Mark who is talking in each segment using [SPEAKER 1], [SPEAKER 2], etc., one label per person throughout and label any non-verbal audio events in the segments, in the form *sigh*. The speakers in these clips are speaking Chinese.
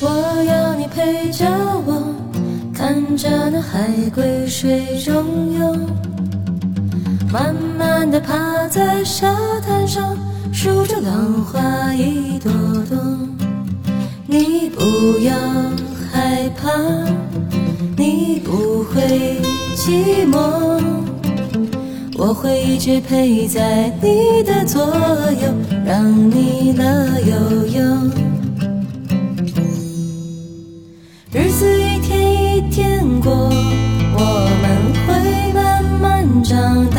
[SPEAKER 1] 我要你陪着我，看着那海龟水中游，慢慢的趴在沙滩上，数着浪花一朵朵。你不要害怕，你不会寂寞，我会一直陪在你的左右，让你乐悠悠。日子一天一天过，我们会慢慢长大。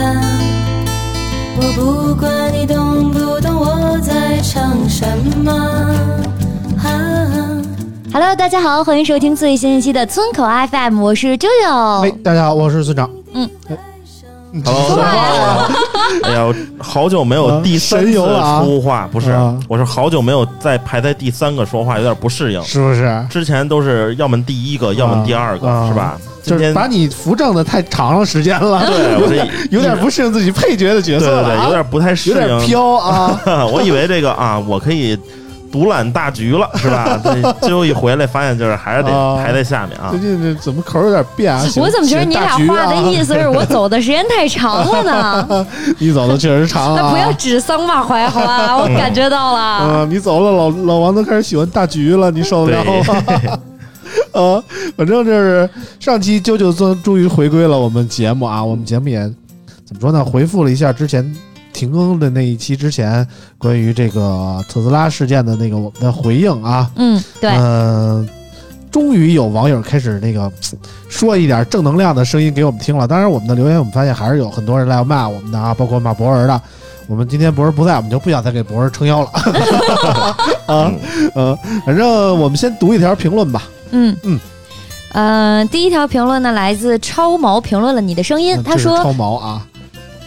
[SPEAKER 1] 我不管你懂不懂我在唱什么，哈、啊。
[SPEAKER 2] Hello，大家好，欢迎收听最新一期的村口 FM，我是
[SPEAKER 3] 哎
[SPEAKER 2] JoJo。，
[SPEAKER 3] 大家好，我是村长。
[SPEAKER 2] 嗯
[SPEAKER 3] 嗯
[SPEAKER 4] Hello，大家好。哎呀，我好久没有第三
[SPEAKER 3] 神
[SPEAKER 4] 次
[SPEAKER 3] 游了啊
[SPEAKER 4] 说话，不是
[SPEAKER 3] 啊，
[SPEAKER 4] 我是好久没有再排在第三个说话，有点不适应。
[SPEAKER 3] *laughs* 是不是？
[SPEAKER 4] 之前都是要么第一个，要么第二
[SPEAKER 3] 啊
[SPEAKER 4] 个，是吧？今
[SPEAKER 3] 就是
[SPEAKER 4] 天
[SPEAKER 3] 把你扶正的太长了时间了，
[SPEAKER 4] 对
[SPEAKER 3] *laughs*
[SPEAKER 4] 我
[SPEAKER 3] 有
[SPEAKER 4] 这嗯
[SPEAKER 3] 点有点不适应自己配角的角色
[SPEAKER 4] 对对
[SPEAKER 3] 了
[SPEAKER 4] 对，
[SPEAKER 3] 啊，
[SPEAKER 4] 有点不太适
[SPEAKER 3] 有点
[SPEAKER 4] 应。
[SPEAKER 3] 飘啊。
[SPEAKER 4] *laughs* 我以为这个啊，我可以独揽大局了，
[SPEAKER 3] *laughs*
[SPEAKER 4] 是吧？这最后一回来发现就是还是得
[SPEAKER 3] 啊
[SPEAKER 4] 排在下面啊
[SPEAKER 3] 最。近这怎么口有点变啊？
[SPEAKER 2] 我怎么觉得你俩话的意
[SPEAKER 3] 思？
[SPEAKER 2] 思是我走的时间太长了
[SPEAKER 3] 啊
[SPEAKER 2] 呢？
[SPEAKER 3] 你走的确实长
[SPEAKER 2] *laughs* 那
[SPEAKER 3] 啊！
[SPEAKER 2] 不要指桑骂槐好
[SPEAKER 3] *laughs*
[SPEAKER 2] 吧？
[SPEAKER 3] 嗯
[SPEAKER 2] 我感觉到了。
[SPEAKER 3] 啊！你走了，老老王都开始喜欢大橘了，你受得了 *laughs* 吗？呃，反正就是上期啾啾终终于回归了我们节目啊，我们节目也怎么说呢？回复了一下之前停更的那一期之前关于这个特斯拉事件的那个我们的回应啊。
[SPEAKER 2] 嗯，对，
[SPEAKER 3] 嗯、终于有网友开始那个嘖说一点正能量的声音给我们听了。当然，我们的留言我们发现还是有很多人来骂我们的啊，包括骂博文的。我们今天博文不在，我们就不想再给博文撑腰了。 *laughs* 啊，呃，反正我们先读一条评论吧。
[SPEAKER 2] 嗯
[SPEAKER 3] 嗯
[SPEAKER 2] 嗯。呃，第一条评论呢，来自超毛评论了你的声音，
[SPEAKER 3] 嗯
[SPEAKER 2] 他
[SPEAKER 3] 这是
[SPEAKER 2] 说：“
[SPEAKER 3] 超毛啊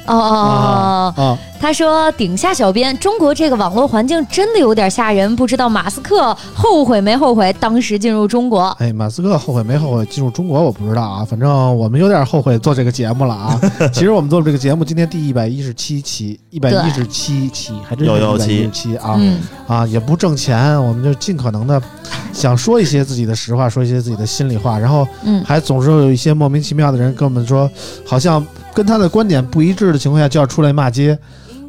[SPEAKER 2] 哦哦哦，哦
[SPEAKER 3] 啊，
[SPEAKER 2] 他说：“顶下小编，中国这个网络环境真的有点吓人，不知道马斯克后悔没后悔当时进入中国。
[SPEAKER 3] 哎，马斯克后悔没后悔进入中国，我不知道啊。反正我们有点后悔做这个节目了啊。其实我们做这个节目，今天第一百一十七期，一百一十七期，还真是一百一十
[SPEAKER 4] 117
[SPEAKER 3] 七啊、
[SPEAKER 2] 嗯，
[SPEAKER 3] 啊，也不挣钱，我们就尽可能的想说一些自己的实话，说一些自己的心里话，然后
[SPEAKER 2] 嗯
[SPEAKER 3] 还总是有一些莫名其妙的人跟我们说，好像跟他的观点不一致的情况下就要出来骂街。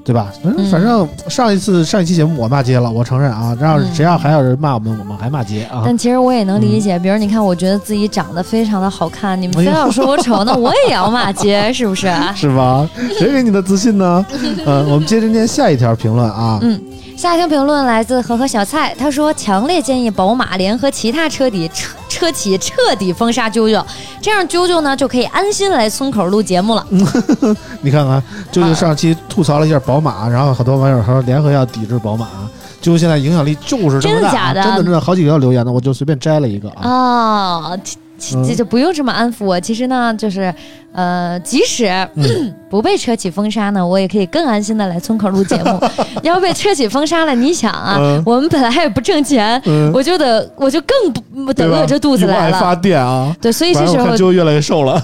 [SPEAKER 3] 对吧？反正
[SPEAKER 2] 嗯
[SPEAKER 3] 反正上一次上一期节目我骂街了，我承认啊。然后
[SPEAKER 2] 嗯
[SPEAKER 3] 只要还有人骂我们，我们还骂街啊。嗯
[SPEAKER 2] 但其实我也能理解，比如你看，我觉得自己长得非常的好看，你们非
[SPEAKER 3] 哎呦
[SPEAKER 2] 要说我丑，那我也要骂街，
[SPEAKER 3] *laughs*
[SPEAKER 2] 是不是？
[SPEAKER 3] 是吧？谁给你的自信
[SPEAKER 2] *laughs*
[SPEAKER 3] 呢？嗯，我们接着念下一条评论啊。
[SPEAKER 2] 嗯下一条评论来自和和小菜，他说：“强烈建议宝马联合其他车底车车企彻底封杀啾啾，这样啾啾呢就可以安心来村口录节目了。
[SPEAKER 3] 你看看，就是上期吐槽了一下宝马，然后好多网友说联合要抵制宝马，就是现在影响力就是这么大啊，
[SPEAKER 2] 真的假的
[SPEAKER 3] 真的真的好几个要留言的，我就随便摘了一个啊。
[SPEAKER 2] 哦，其其
[SPEAKER 3] 嗯
[SPEAKER 2] 这就不用这么安抚我。其实呢，就是呃，即使、
[SPEAKER 3] 嗯
[SPEAKER 2] *clears throat* 不被车企封杀呢，我也可以更安心的来村口录节
[SPEAKER 3] *laughs*
[SPEAKER 2] 目。要被车企封杀了，你想啊，
[SPEAKER 3] 嗯
[SPEAKER 2] 我们本来也不挣钱，
[SPEAKER 3] 嗯，
[SPEAKER 2] 我就得我就更不得
[SPEAKER 3] 对吧
[SPEAKER 2] 饿着肚子来
[SPEAKER 3] 一会儿还发
[SPEAKER 2] 了。
[SPEAKER 3] 电啊。
[SPEAKER 2] 对，所以这
[SPEAKER 3] 完了
[SPEAKER 2] 时
[SPEAKER 3] 我
[SPEAKER 2] 候
[SPEAKER 3] 看就越来越瘦了。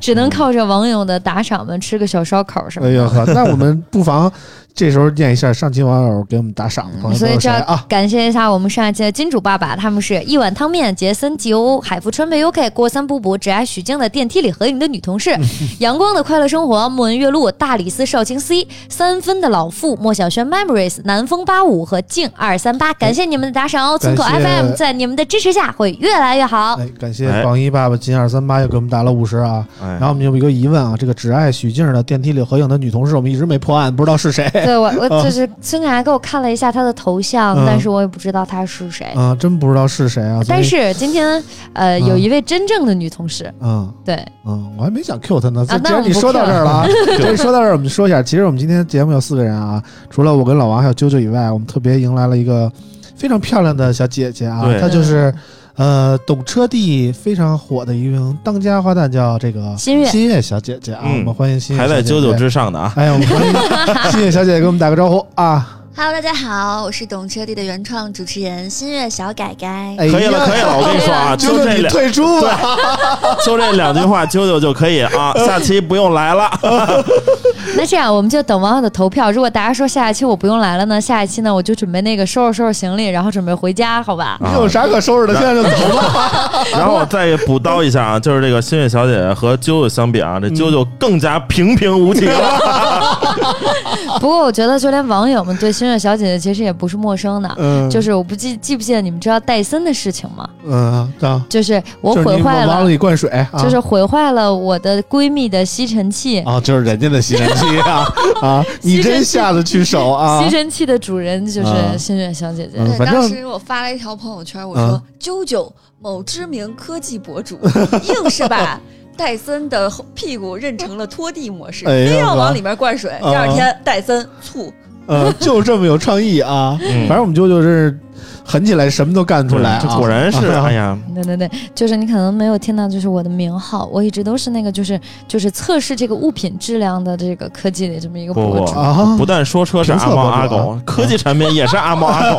[SPEAKER 2] 只能靠着网友的打赏们吃个小烧烤什
[SPEAKER 3] *laughs*
[SPEAKER 2] 么
[SPEAKER 3] 哎
[SPEAKER 2] 的。
[SPEAKER 3] 呦呵，那我们不妨这时候念一下上期网友给我们打赏的朋友
[SPEAKER 2] 嗯所
[SPEAKER 3] 都
[SPEAKER 2] 以
[SPEAKER 3] 是
[SPEAKER 2] 这
[SPEAKER 3] 谁
[SPEAKER 2] 要
[SPEAKER 3] 啊？
[SPEAKER 2] 感谢一下我们上一期的金主爸爸，他们是一碗汤面、杰森、吉欧、海富、川贝 UK、过三不补、只爱许静的电梯里合影的女同
[SPEAKER 3] *laughs*
[SPEAKER 2] 事、阳光的快乐生活、莫文月露、大理寺少卿 C、三分的老傅、莫小轩 Memories、南风八五和静二三八，感谢你们的打赏哦！村口
[SPEAKER 3] 哎感谢
[SPEAKER 2] FM 在你们的支持下会越来越
[SPEAKER 3] *laughs*
[SPEAKER 2] 好。
[SPEAKER 3] 哎，感谢榜一爸爸金二三八又给我们打了五十啊！
[SPEAKER 4] 哎
[SPEAKER 3] 然，后我们有一个疑问啊，这个只爱许静的电梯里合影的女同事，我们一直没破案，不知道是谁。
[SPEAKER 2] 对我，我就是村长还给我看了一下他的头像，
[SPEAKER 3] 嗯
[SPEAKER 2] 但是我也不知道他是谁。
[SPEAKER 3] 啊，真不知道是谁啊！所以
[SPEAKER 2] 但是今天，呃，
[SPEAKER 3] 嗯
[SPEAKER 2] 有一位真正的女同事，
[SPEAKER 3] 嗯
[SPEAKER 2] 对，
[SPEAKER 3] 嗯，我还没想 Q 他呢。
[SPEAKER 2] 啊
[SPEAKER 3] 既
[SPEAKER 2] 那我
[SPEAKER 3] 然
[SPEAKER 2] 们
[SPEAKER 3] 你
[SPEAKER 2] 不
[SPEAKER 3] 说到
[SPEAKER 2] cue
[SPEAKER 3] 这儿了啊， *laughs* 既然说到这儿，我们就说一下，其实我们今天节目有四个人啊，除了我跟老王还有啾啾以外，我们特别迎来了一个非常漂亮的小姐姐啊，
[SPEAKER 4] 对
[SPEAKER 3] 她就是呃懂车帝非常火的一名当家花旦，叫这个
[SPEAKER 2] 新月
[SPEAKER 3] 新月小姐姐啊，
[SPEAKER 4] 嗯
[SPEAKER 3] 我们欢迎新月
[SPEAKER 4] 还
[SPEAKER 3] 小姐
[SPEAKER 4] 在
[SPEAKER 3] 姐。
[SPEAKER 4] 九九之上的啊，
[SPEAKER 3] 哎，我们欢
[SPEAKER 4] *laughs*
[SPEAKER 3] 迎新月小姐姐给我们打个招呼啊！
[SPEAKER 5] Hello，大家好，我是懂车帝的原创主持人新月小改改。
[SPEAKER 3] 哎呀，哎
[SPEAKER 4] 可以了，可以了，我跟你说啊，
[SPEAKER 3] 啾
[SPEAKER 4] 就
[SPEAKER 3] 啾
[SPEAKER 4] 这
[SPEAKER 3] 你
[SPEAKER 4] 两
[SPEAKER 3] 退出啊吧。
[SPEAKER 4] 就这两句话，九九就可以
[SPEAKER 3] *laughs*
[SPEAKER 4] 啊，下期不用来了。
[SPEAKER 2] 那这样，我们就等网友的投票。如果大家说下一期我不用来了呢，下一期呢我就准备那个收拾收拾行李，然后准备回家，
[SPEAKER 3] *laughs*
[SPEAKER 2] 好吧？
[SPEAKER 3] 你有啥可收
[SPEAKER 4] 啊
[SPEAKER 3] 拾的？现在就走吧。
[SPEAKER 4] *laughs* 然后我再补刀一下啊，就是这个新月小姐姐和啾啾相比啊，这啾啾更加平平无
[SPEAKER 3] *laughs*
[SPEAKER 4] 奇了。
[SPEAKER 2] 不过我觉得，就连网友们对新月小姐姐其实也不是陌生的。
[SPEAKER 3] 嗯，
[SPEAKER 2] 就是我不记记不记得你们知道戴森的事情吗？
[SPEAKER 3] 嗯，啊，
[SPEAKER 2] 就是我
[SPEAKER 3] 就是
[SPEAKER 2] 毁
[SPEAKER 3] 你
[SPEAKER 2] 坏
[SPEAKER 3] 往
[SPEAKER 2] 了
[SPEAKER 3] 往，里灌水，啊
[SPEAKER 2] 就是毁坏了我的闺蜜的吸尘器。
[SPEAKER 3] 啊，就是人家的吸尘器啊啊！你真下得去手啊
[SPEAKER 2] 吸！尘器的主人就
[SPEAKER 3] 啊
[SPEAKER 2] 是新月小姐姐。
[SPEAKER 3] 嗯
[SPEAKER 5] 对，
[SPEAKER 3] 反
[SPEAKER 5] 当
[SPEAKER 3] 正
[SPEAKER 5] 时我发了一条朋友圈，我
[SPEAKER 3] 嗯
[SPEAKER 5] 说：“啾啾，某知名科技博 *laughs* 主，硬是把戴森的屁股认成了拖地模式，
[SPEAKER 3] 哎呀
[SPEAKER 5] 非要往里面灌水。
[SPEAKER 3] 啊
[SPEAKER 5] 第二天，戴森醋
[SPEAKER 3] 呃，就这么有创意啊！
[SPEAKER 4] 嗯
[SPEAKER 3] 反正我们舅舅是狠起来什么都干出来啊，
[SPEAKER 4] 这果然是，
[SPEAKER 3] 啊
[SPEAKER 4] 哎呀，
[SPEAKER 2] 对对对，就是你可能没有听到，就是我的名号，我一直都是那个就是就是测试这个物品质量的这个科技的这么一个博
[SPEAKER 4] 不
[SPEAKER 2] 主。
[SPEAKER 3] 啊
[SPEAKER 4] 不但说车是阿猫阿狗，科技产品也是阿猫阿狗。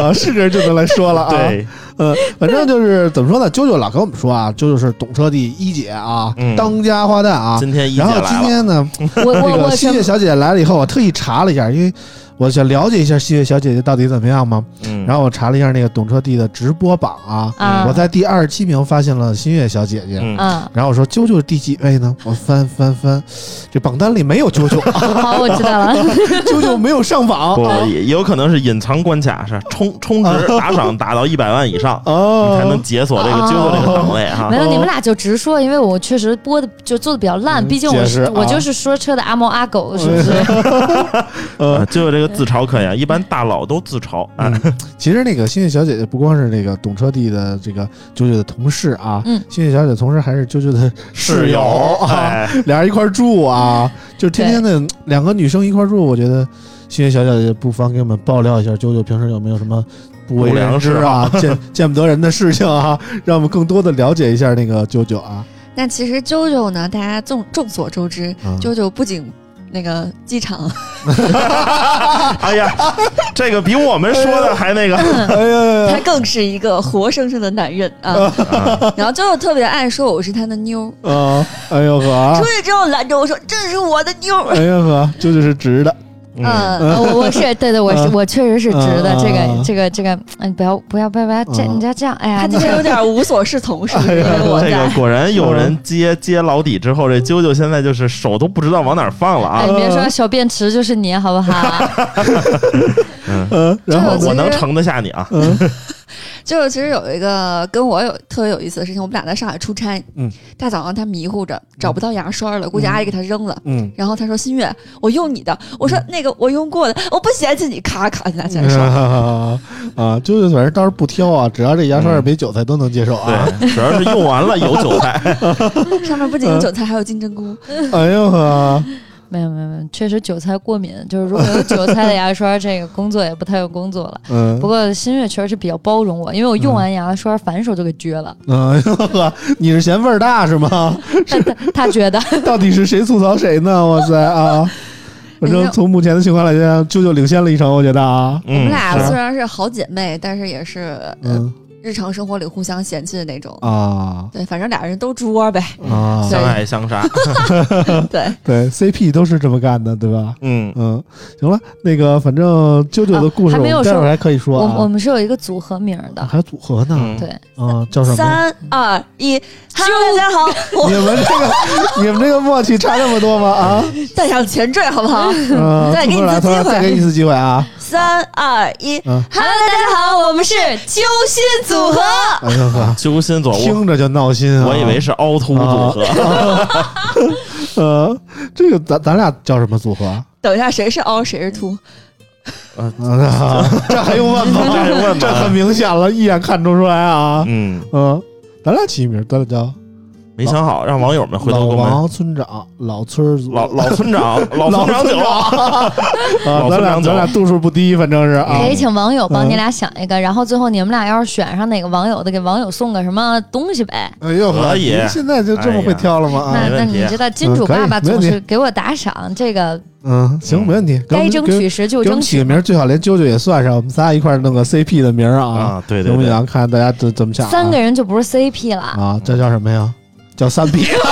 [SPEAKER 3] 啊，是人就能来说了啊。，
[SPEAKER 4] 对，
[SPEAKER 3] 呃，反正就是怎么说呢，舅舅老跟我们说啊，舅舅是懂车帝一姐啊，
[SPEAKER 4] 嗯
[SPEAKER 3] 当家花旦啊。
[SPEAKER 4] 今天一姐
[SPEAKER 3] 然后
[SPEAKER 4] 来
[SPEAKER 3] 今
[SPEAKER 4] 了，
[SPEAKER 3] 天呢，
[SPEAKER 2] 我
[SPEAKER 3] 那
[SPEAKER 2] 我
[SPEAKER 3] 个
[SPEAKER 2] 我
[SPEAKER 3] 新
[SPEAKER 2] 什
[SPEAKER 3] 月
[SPEAKER 2] 么？
[SPEAKER 3] 小姐姐来了以后，我特意查了一下，因为我想了解一下新月小姐姐到底怎么样嘛。
[SPEAKER 4] 嗯，
[SPEAKER 3] 然后我查了一下那个懂车帝的直播榜啊，
[SPEAKER 2] 啊，
[SPEAKER 3] 我在第二十七名发现了新月小姐姐。
[SPEAKER 4] 嗯
[SPEAKER 2] 啊，
[SPEAKER 3] 然后我说啾啾第几位呢？我翻翻翻，这榜单里没有啾啾，啊
[SPEAKER 2] *laughs* 好，我知道了。
[SPEAKER 3] 嗯啾啾没有上榜
[SPEAKER 4] 不
[SPEAKER 3] 啊。
[SPEAKER 4] 也也有可能是隐藏关卡，是充充值
[SPEAKER 3] 嗯
[SPEAKER 4] 打赏打到一百万以上，你才能
[SPEAKER 3] 哦，
[SPEAKER 4] 解锁这个啾啾这个档位哈
[SPEAKER 2] 没。有，
[SPEAKER 4] *laughs*
[SPEAKER 3] 哦
[SPEAKER 2] 你们俩就直说，因为我确实播的就做的比较烂，
[SPEAKER 3] 嗯
[SPEAKER 2] 毕竟我
[SPEAKER 3] 解释
[SPEAKER 2] 是
[SPEAKER 3] 啊
[SPEAKER 2] 我就是说车的阿猫阿狗，
[SPEAKER 3] *laughs*
[SPEAKER 2] 是不是？
[SPEAKER 4] 啊啾啾这个自嘲可以啊，一般大佬都自嘲。哎
[SPEAKER 3] 嗯其实那个新月小姐姐不光是那个懂车帝的这个啾啾的同事啊，
[SPEAKER 2] 嗯
[SPEAKER 3] 新月小姐同时还是啾啾的室友啊，
[SPEAKER 4] 哎， *laughs*
[SPEAKER 3] 俩人一块儿住啊，就天天的两个女生一块儿住，我觉得新月小姐姐不妨给我们爆料一下啾啾平时有没有什么。不为
[SPEAKER 4] 不良
[SPEAKER 3] 人知
[SPEAKER 4] 嗜
[SPEAKER 3] 啊，见见不得人的事情啊，让我们更多的了解一下那个啾啾啊。
[SPEAKER 5] 那其实啾啾呢，大家众众所周知，
[SPEAKER 3] 嗯
[SPEAKER 5] 啾啾不仅那个机 *laughs* 场，
[SPEAKER 4] 哎呀，这个比我们说的还那个。
[SPEAKER 3] 哎呀呀呀
[SPEAKER 5] 他更是一个活生生的男人啊。
[SPEAKER 4] 啊
[SPEAKER 5] *laughs* 然后啾啾特别爱说我是他的妞，
[SPEAKER 3] 啊，哎呦呵
[SPEAKER 5] 出，去之后拦着我说这是我的妞。
[SPEAKER 3] 哎呦呵，舅舅是直的，
[SPEAKER 4] 嗯
[SPEAKER 2] 呃，我我是对对，我是
[SPEAKER 3] 嗯
[SPEAKER 2] 我确实是直的
[SPEAKER 3] 嗯，
[SPEAKER 2] 这
[SPEAKER 3] 嗯
[SPEAKER 2] 个这个这个，嗯，不要不要不要不要这
[SPEAKER 3] 嗯
[SPEAKER 2] 你要这样，哎呀，
[SPEAKER 5] 他今天有点无所适从，是不是？因为我
[SPEAKER 4] *laughs* 这
[SPEAKER 5] 在
[SPEAKER 4] 个。果然有人接接老底之后，这啾啾现在就是手都不知道往哪儿放了
[SPEAKER 2] 哎，
[SPEAKER 4] 啊！
[SPEAKER 2] 你别说小便池就是你，好不好？
[SPEAKER 3] 嗯，然后
[SPEAKER 5] 这
[SPEAKER 4] 我能盛得下你啊！
[SPEAKER 5] 就是其实有一个跟我有特别有意思的事情，我们俩在上海出差，
[SPEAKER 3] 嗯，
[SPEAKER 5] 大早上他迷糊着找不到牙刷了，估计阿姨给他扔了。
[SPEAKER 3] 嗯，
[SPEAKER 5] 然后他说：“新月，我用你的。”我说：“那个我用过的，我不嫌弃你。”咔咔拿起来刷。
[SPEAKER 3] 啊，啊舅舅反正倒是不挑啊，只要这牙刷
[SPEAKER 4] 嗯
[SPEAKER 3] 上没韭菜都能接受啊。
[SPEAKER 4] 对，主要是用完了有韭菜，
[SPEAKER 3] 嗯
[SPEAKER 5] *laughs* 上面不仅有韭菜，还有金针菇。
[SPEAKER 3] 哎呦呵，
[SPEAKER 2] 没有没有没有，确实韭菜过敏，就是如果有韭菜的牙刷，这个工作也不太有工作了。
[SPEAKER 3] 嗯
[SPEAKER 2] 不，过新月确实是比较包容我，因为我用完牙刷反手就给撅了，
[SPEAKER 3] 嗯哎呦呵，你是嫌味儿大是吗？
[SPEAKER 2] 但他他
[SPEAKER 3] *laughs*
[SPEAKER 2] 觉得
[SPEAKER 3] 到底是谁吐槽谁呢？哇
[SPEAKER 5] *laughs*
[SPEAKER 3] 塞啊！反
[SPEAKER 5] 哎
[SPEAKER 3] 正从目前的情况来
[SPEAKER 5] *laughs*
[SPEAKER 3] 讲，舅舅领先了一程，我觉得啊，
[SPEAKER 4] 我
[SPEAKER 5] 我们俩
[SPEAKER 4] 是
[SPEAKER 5] 虽然是好姐妹，但是也是呃
[SPEAKER 3] 嗯，
[SPEAKER 5] 日常生活里互相嫌弃的那种。
[SPEAKER 3] 啊
[SPEAKER 5] 对，反正俩人都猪窝呗。
[SPEAKER 3] 啊，
[SPEAKER 4] 相爱相杀。
[SPEAKER 3] 嗯
[SPEAKER 5] 对，
[SPEAKER 3] 对 CP 都是这么干的，对吧？ *laughs*
[SPEAKER 4] 嗯，
[SPEAKER 3] 嗯，行了，那个反正啾啾的故事，
[SPEAKER 2] 啊还
[SPEAKER 3] 我
[SPEAKER 2] 没有
[SPEAKER 3] 们待会儿
[SPEAKER 2] 说
[SPEAKER 3] 还可以说
[SPEAKER 2] 我
[SPEAKER 3] 啊，
[SPEAKER 2] 我们是有一个组合名儿的，
[SPEAKER 3] 还有组合呢，
[SPEAKER 4] 嗯
[SPEAKER 2] 对，
[SPEAKER 3] 嗯，叫什么？
[SPEAKER 5] 三二一，哈喽，大家
[SPEAKER 3] *laughs*
[SPEAKER 5] 好，
[SPEAKER 3] 你
[SPEAKER 5] 我
[SPEAKER 3] 们这个
[SPEAKER 5] *laughs*
[SPEAKER 3] 你们这个默契差那么多吗？啊，
[SPEAKER 5] 带上前缀好
[SPEAKER 3] *laughs*
[SPEAKER 5] 不好？ *laughs*
[SPEAKER 3] 嗯，
[SPEAKER 5] 再给你一次
[SPEAKER 3] 突然来突然
[SPEAKER 5] 机会
[SPEAKER 3] 再给你一次机会啊！
[SPEAKER 5] 三二一，
[SPEAKER 3] 嗯
[SPEAKER 5] 哈喽，大家好，我们是揪心组合。
[SPEAKER 3] 哎呀呵，
[SPEAKER 4] 揪心左卧，
[SPEAKER 3] 听着就闹心啊！
[SPEAKER 4] 我以为是凹凸组合。
[SPEAKER 3] 呃，这个咱咱俩叫什么组合啊？
[SPEAKER 5] 等一下，谁是凹，谁是凸？
[SPEAKER 3] 啊 *laughs* 这还用问吗？
[SPEAKER 4] *laughs* 这还用问吗啊
[SPEAKER 3] 这很明显了，一眼看出出来啊！
[SPEAKER 4] 嗯，
[SPEAKER 3] 嗯，咱俩起名，咱俩叫
[SPEAKER 4] 没想好，让网友们回
[SPEAKER 3] 老
[SPEAKER 4] 头给我们
[SPEAKER 3] 王村长、老村儿组、
[SPEAKER 4] 老老村长、老
[SPEAKER 3] 老
[SPEAKER 4] 村长酒，
[SPEAKER 3] 啊，
[SPEAKER 4] 老
[SPEAKER 3] 咱
[SPEAKER 4] 村
[SPEAKER 3] 俩
[SPEAKER 4] 长
[SPEAKER 3] 咱俩度数不低，反正是啊
[SPEAKER 2] 可以请网友帮
[SPEAKER 3] 嗯
[SPEAKER 2] 你俩想一个，然后最后你们俩要是选上哪个网友的，给网友送个什么东西呗。
[SPEAKER 3] 哎呦呵，
[SPEAKER 4] 可以
[SPEAKER 3] 您现在就这么会挑了吗？
[SPEAKER 4] 哎
[SPEAKER 2] 那
[SPEAKER 3] 啊
[SPEAKER 4] 呀，没
[SPEAKER 2] 那
[SPEAKER 4] 问题
[SPEAKER 2] 你知道金主爸爸
[SPEAKER 3] 嗯可以没
[SPEAKER 2] 总
[SPEAKER 3] 问题
[SPEAKER 2] 是给我打赏，这个
[SPEAKER 3] 嗯，行，没问题。给我
[SPEAKER 2] 该
[SPEAKER 3] 们
[SPEAKER 2] 争
[SPEAKER 3] 给
[SPEAKER 2] 取时就
[SPEAKER 3] 给我
[SPEAKER 2] 争
[SPEAKER 3] 们起
[SPEAKER 2] 取
[SPEAKER 3] 个。名儿，最好连啾啾也算上，我们仨一块儿弄个 CP 的名儿啊，
[SPEAKER 4] 啊，对对
[SPEAKER 3] 行不
[SPEAKER 4] 对，
[SPEAKER 3] 行？看大家怎怎么想啊。
[SPEAKER 2] 三个人就不是 CP 了，
[SPEAKER 3] 啊，这叫什么呀？叫三 P
[SPEAKER 4] 啊，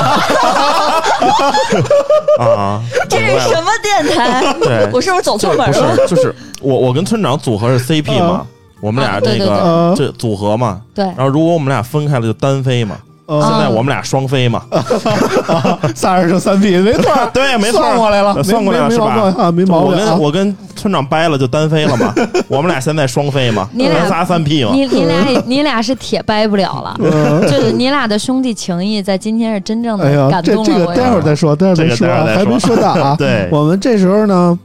[SPEAKER 5] *laughs* 这
[SPEAKER 4] 明白
[SPEAKER 5] 是什
[SPEAKER 4] 了
[SPEAKER 5] 么电台？
[SPEAKER 4] 对，
[SPEAKER 5] *laughs* 我是不是走
[SPEAKER 4] 就
[SPEAKER 5] 错
[SPEAKER 4] 是
[SPEAKER 5] 门
[SPEAKER 4] 不
[SPEAKER 5] 了？
[SPEAKER 4] 是就是我我跟村长组合是 CP 嘛，我们俩
[SPEAKER 2] 啊对
[SPEAKER 4] 这
[SPEAKER 2] 对
[SPEAKER 4] 个
[SPEAKER 3] 呃
[SPEAKER 4] 这组合嘛，
[SPEAKER 2] 对，啊嗯
[SPEAKER 4] 然
[SPEAKER 3] 哦
[SPEAKER 4] 后如果我们俩分开了就单飞嘛，现
[SPEAKER 3] 呃，
[SPEAKER 4] 在我们俩双
[SPEAKER 3] *laughs*
[SPEAKER 4] 飞嘛，，
[SPEAKER 3] *laughs* 仨人就三 P，没错
[SPEAKER 2] *laughs*
[SPEAKER 3] 儿
[SPEAKER 4] 对，没错
[SPEAKER 3] 算过
[SPEAKER 4] 儿。
[SPEAKER 3] 来了，
[SPEAKER 4] 呃算过来了
[SPEAKER 3] 没没
[SPEAKER 4] 是吧
[SPEAKER 3] 没毛病啊，没毛
[SPEAKER 4] 我
[SPEAKER 3] 病
[SPEAKER 4] 跟
[SPEAKER 3] 啊。
[SPEAKER 4] 我跟村长掰了就单飞
[SPEAKER 3] *laughs*
[SPEAKER 4] 了嘛，我们俩现在双飞嘛，
[SPEAKER 2] 你俩
[SPEAKER 4] 咱仨三 P 嘛，
[SPEAKER 2] 你你俩你俩是铁掰不了了， *laughs* 就是你俩的兄弟情谊在今天是真正
[SPEAKER 3] 嗯哎
[SPEAKER 2] 的
[SPEAKER 3] 呀，
[SPEAKER 2] 感
[SPEAKER 3] 这
[SPEAKER 2] 动
[SPEAKER 3] 这
[SPEAKER 2] 了
[SPEAKER 3] 个
[SPEAKER 2] 我
[SPEAKER 3] 待
[SPEAKER 2] 呀。
[SPEAKER 3] 会儿再说，待会儿再说啊，
[SPEAKER 4] 这个待会儿再说。
[SPEAKER 3] 还没说到啊
[SPEAKER 4] 对
[SPEAKER 3] 我们这时候呢，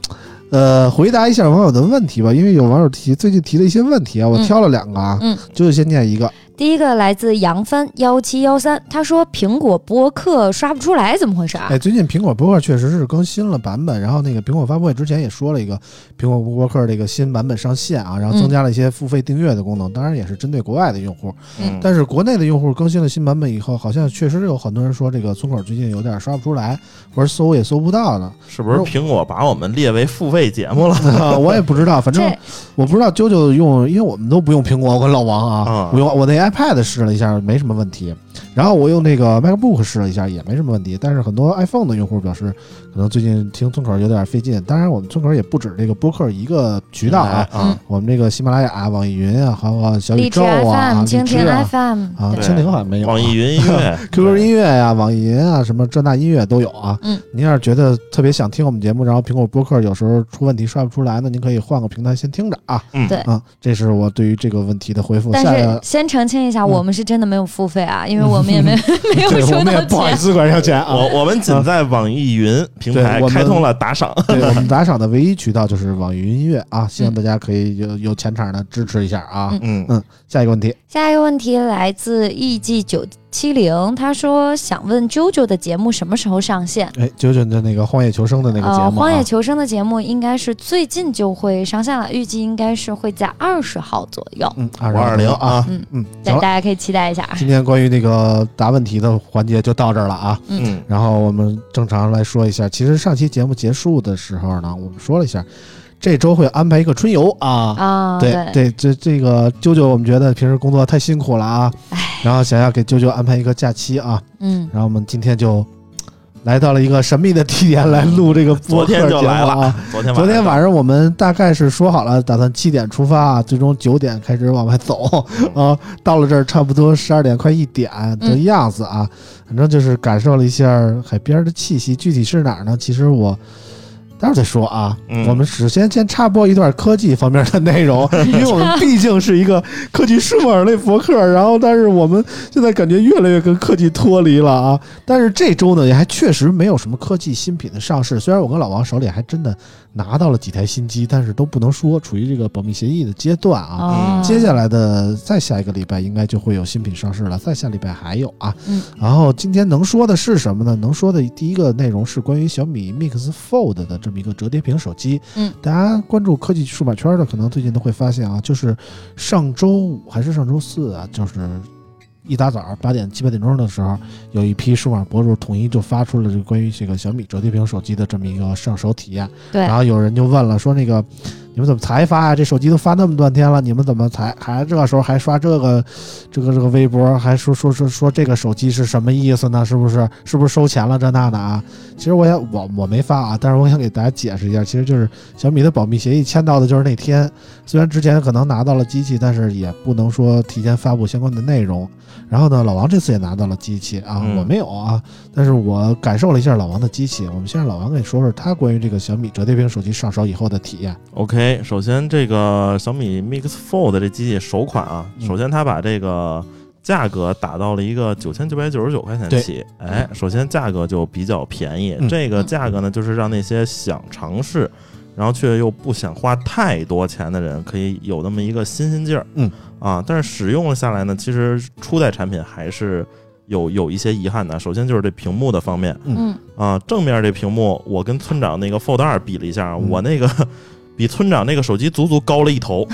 [SPEAKER 3] 呃，回答一下网友的问题吧，因为有网友提最近提了一些问题啊，我
[SPEAKER 2] 嗯
[SPEAKER 3] 挑了两个啊，
[SPEAKER 2] 嗯，
[SPEAKER 3] 就是先念一个，
[SPEAKER 2] 第一个来自杨帆幺七幺三，他说苹果博客刷不出来，怎么回事啊
[SPEAKER 3] 哎，？最近苹果播客确实是更新了版本，然后那个苹果发布会之前也说了一个苹果播客这个新版本上线啊，然
[SPEAKER 2] 嗯
[SPEAKER 3] 后增加了一些付费订阅的功能，当然也是针对国外的用户，
[SPEAKER 4] 嗯
[SPEAKER 3] 但是国内的用户更新了新版本以后，好像确实有很多人说这个村口最近有点刷不出来，或者搜也搜不到
[SPEAKER 2] *laughs*
[SPEAKER 3] 了，
[SPEAKER 4] 是不是苹果把我们列为付费节目了？
[SPEAKER 3] 啊 *laughs* 我也不知道，反正
[SPEAKER 2] 这
[SPEAKER 3] 我不知道啾啾用，因为我们都不用苹果，我跟老王啊，
[SPEAKER 4] 啊
[SPEAKER 3] 我用我那 iPad 试了一下，没什么问题。然后我用那个 MacBook 试了一下，也没什么问题。但是很多 iPhone 的用户表示，可能最近听村口有点费劲。当然，我们村口也不止这个播客一个渠道啊，
[SPEAKER 2] 嗯
[SPEAKER 4] 啊，
[SPEAKER 3] 我们这个喜马拉雅啊、网易云啊，还有小宇
[SPEAKER 2] 荔枝
[SPEAKER 3] 宙啊、
[SPEAKER 2] FM、
[SPEAKER 3] 荔枝
[SPEAKER 2] 蜻蜓
[SPEAKER 3] 啊、
[SPEAKER 2] FM，
[SPEAKER 3] 啊
[SPEAKER 2] 对
[SPEAKER 3] 蜻蜓好像没有啊、
[SPEAKER 4] 网易云音
[SPEAKER 3] *laughs*
[SPEAKER 4] 乐
[SPEAKER 3] QQ 音乐呀、网易云啊，什么这那音乐都有啊。
[SPEAKER 2] 嗯，
[SPEAKER 3] 您要是觉得特别想听我们节目，然后苹果播客有时候出问题刷不出来呢，您可以换个平台先听着啊。
[SPEAKER 4] 嗯
[SPEAKER 2] 对
[SPEAKER 3] 啊，这是我对于这个问题的回复。
[SPEAKER 2] 但
[SPEAKER 3] 下一
[SPEAKER 2] 是
[SPEAKER 3] 个
[SPEAKER 2] 先澄清一下，
[SPEAKER 3] 嗯
[SPEAKER 2] 我们是真的没有付费啊，因
[SPEAKER 3] *laughs*
[SPEAKER 2] 为我们也没没有
[SPEAKER 3] 对，我
[SPEAKER 2] 收
[SPEAKER 3] 们也
[SPEAKER 2] 到
[SPEAKER 3] 不好意
[SPEAKER 2] 钱。
[SPEAKER 3] 思管要钱啊。
[SPEAKER 4] 我我们仅在网易云平台
[SPEAKER 3] 对我们
[SPEAKER 4] 开通了打赏，
[SPEAKER 3] 对我们打赏的唯一渠道就是网易云音乐啊，
[SPEAKER 2] 嗯
[SPEAKER 3] 希望大家可以有有钱场的支持一下啊。
[SPEAKER 4] 嗯，
[SPEAKER 3] 嗯，下一个问题，
[SPEAKER 2] 下一个问题来自 EG 九七零，他说想问啾啾的节目什么时候上线？
[SPEAKER 3] 哎，九九的那个《荒野求生》的那个节目、啊
[SPEAKER 2] 呃，荒野求生的节目应该是最近就会上线了，预计应该是会在二十号左右，
[SPEAKER 3] 嗯，二
[SPEAKER 4] 520
[SPEAKER 3] 啊，
[SPEAKER 2] 嗯
[SPEAKER 3] 嗯，
[SPEAKER 2] 对，
[SPEAKER 3] 行
[SPEAKER 2] 大
[SPEAKER 3] 了，
[SPEAKER 2] 家可以期待一下。
[SPEAKER 3] 今天关于那个答问题的环节就到这儿了啊。
[SPEAKER 4] 嗯，
[SPEAKER 3] 然后我们正常来说一下，其实上期节目结束的时候呢，我们说了一下，这周会安排一个春游啊。
[SPEAKER 2] 啊，
[SPEAKER 3] 对对，这这个啾啾，我们觉得平时工作太辛苦了啊，
[SPEAKER 4] 哎
[SPEAKER 3] 然后想要给啾啾安排一个假期啊，
[SPEAKER 2] 嗯，
[SPEAKER 3] 然后我们今天就来到了一个神秘的地点来录这个播
[SPEAKER 4] 昨
[SPEAKER 3] 客节
[SPEAKER 4] 天就
[SPEAKER 3] 目
[SPEAKER 4] 来了
[SPEAKER 3] 啊。，
[SPEAKER 4] 嗯昨天
[SPEAKER 3] 昨天
[SPEAKER 4] 晚
[SPEAKER 3] 晚上我们大概是说好了，打算七点出发啊，最终九点开始往外走
[SPEAKER 4] 嗯
[SPEAKER 3] 啊，到了这儿差不多十二点快一点的样子啊，反正就是感受了一下海边的气息。具体是哪儿呢？其实我。待会儿再说啊，
[SPEAKER 4] 嗯
[SPEAKER 3] 我们首先先插播一段科技方面的内
[SPEAKER 4] *laughs*
[SPEAKER 3] 容，因为我们毕竟是一个科技数码类博客，然后但是我们现在感觉越来越跟科技脱离了啊。但是这周呢，也还确实没有什么科技新品的上市。虽然我跟老王手里还真的拿到了几台新机，但是都不能说，处于这个保密协议的阶段啊。
[SPEAKER 2] 哦，
[SPEAKER 3] 接下来的再下一个礼拜应该就会有新品上市了，再下礼拜还有啊。
[SPEAKER 2] 嗯
[SPEAKER 3] 然后今天能说的是什么呢？能说的第一个内容是关于小米 Mix Fold 的这么一个折叠屏手机。
[SPEAKER 2] 嗯，
[SPEAKER 3] 大家关注科技数码圈的，可能最近都会发现啊，就是上周五还是上周四啊，就是一大早八点七八点钟的时候，有一批数码博主统一就发出了这个关于这个小米折叠屏手机的这么一个上手体验。
[SPEAKER 2] 对
[SPEAKER 3] 然后有人就问了，说那个你们怎么才发啊？这手机都发那么段天了，你们怎么才还这时候还刷这个这个这个微博，还说说说说这个手机是什么意思呢？是不是是不是收钱了这那的啊？其实我想我我没发啊，但是我想给大家解释一下，其实就是小米的保密协议签到的就是那天，虽然之前可能拿到了机器，但是也不能说提前发布相关的内容。然后呢，老王这次也拿到了机器啊，
[SPEAKER 4] 嗯
[SPEAKER 3] 我没有啊，但是我感受了一下老王的机器。我们先让老王给你说说他关于这个小米折叠屏手机上手以后的体验。
[SPEAKER 4] OK，首先这个小米 Mix Fold 这机器首款啊，
[SPEAKER 3] 嗯
[SPEAKER 4] 首先它把这个价格打到了一个九千九百九十九块钱
[SPEAKER 3] 对
[SPEAKER 4] 起，哎，首先价格就比较便宜。
[SPEAKER 3] 嗯
[SPEAKER 4] 这个价格呢，就是让那些想尝试，然后却又不想花太多钱的人，可以有那么一个新鲜劲儿。
[SPEAKER 3] 嗯，
[SPEAKER 4] 啊，但是使用了下来呢，其实初代产品还是有有一些遗憾的。首先就是这屏幕的方面，
[SPEAKER 2] 嗯，
[SPEAKER 4] 啊，正面这屏幕，我跟村长那个 Fold 二比了一下，
[SPEAKER 3] 嗯
[SPEAKER 4] 我那个 *laughs* 比村长那个手机足足高了一头。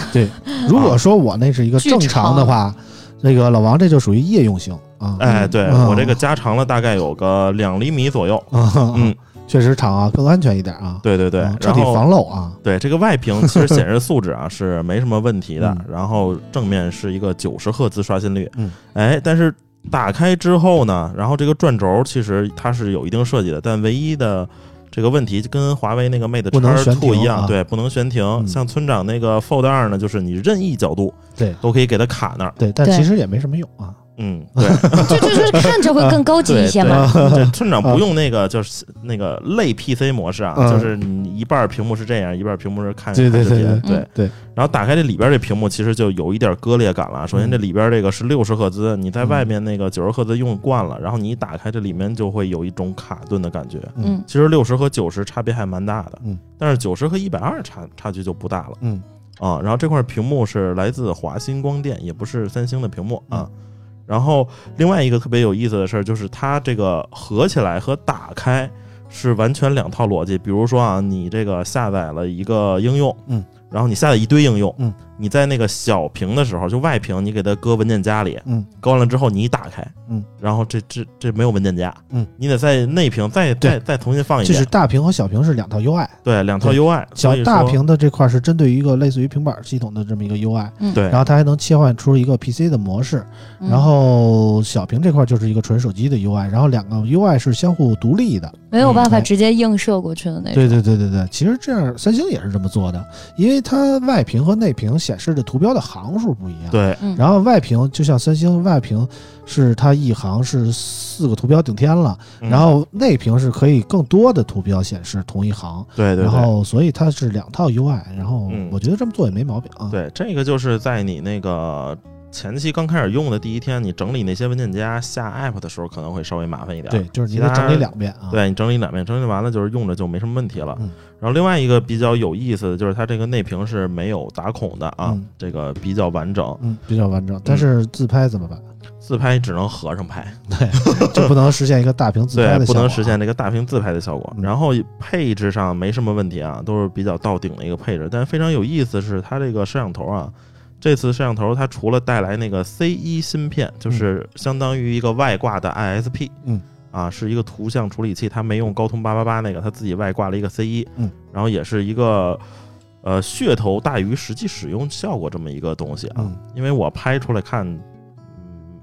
[SPEAKER 3] 如果说我那是一个
[SPEAKER 2] 巨
[SPEAKER 3] 正常的话，这个老王这就属于夜用型啊。
[SPEAKER 4] 哎，对、
[SPEAKER 3] 嗯
[SPEAKER 4] 我这个加长了大概有个两厘米左右。
[SPEAKER 3] *laughs* 啊，
[SPEAKER 4] 嗯，
[SPEAKER 3] 确实长啊，更安全一点啊。
[SPEAKER 4] 对对对，
[SPEAKER 3] 啊彻
[SPEAKER 4] 然
[SPEAKER 3] 底
[SPEAKER 4] 后
[SPEAKER 3] 防漏啊。
[SPEAKER 4] 对这个外屏其
[SPEAKER 3] *laughs*
[SPEAKER 4] 实显示素质啊是没什么问题的
[SPEAKER 3] 嗯，
[SPEAKER 4] 然后正面是一个九十赫兹刷新率，
[SPEAKER 3] 嗯，
[SPEAKER 4] 哎，但是打开之后呢，然后这个转轴其实它是有一定设计的，但唯一的。这个问题就跟华为那个 Mate
[SPEAKER 3] 不能悬
[SPEAKER 4] X
[SPEAKER 3] 停
[SPEAKER 4] Two 一样，
[SPEAKER 3] 啊
[SPEAKER 4] 对，不能悬停。
[SPEAKER 3] 嗯
[SPEAKER 4] 像村长那个 Fold 二呢，就是你任意角度
[SPEAKER 3] 对
[SPEAKER 4] 都可以给它卡那儿。
[SPEAKER 3] 对，但
[SPEAKER 2] 对
[SPEAKER 3] 其实也没什么用啊。
[SPEAKER 4] 嗯，对
[SPEAKER 2] 就就是看着会更高级
[SPEAKER 4] 对
[SPEAKER 2] 一
[SPEAKER 3] *laughs*
[SPEAKER 2] 些嘛。
[SPEAKER 3] 啊
[SPEAKER 4] 对对村长不用那个就是那个类 PC 模式啊，
[SPEAKER 3] 嗯
[SPEAKER 4] 就是你一半儿屏幕是这样，一半儿屏幕是看
[SPEAKER 3] 对对
[SPEAKER 4] 看视
[SPEAKER 3] 对
[SPEAKER 4] 频
[SPEAKER 3] 对
[SPEAKER 4] 对
[SPEAKER 2] 嗯
[SPEAKER 3] 对
[SPEAKER 4] 然后打开这里边这屏幕，其实就有一点割裂感了。首先，这里边这个是六十赫兹，你在外面那个九十赫兹用惯
[SPEAKER 3] 嗯
[SPEAKER 4] 了，然后你一打开这里面就会有一种卡顿的感觉。
[SPEAKER 2] 嗯，
[SPEAKER 4] 其实六十和九十差别还蛮大的，
[SPEAKER 3] 嗯，
[SPEAKER 4] 但是九十和一百二差差距就不大了
[SPEAKER 3] 嗯
[SPEAKER 4] 啊。然后这块屏幕是来自华星光电，也不是三星的屏幕啊。然后另外一个特别有意思的事儿就是，它这个合起来和打开是完全两套逻辑。比如说啊，你这个下载了一个应用，
[SPEAKER 3] 嗯，
[SPEAKER 4] 然后你下载一堆应用，
[SPEAKER 3] 嗯，
[SPEAKER 4] 你在那个小屏的时候，就外屏，你给它搁文件夹里，
[SPEAKER 3] 嗯，
[SPEAKER 4] 搁完了之后你一打开，
[SPEAKER 3] 嗯，
[SPEAKER 4] 然后这这这没有文件夹，
[SPEAKER 3] 嗯，
[SPEAKER 4] 你得在内屏再
[SPEAKER 3] 对
[SPEAKER 4] 再再重新放一
[SPEAKER 3] 就
[SPEAKER 4] 遍
[SPEAKER 3] 是，大屏和小屏是两套 UI，
[SPEAKER 4] 对，两套
[SPEAKER 3] 对
[SPEAKER 4] UI，所
[SPEAKER 3] 小
[SPEAKER 4] 以
[SPEAKER 3] 大
[SPEAKER 4] 说
[SPEAKER 3] 屏的这块是针对于一个类似于平板系统的这么一个 UI，
[SPEAKER 4] 对
[SPEAKER 3] 然，后它还能切换出一个 PC 的模式，
[SPEAKER 2] 嗯
[SPEAKER 3] 然后小屏这块就是一个纯手机的 UI，然后两个 UI 是相互独立的。
[SPEAKER 2] 没有办
[SPEAKER 3] 嗯
[SPEAKER 2] 法
[SPEAKER 3] 哎
[SPEAKER 2] 直接映射过去的那种。
[SPEAKER 3] 对对对对对，其实这样三星也是这么做的，因为它外屏和内屏显示的图标的行数不一样。
[SPEAKER 4] 对，
[SPEAKER 2] 嗯，
[SPEAKER 3] 然后外屏就像三星外屏是它一行是四个图标顶天了，
[SPEAKER 4] 嗯
[SPEAKER 3] 然后内屏是可以更多的图标显示同一行，
[SPEAKER 4] 对对
[SPEAKER 3] 然
[SPEAKER 4] 对。
[SPEAKER 3] 后所以它是两套 UI，然后
[SPEAKER 4] 嗯
[SPEAKER 3] 我觉得这么做也没毛病啊。
[SPEAKER 4] 对，这个就是在你那个前期刚开始用的第一天，你整理那些文件夹下 app 的时候，可能会稍微麻烦一点。
[SPEAKER 3] 对，就是你得
[SPEAKER 4] 啊其他
[SPEAKER 3] 整理两遍啊。
[SPEAKER 4] 对你整理两遍，整理完了就是用着就没什么问题了。
[SPEAKER 3] 嗯
[SPEAKER 4] 然后另外一个比较有意思的就是它这个内屏是没有打孔的啊，
[SPEAKER 3] 嗯
[SPEAKER 4] 这个比较完整，
[SPEAKER 3] 嗯，比较完整，但是自拍怎么办？
[SPEAKER 4] 自拍只能合上拍，
[SPEAKER 3] 就不能实现一个大屏自拍
[SPEAKER 4] 对
[SPEAKER 3] 的，效
[SPEAKER 4] 不
[SPEAKER 3] 果啊
[SPEAKER 4] 能实现这个大屏自拍的效果。
[SPEAKER 3] 嗯
[SPEAKER 4] 然后配置上没什么问题啊，都是比较到顶的一个配置。但非常有意思的是它这个摄像头啊。这次摄像头它除了带来那个 C 1芯片，就是相当于一个外挂的 ISP，
[SPEAKER 3] 嗯，
[SPEAKER 4] 啊是一个图像处理器，它没用高通八八八那个，它自己外挂了一个 C 1
[SPEAKER 3] 嗯，
[SPEAKER 4] 然后也是一个呃噱头大于实际使用效果这么一个东西啊，
[SPEAKER 3] 嗯
[SPEAKER 4] 因为我拍出来看，嗯，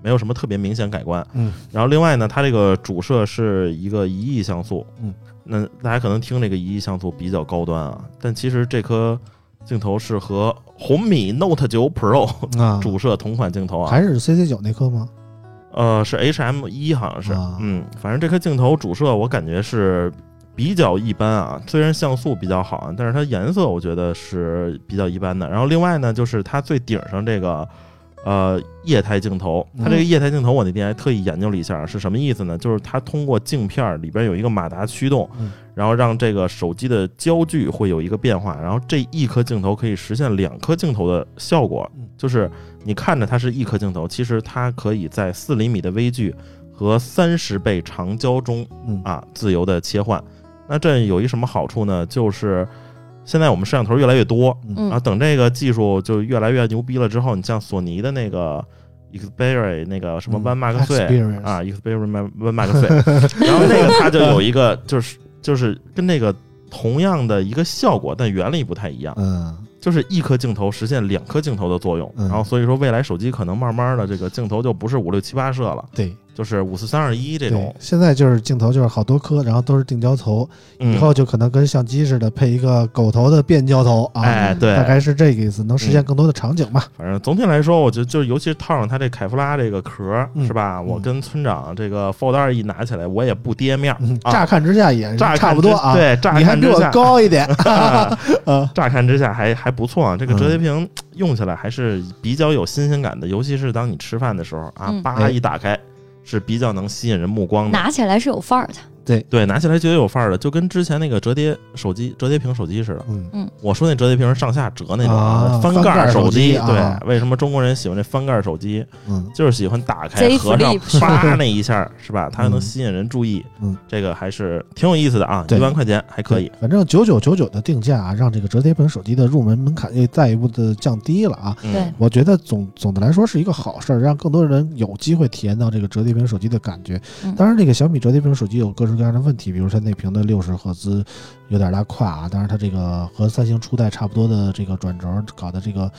[SPEAKER 4] 没有什么特别明显改观，
[SPEAKER 3] 嗯，
[SPEAKER 4] 然后另外呢，它这个主摄是一个一亿像素，
[SPEAKER 3] 嗯，
[SPEAKER 4] 那大家可能听这个一亿像素比较高端啊，但其实这颗镜头是和红米 Note 9 Pro
[SPEAKER 3] 啊，
[SPEAKER 4] 主摄同款镜头啊，
[SPEAKER 3] 还是 CC 九那颗吗？
[SPEAKER 4] 呃，是 HM 一好像是，
[SPEAKER 3] 啊
[SPEAKER 4] 嗯，反正这颗镜头主摄我感觉是比较一般啊，虽然像素比较好啊，但是它颜色我觉得是比较一般的。然后另外呢，就是它最顶上这个呃液态镜头，它
[SPEAKER 3] 嗯
[SPEAKER 4] 这个液态镜头我那天还特意研究了一下是什么意思呢？就是它通过镜片儿里边有一个马达驱动
[SPEAKER 3] 嗯，
[SPEAKER 4] 然后让这个手机的焦距会有一个变化，然后这一颗镜头可以实现两颗镜头的效果
[SPEAKER 3] 嗯，
[SPEAKER 4] 就是。你看着它是一颗镜头，其实它可以在四厘米的微距和三十倍长焦中
[SPEAKER 3] 嗯
[SPEAKER 4] 啊自由的切换。那这有一什么好处呢？就是现在我们摄像头越来越多，
[SPEAKER 2] 嗯
[SPEAKER 4] 然后等这个技术就越来越牛逼了之后，你像索尼的那个 Xperia 那个什么 One
[SPEAKER 3] 嗯 *laughs*
[SPEAKER 4] Mark 3
[SPEAKER 3] Xperia
[SPEAKER 4] 啊，Xperia One Mark 3，
[SPEAKER 3] *laughs*
[SPEAKER 4] 然后那个它就有一个就是就是跟那个同样的一个效果，但原理不太一样。
[SPEAKER 3] 嗯，
[SPEAKER 4] 就是一颗镜头实现两颗镜头的作用。
[SPEAKER 3] 嗯
[SPEAKER 4] 然后所以说，未来手机可能慢慢的这个镜头就不是五六七八摄了，
[SPEAKER 3] 对
[SPEAKER 4] 就是五四三二一这
[SPEAKER 3] 对
[SPEAKER 4] 种，。
[SPEAKER 3] 现在就是镜头就是好多颗，然后都是定焦头，以
[SPEAKER 4] 嗯，
[SPEAKER 3] 后就可能跟相机似的配一个狗头的变焦头啊，
[SPEAKER 4] 哎对
[SPEAKER 3] 大，概是这个意思，能实现
[SPEAKER 4] 嗯
[SPEAKER 3] 更多的场景嘛。
[SPEAKER 4] 反正总体来说，我觉得就是尤其是套上它这凯夫拉这个壳儿
[SPEAKER 3] 嗯
[SPEAKER 4] 是吧？我跟村长这个 Fold 二一拿起来，我也不跌面儿
[SPEAKER 3] 嗯，
[SPEAKER 4] 啊
[SPEAKER 3] 乍看之下也
[SPEAKER 4] 乍看
[SPEAKER 3] 差不多
[SPEAKER 4] 之
[SPEAKER 3] 啊，
[SPEAKER 4] 对，乍
[SPEAKER 3] 你还
[SPEAKER 4] 看
[SPEAKER 3] 比
[SPEAKER 4] 之
[SPEAKER 3] 我
[SPEAKER 4] 下，
[SPEAKER 3] 高 *laughs* 一点，
[SPEAKER 4] *laughs* 啊
[SPEAKER 3] 啊，
[SPEAKER 4] 乍看之下还还不错啊。这个
[SPEAKER 3] 嗯
[SPEAKER 4] 折叠屏用起来还是比较有新鲜感的，尤其是当你吃饭的时候啊
[SPEAKER 5] 嗯，
[SPEAKER 4] 叭
[SPEAKER 3] 哎
[SPEAKER 4] 一打开是比较能吸引人目光的。
[SPEAKER 2] 拿起来是有范儿的。
[SPEAKER 4] 对，拿起来觉得有范儿的，就跟之前那个折叠手机、折叠屏手机似的。
[SPEAKER 3] 嗯，
[SPEAKER 4] 我说那折叠屏是上下折那种
[SPEAKER 3] 啊
[SPEAKER 4] 翻
[SPEAKER 3] 翻盖
[SPEAKER 4] 盖
[SPEAKER 3] 手
[SPEAKER 4] 机。
[SPEAKER 3] 机啊
[SPEAKER 4] 对，为什么中国人喜欢这翻盖手机？
[SPEAKER 3] 嗯，
[SPEAKER 4] 就是喜欢打开
[SPEAKER 2] J
[SPEAKER 4] 合上 *laughs*
[SPEAKER 2] Flip
[SPEAKER 4] 啪那一下，是吧？它还能
[SPEAKER 3] 嗯
[SPEAKER 4] 吸引人注意，
[SPEAKER 3] 嗯
[SPEAKER 4] 这个还是挺有意思的啊。
[SPEAKER 3] 对
[SPEAKER 4] 一万块钱还可以，
[SPEAKER 3] 对。反正九九九九的定价啊，让这个折叠屏手机的入门门槛又再一步的降低了啊。
[SPEAKER 4] 嗯
[SPEAKER 2] 对，
[SPEAKER 3] 我觉得总总的来说是一个好事儿，让更多人有机会体验到这个折叠屏手机的感觉。
[SPEAKER 2] 嗯
[SPEAKER 3] 当然，这个小米折叠屏手机有各式各样的问题，比如它内屏的六十赫兹有点拉胯啊，当然它这个和三星初代差不多的这个转轴搞的这个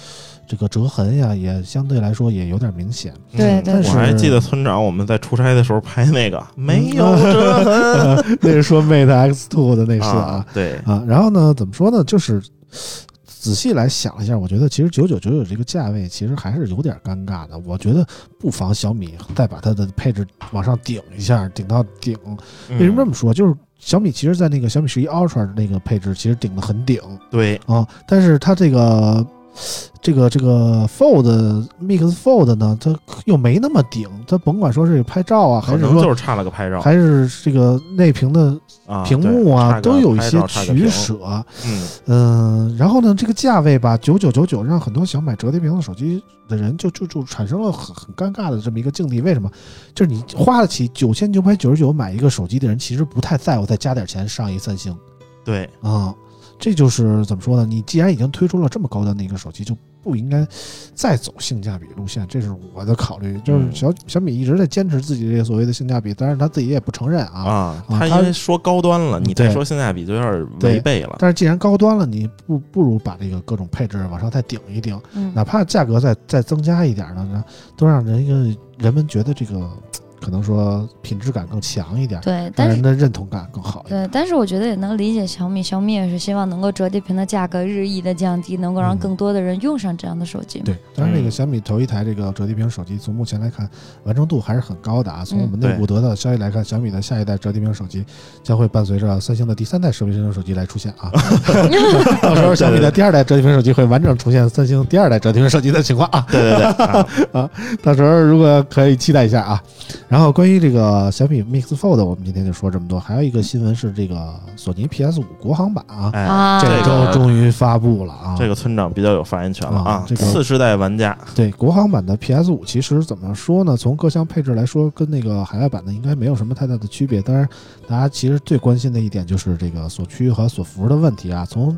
[SPEAKER 3] 这个折痕呀，也相对来说也有点明显。
[SPEAKER 2] 对对
[SPEAKER 3] 嗯但
[SPEAKER 4] 我
[SPEAKER 3] 是嗯
[SPEAKER 4] 还记得村长我们在出差的时候拍那个没有折
[SPEAKER 3] *laughs*
[SPEAKER 4] 痕
[SPEAKER 3] *laughs* 那是说 Mate X Two 的那是啊
[SPEAKER 4] 啊，对，
[SPEAKER 3] 啊，然后呢，怎么说呢？就是仔细来想一下，我觉得其实九九九九这个价位其实还是有点尴尬的。我觉得不妨小米再把它的配置往上顶一下，顶到顶。为什么这
[SPEAKER 4] 嗯
[SPEAKER 3] 么说？就是小米其实，在那个小米十一 Ultra 那个配置其实顶得很顶
[SPEAKER 4] 对？
[SPEAKER 3] 啊，但是它这个。这个这个 Fold Mix Fold 呢，它又没那么顶，它甭管说是拍照啊，
[SPEAKER 4] 可
[SPEAKER 3] 还是
[SPEAKER 4] 能
[SPEAKER 3] 说
[SPEAKER 4] 就是差了个拍照
[SPEAKER 3] 还是这个内屏的
[SPEAKER 4] 啊，
[SPEAKER 3] 屏幕啊，
[SPEAKER 4] 对差个
[SPEAKER 3] 都有一
[SPEAKER 4] 拍
[SPEAKER 3] 些
[SPEAKER 4] 照差个
[SPEAKER 3] 取
[SPEAKER 4] 屏
[SPEAKER 3] 舍。
[SPEAKER 4] 嗯，
[SPEAKER 3] 嗯，然后呢，这个价位吧，九九九九，让很多想买折叠屏的手机的人就就就产生了很很尴尬的这么一个境地。为什么？就是你花得起九千九百九十九买一个手机的人，其实不太在乎再加点钱上一三星
[SPEAKER 4] 对，
[SPEAKER 3] 啊、这就是怎么说呢？你既然已经推出了这么高端的一个手机，就不应该再走性价比路线，这是我的考虑。就是
[SPEAKER 4] 嗯
[SPEAKER 3] 小小米一直在坚持自己这个所谓的性价比，但是他自己也不承认啊。
[SPEAKER 4] 啊，
[SPEAKER 3] 啊
[SPEAKER 4] 他
[SPEAKER 3] 它
[SPEAKER 4] 因为说高端了，你再
[SPEAKER 3] 对
[SPEAKER 4] 说性价比就有点
[SPEAKER 3] 对
[SPEAKER 4] 违背了。
[SPEAKER 3] 但是既然高端了，你不不如把这个各种配置往上再顶一顶。
[SPEAKER 2] 嗯，
[SPEAKER 3] 哪怕价格再再增加一点儿呢，都让人一个人们觉得这个可能说品质感更强一点儿，
[SPEAKER 2] 对，
[SPEAKER 3] 让
[SPEAKER 2] 但
[SPEAKER 3] 人
[SPEAKER 2] 是。
[SPEAKER 3] 的认同感更好一点。
[SPEAKER 2] 对，但是我觉得也能理解小米，小米也是希望能够折叠屏的价格日益的降低，能够让
[SPEAKER 3] 嗯
[SPEAKER 2] 更多的人用上这样的手机嘛。
[SPEAKER 3] 对，当然这个
[SPEAKER 4] 嗯
[SPEAKER 3] 小米头一台这个折叠屏手机，从目前来看完成度还是很高的啊。从我们
[SPEAKER 4] 嗯
[SPEAKER 3] 内部得到的消息来看，小米的下一代折叠屏手机将会伴随着三星的第三代折叠屏手机来出现
[SPEAKER 2] *laughs*
[SPEAKER 3] 啊。到时候小米的第二代折叠屏手机会完整重现三星第二代折叠屏手机的情况啊。
[SPEAKER 4] 对对对，啊
[SPEAKER 3] 到时候如果可以期待一下啊。然后关于这个小米 Mix Fold，我们今天就说这么多。还有一个新闻是这个索尼 PS 五国行版啊， *laughs*
[SPEAKER 4] 哎，
[SPEAKER 2] 啊，
[SPEAKER 3] 这
[SPEAKER 4] 个
[SPEAKER 3] 周终于发布了啊。
[SPEAKER 4] 这个村长比较有发言权了
[SPEAKER 3] 啊
[SPEAKER 4] 啊，
[SPEAKER 3] 这个
[SPEAKER 4] 次世代玩家，
[SPEAKER 3] 对国行版的 PS 五，其实怎么说呢？从各项配置来说，跟那个海外版的应该没有什么太大的区别。当然，大家其实最关心的一点就是这个锁区和锁服的问题啊。从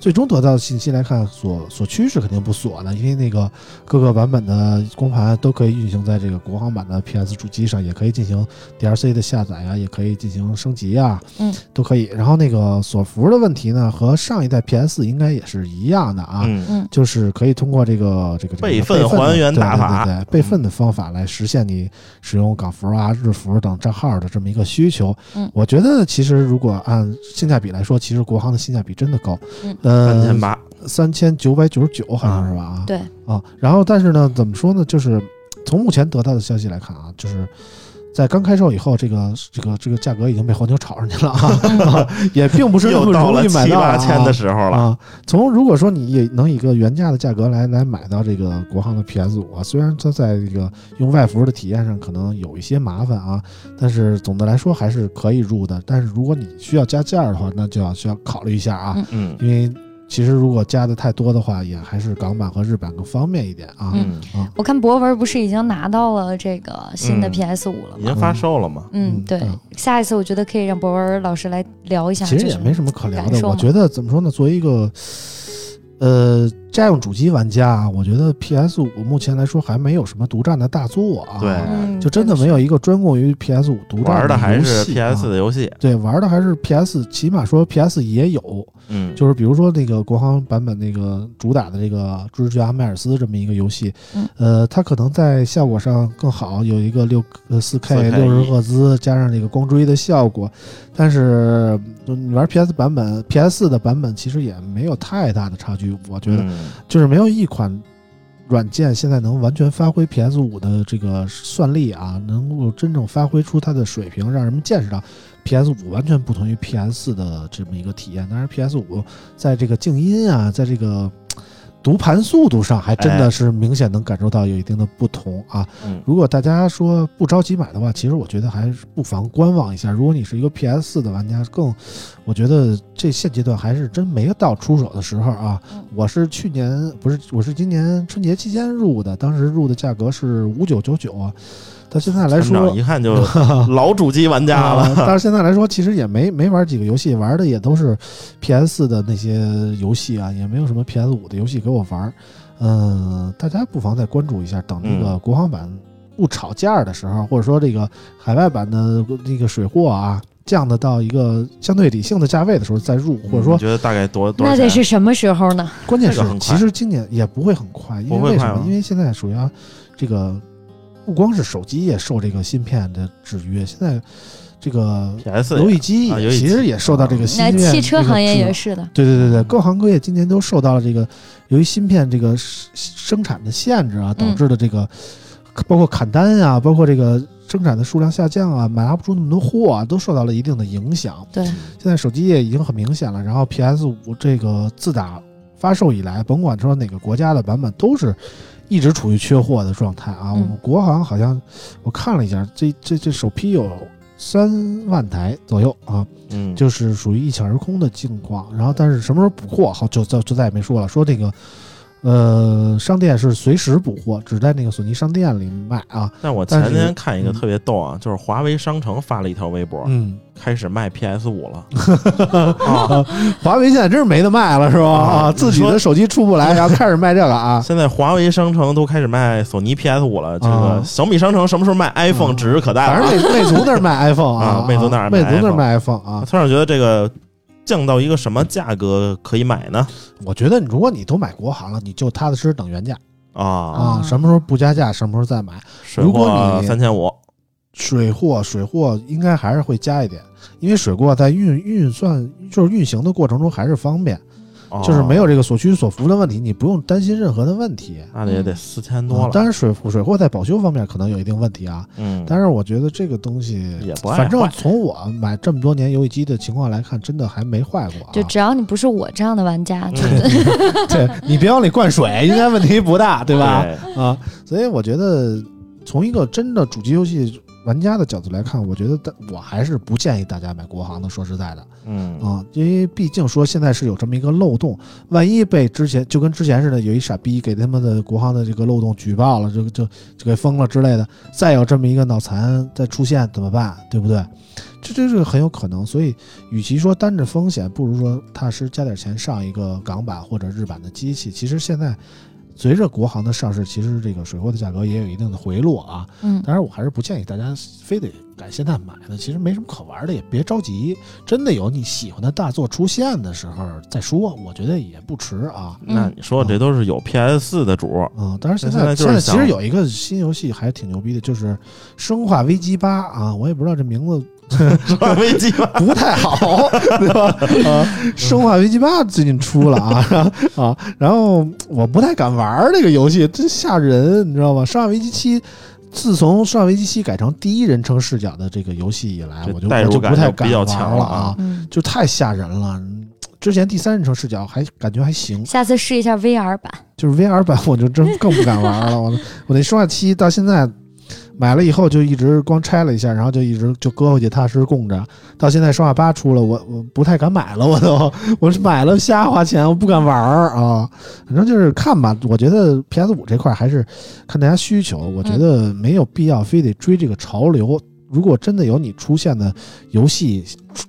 [SPEAKER 3] 最终得到的信息来看，锁锁区是肯定不锁的，因为那个各个版本的光盘都可以运行在这个国行版的 PS 主机上，也可以进行 DLC 的下载啊，也可以进行升级啊，
[SPEAKER 2] 嗯，
[SPEAKER 3] 都可以。然后那个锁服的问题呢，和上一代 PS 应该也是一样的啊。
[SPEAKER 4] 嗯，
[SPEAKER 2] 嗯，
[SPEAKER 3] 就是可以通过这个这个这个
[SPEAKER 4] 备份
[SPEAKER 3] 份的
[SPEAKER 4] 还原
[SPEAKER 3] 对
[SPEAKER 4] 打
[SPEAKER 3] 对
[SPEAKER 4] 法嗯
[SPEAKER 3] 对对备份的方法来实现你使用港服啊、日服等账号的这么一个需求。
[SPEAKER 2] 嗯
[SPEAKER 3] 我觉得其实如果按性价比来说，其实国行的性价比真的高，
[SPEAKER 2] 嗯
[SPEAKER 4] 三
[SPEAKER 3] 呃，
[SPEAKER 4] 千八，
[SPEAKER 3] 三千九百九十九好像是吧？啊，
[SPEAKER 2] 对，
[SPEAKER 3] 啊，然后但是呢，怎么说呢？就是从目前得到的消息来看啊，就是。在刚开售以后，这个这个这个价格已经被黄牛炒上去了啊，
[SPEAKER 2] 嗯
[SPEAKER 3] *laughs* 也并不是那
[SPEAKER 4] 又
[SPEAKER 3] 么
[SPEAKER 4] 到了
[SPEAKER 3] 容易
[SPEAKER 4] 七
[SPEAKER 3] 买到
[SPEAKER 4] 八千
[SPEAKER 3] 啊
[SPEAKER 4] 的时候了，
[SPEAKER 3] 啊。从如果说你也能以一个原价的价格来来买到这个国行的 PS 五啊，虽然它在这个用外服的体验上可能有一些麻烦啊，但是总的来说还是可以入的。但是如果你需要加价的话，那就要需要考虑一下啊，
[SPEAKER 4] 嗯
[SPEAKER 3] 因为其实如果加的太多的话，也还是港版和日版更方便一点啊。
[SPEAKER 4] 嗯，
[SPEAKER 3] 啊，
[SPEAKER 2] 我看博文不是已经拿到了这个新的
[SPEAKER 4] 嗯
[SPEAKER 2] PS 五了
[SPEAKER 4] 已
[SPEAKER 2] 吗？
[SPEAKER 4] 经发售了嘛，
[SPEAKER 2] 嗯，
[SPEAKER 3] 嗯
[SPEAKER 2] 对
[SPEAKER 3] 嗯，
[SPEAKER 2] 下一次我觉得可以让博文老师来聊一下，
[SPEAKER 3] 其实
[SPEAKER 2] 就
[SPEAKER 3] 也
[SPEAKER 2] 是
[SPEAKER 3] 没什么可聊
[SPEAKER 2] 感
[SPEAKER 3] 的。
[SPEAKER 2] 受
[SPEAKER 3] 我
[SPEAKER 2] 嘛
[SPEAKER 3] 觉得怎么说呢，作为一个呃家用主机玩家啊，我觉得 PS 五目前来说还没有什么独占的大作啊，
[SPEAKER 4] 对，
[SPEAKER 5] 嗯
[SPEAKER 3] 就真的没有一个专供于 PS 五独占的
[SPEAKER 4] 玩的还是
[SPEAKER 3] 游戏啊
[SPEAKER 4] PS 的游戏，
[SPEAKER 3] 对，玩的还是 PS，起码说 PS 也有，
[SPEAKER 4] 嗯，
[SPEAKER 3] 就是比如说那个国行版本那个主打的这个《蜘蛛侠迈尔斯》这么一个游戏，
[SPEAKER 5] 嗯
[SPEAKER 3] 呃，它可能在效果上更好，有一个六呃四 K
[SPEAKER 4] 4K
[SPEAKER 3] 六十赫兹加上那个光追的效果，但是就你玩 PS 版本 PS 4的版本其实也没有太大的差距，我觉得
[SPEAKER 4] 嗯
[SPEAKER 3] 就是没有一款。软件现在能完全发挥 PS 5的这个算力啊，能够真正发挥出它的水平，让人们见识到 PS 5完全不同于 PS 4的这么一个体验。当然，PS 5在这个静音啊，在这个嘖读盘速度上，还真的
[SPEAKER 4] 哎
[SPEAKER 3] 是明显能感受到有一定的不同啊。
[SPEAKER 4] 嗯
[SPEAKER 3] 如果大家说不着急买的话，其实我觉得还是不妨观望一下。如果你是一个 PS 4的玩家，更我觉得这现阶段还是真没到出手的时候啊。
[SPEAKER 4] 嗯
[SPEAKER 3] 我是去年不是，我是今年春节期间入的，当时入的价格是五九九九啊，到现在来
[SPEAKER 4] 船
[SPEAKER 3] 说
[SPEAKER 4] 长一
[SPEAKER 3] *laughs*
[SPEAKER 4] 看就老主机玩家了，
[SPEAKER 3] 啊
[SPEAKER 4] *laughs*
[SPEAKER 3] 但是现在来说，其实也没没玩几个游戏，玩的也都是 PS 4的那些游戏啊，也没有什么 PS 5的游戏给我玩儿。嗯，大家不妨再关注一下，等这个
[SPEAKER 4] 嗯
[SPEAKER 3] 国行版不炒价的时候，或者说这个海外版的那个水货啊降的到一个相对理性的价位的时候再入，或者
[SPEAKER 4] 嗯你
[SPEAKER 3] 说
[SPEAKER 4] 觉得大概多多少
[SPEAKER 2] 那
[SPEAKER 4] 钱
[SPEAKER 2] 得是什么时候呢？
[SPEAKER 3] 关键是
[SPEAKER 4] 这个很快
[SPEAKER 3] 其实今年也不会很快，因为
[SPEAKER 4] 不会
[SPEAKER 3] 为什
[SPEAKER 4] 快
[SPEAKER 3] 么
[SPEAKER 4] 吗？
[SPEAKER 3] 因为现在属于啊这个不光是手机也受这个芯片的制约，现在这个
[SPEAKER 4] PS
[SPEAKER 3] 游戏机
[SPEAKER 4] 啊游戏
[SPEAKER 3] 其
[SPEAKER 4] 机
[SPEAKER 3] 实也受到这个芯
[SPEAKER 2] 那
[SPEAKER 3] 片，
[SPEAKER 2] 汽车行业也
[SPEAKER 3] 是。
[SPEAKER 2] 是的，
[SPEAKER 3] 对对对对，各行各业今年都受到了这个由于芯片这个生生产的限制啊，导
[SPEAKER 2] 嗯
[SPEAKER 3] 致的这个、包括砍单啊，包括这个生产的数量下降啊，买拿不出那么多货啊，都受到了一定的影响。
[SPEAKER 2] 对，
[SPEAKER 3] 现在手机业已经很明显了，然后 PS 五这个自打发售以来，甭管说哪个国家的版本，都是一直处于缺货的状态啊。
[SPEAKER 2] 嗯
[SPEAKER 3] 我们国行好像我看了一下，这这这首批有三万台左右啊，
[SPEAKER 4] 嗯，
[SPEAKER 3] 就是属于一抢而空的境况。然后，但是什么时候补货，好就就就再也没说了。说这个。呃，商店是随时补货，只在那个索尼商店里卖啊。
[SPEAKER 4] 但我
[SPEAKER 3] 但
[SPEAKER 4] 前
[SPEAKER 3] 是
[SPEAKER 4] 天看一个
[SPEAKER 3] 嗯
[SPEAKER 4] 特别逗啊，就是华为商城发了一条微博，
[SPEAKER 3] 嗯，
[SPEAKER 4] 开始卖 PS 五了。啊，
[SPEAKER 3] 华为现在真是没得卖了，是吧？
[SPEAKER 4] 啊
[SPEAKER 3] 啊，
[SPEAKER 4] 你
[SPEAKER 3] 自己
[SPEAKER 4] 说
[SPEAKER 3] 的手机出不 *laughs* 来，然后开始卖这个 *laughs* 啊。
[SPEAKER 4] 现在华为商城都开始卖索尼 PS 五了。这
[SPEAKER 3] 啊
[SPEAKER 4] 个小米商城什么时候卖 iPhone
[SPEAKER 3] 嗯
[SPEAKER 4] 指日可待
[SPEAKER 3] 反
[SPEAKER 4] 了
[SPEAKER 3] 正
[SPEAKER 4] 啊。
[SPEAKER 3] 魅魅族那儿 *laughs* 卖 iPhone 啊
[SPEAKER 4] 啊，魅族那儿卖
[SPEAKER 3] 魅族那儿卖 iPhone 啊。
[SPEAKER 4] 突然觉得这个降到一个什么价格可以买呢？
[SPEAKER 3] 我觉得你如果你都买国行了，你就踏踏实实等原价
[SPEAKER 4] 啊，
[SPEAKER 3] 啊，
[SPEAKER 2] 啊
[SPEAKER 3] 什么时候不加价，什么时候再买。
[SPEAKER 4] 水
[SPEAKER 3] 如果
[SPEAKER 4] 货
[SPEAKER 3] 你
[SPEAKER 4] 三千五，
[SPEAKER 3] 水货水货应该还是会加一点，因为水货在运运算就是运行的过程中还是方便，
[SPEAKER 4] 啊
[SPEAKER 3] 就是没有这个所需所服的问题，你不用担心任何的问题。
[SPEAKER 4] 那得也得四千多
[SPEAKER 3] 啊当
[SPEAKER 4] 了。
[SPEAKER 3] 然水水货在保修方面可能有一定问题啊，
[SPEAKER 4] 嗯，
[SPEAKER 3] 但是我觉得这个东西
[SPEAKER 4] 也不爱
[SPEAKER 3] 反正
[SPEAKER 4] 坏
[SPEAKER 3] 从我买这么多年游戏机的情况来看，真的还没坏过、啊。
[SPEAKER 2] 就只要你不是我这样的玩家，就
[SPEAKER 4] 嗯
[SPEAKER 3] 对你别往里灌水，应该问题不大， *laughs* 对吧？*laughs*
[SPEAKER 4] 对
[SPEAKER 3] 啊，所以我觉得从一个真的主机游戏玩家的角度来看，我觉得大我还是不建议大家买国行的。说实在的
[SPEAKER 4] 嗯，
[SPEAKER 3] 啊，因为毕竟说现在是有这么一个漏洞，万一被之前就跟之前似的，有一傻逼给他们的国行的这个漏洞举报了，就就就给封了之类的，再有这么一个脑残再出现怎么办？对不对？这这是很有可能，所以与其说担着风险，不如说踏实加点钱上一个港版或者日版的机器。其实现在随着国行的上市，其实这个水货的价格也有一定的回落啊。
[SPEAKER 2] 嗯，
[SPEAKER 3] 当然，我还是不建议大家非得赶现在买的，其实没什么可玩的，也别着急。真的有你喜欢的大作出现的时候再说，我觉得也不迟啊。
[SPEAKER 4] 那你说这都是有 PS 四的主，
[SPEAKER 3] *laughs* 嗯，当然现在
[SPEAKER 4] 那现在就是
[SPEAKER 3] 其
[SPEAKER 4] 想
[SPEAKER 3] 实有一个新游戏还挺牛逼的，就是《生化危机八》啊，我也不知道这名字
[SPEAKER 4] 危机吧？
[SPEAKER 3] 不太好，对
[SPEAKER 4] *laughs*
[SPEAKER 3] 吧？啊，《生化危机八》最近出了啊 *laughs* 啊，然后我不太敢玩儿这个游戏，真吓人，你知道吗？《生化危机七》自从《生化危机七》改成第一人称视角的这个游戏以来，
[SPEAKER 4] 这
[SPEAKER 3] 我就
[SPEAKER 4] 代
[SPEAKER 3] 我
[SPEAKER 4] 入
[SPEAKER 3] 就
[SPEAKER 4] 感
[SPEAKER 3] 不太
[SPEAKER 4] 就
[SPEAKER 3] 敢
[SPEAKER 4] 比较
[SPEAKER 3] 玩
[SPEAKER 4] 强
[SPEAKER 3] 了
[SPEAKER 4] 了
[SPEAKER 3] 啊
[SPEAKER 4] 啊，
[SPEAKER 2] 嗯，
[SPEAKER 3] 就太吓人了。之前第三人称视角还感觉还行，
[SPEAKER 2] 下次试一下 VR 版，
[SPEAKER 3] 就是 VR 版我就真更不敢玩了。我我那生化七到现在买了以后就一直光拆了一下，然后就一直就搁回去踏实供着。到现在生化八出了，我我不太敢买了，我都我是买了瞎花钱，我不敢玩儿啊。反正就是看吧，我觉得 PS 五这块还是看大家需求，我觉得没有必要非得追这个潮流。如果真的有你出现的游戏，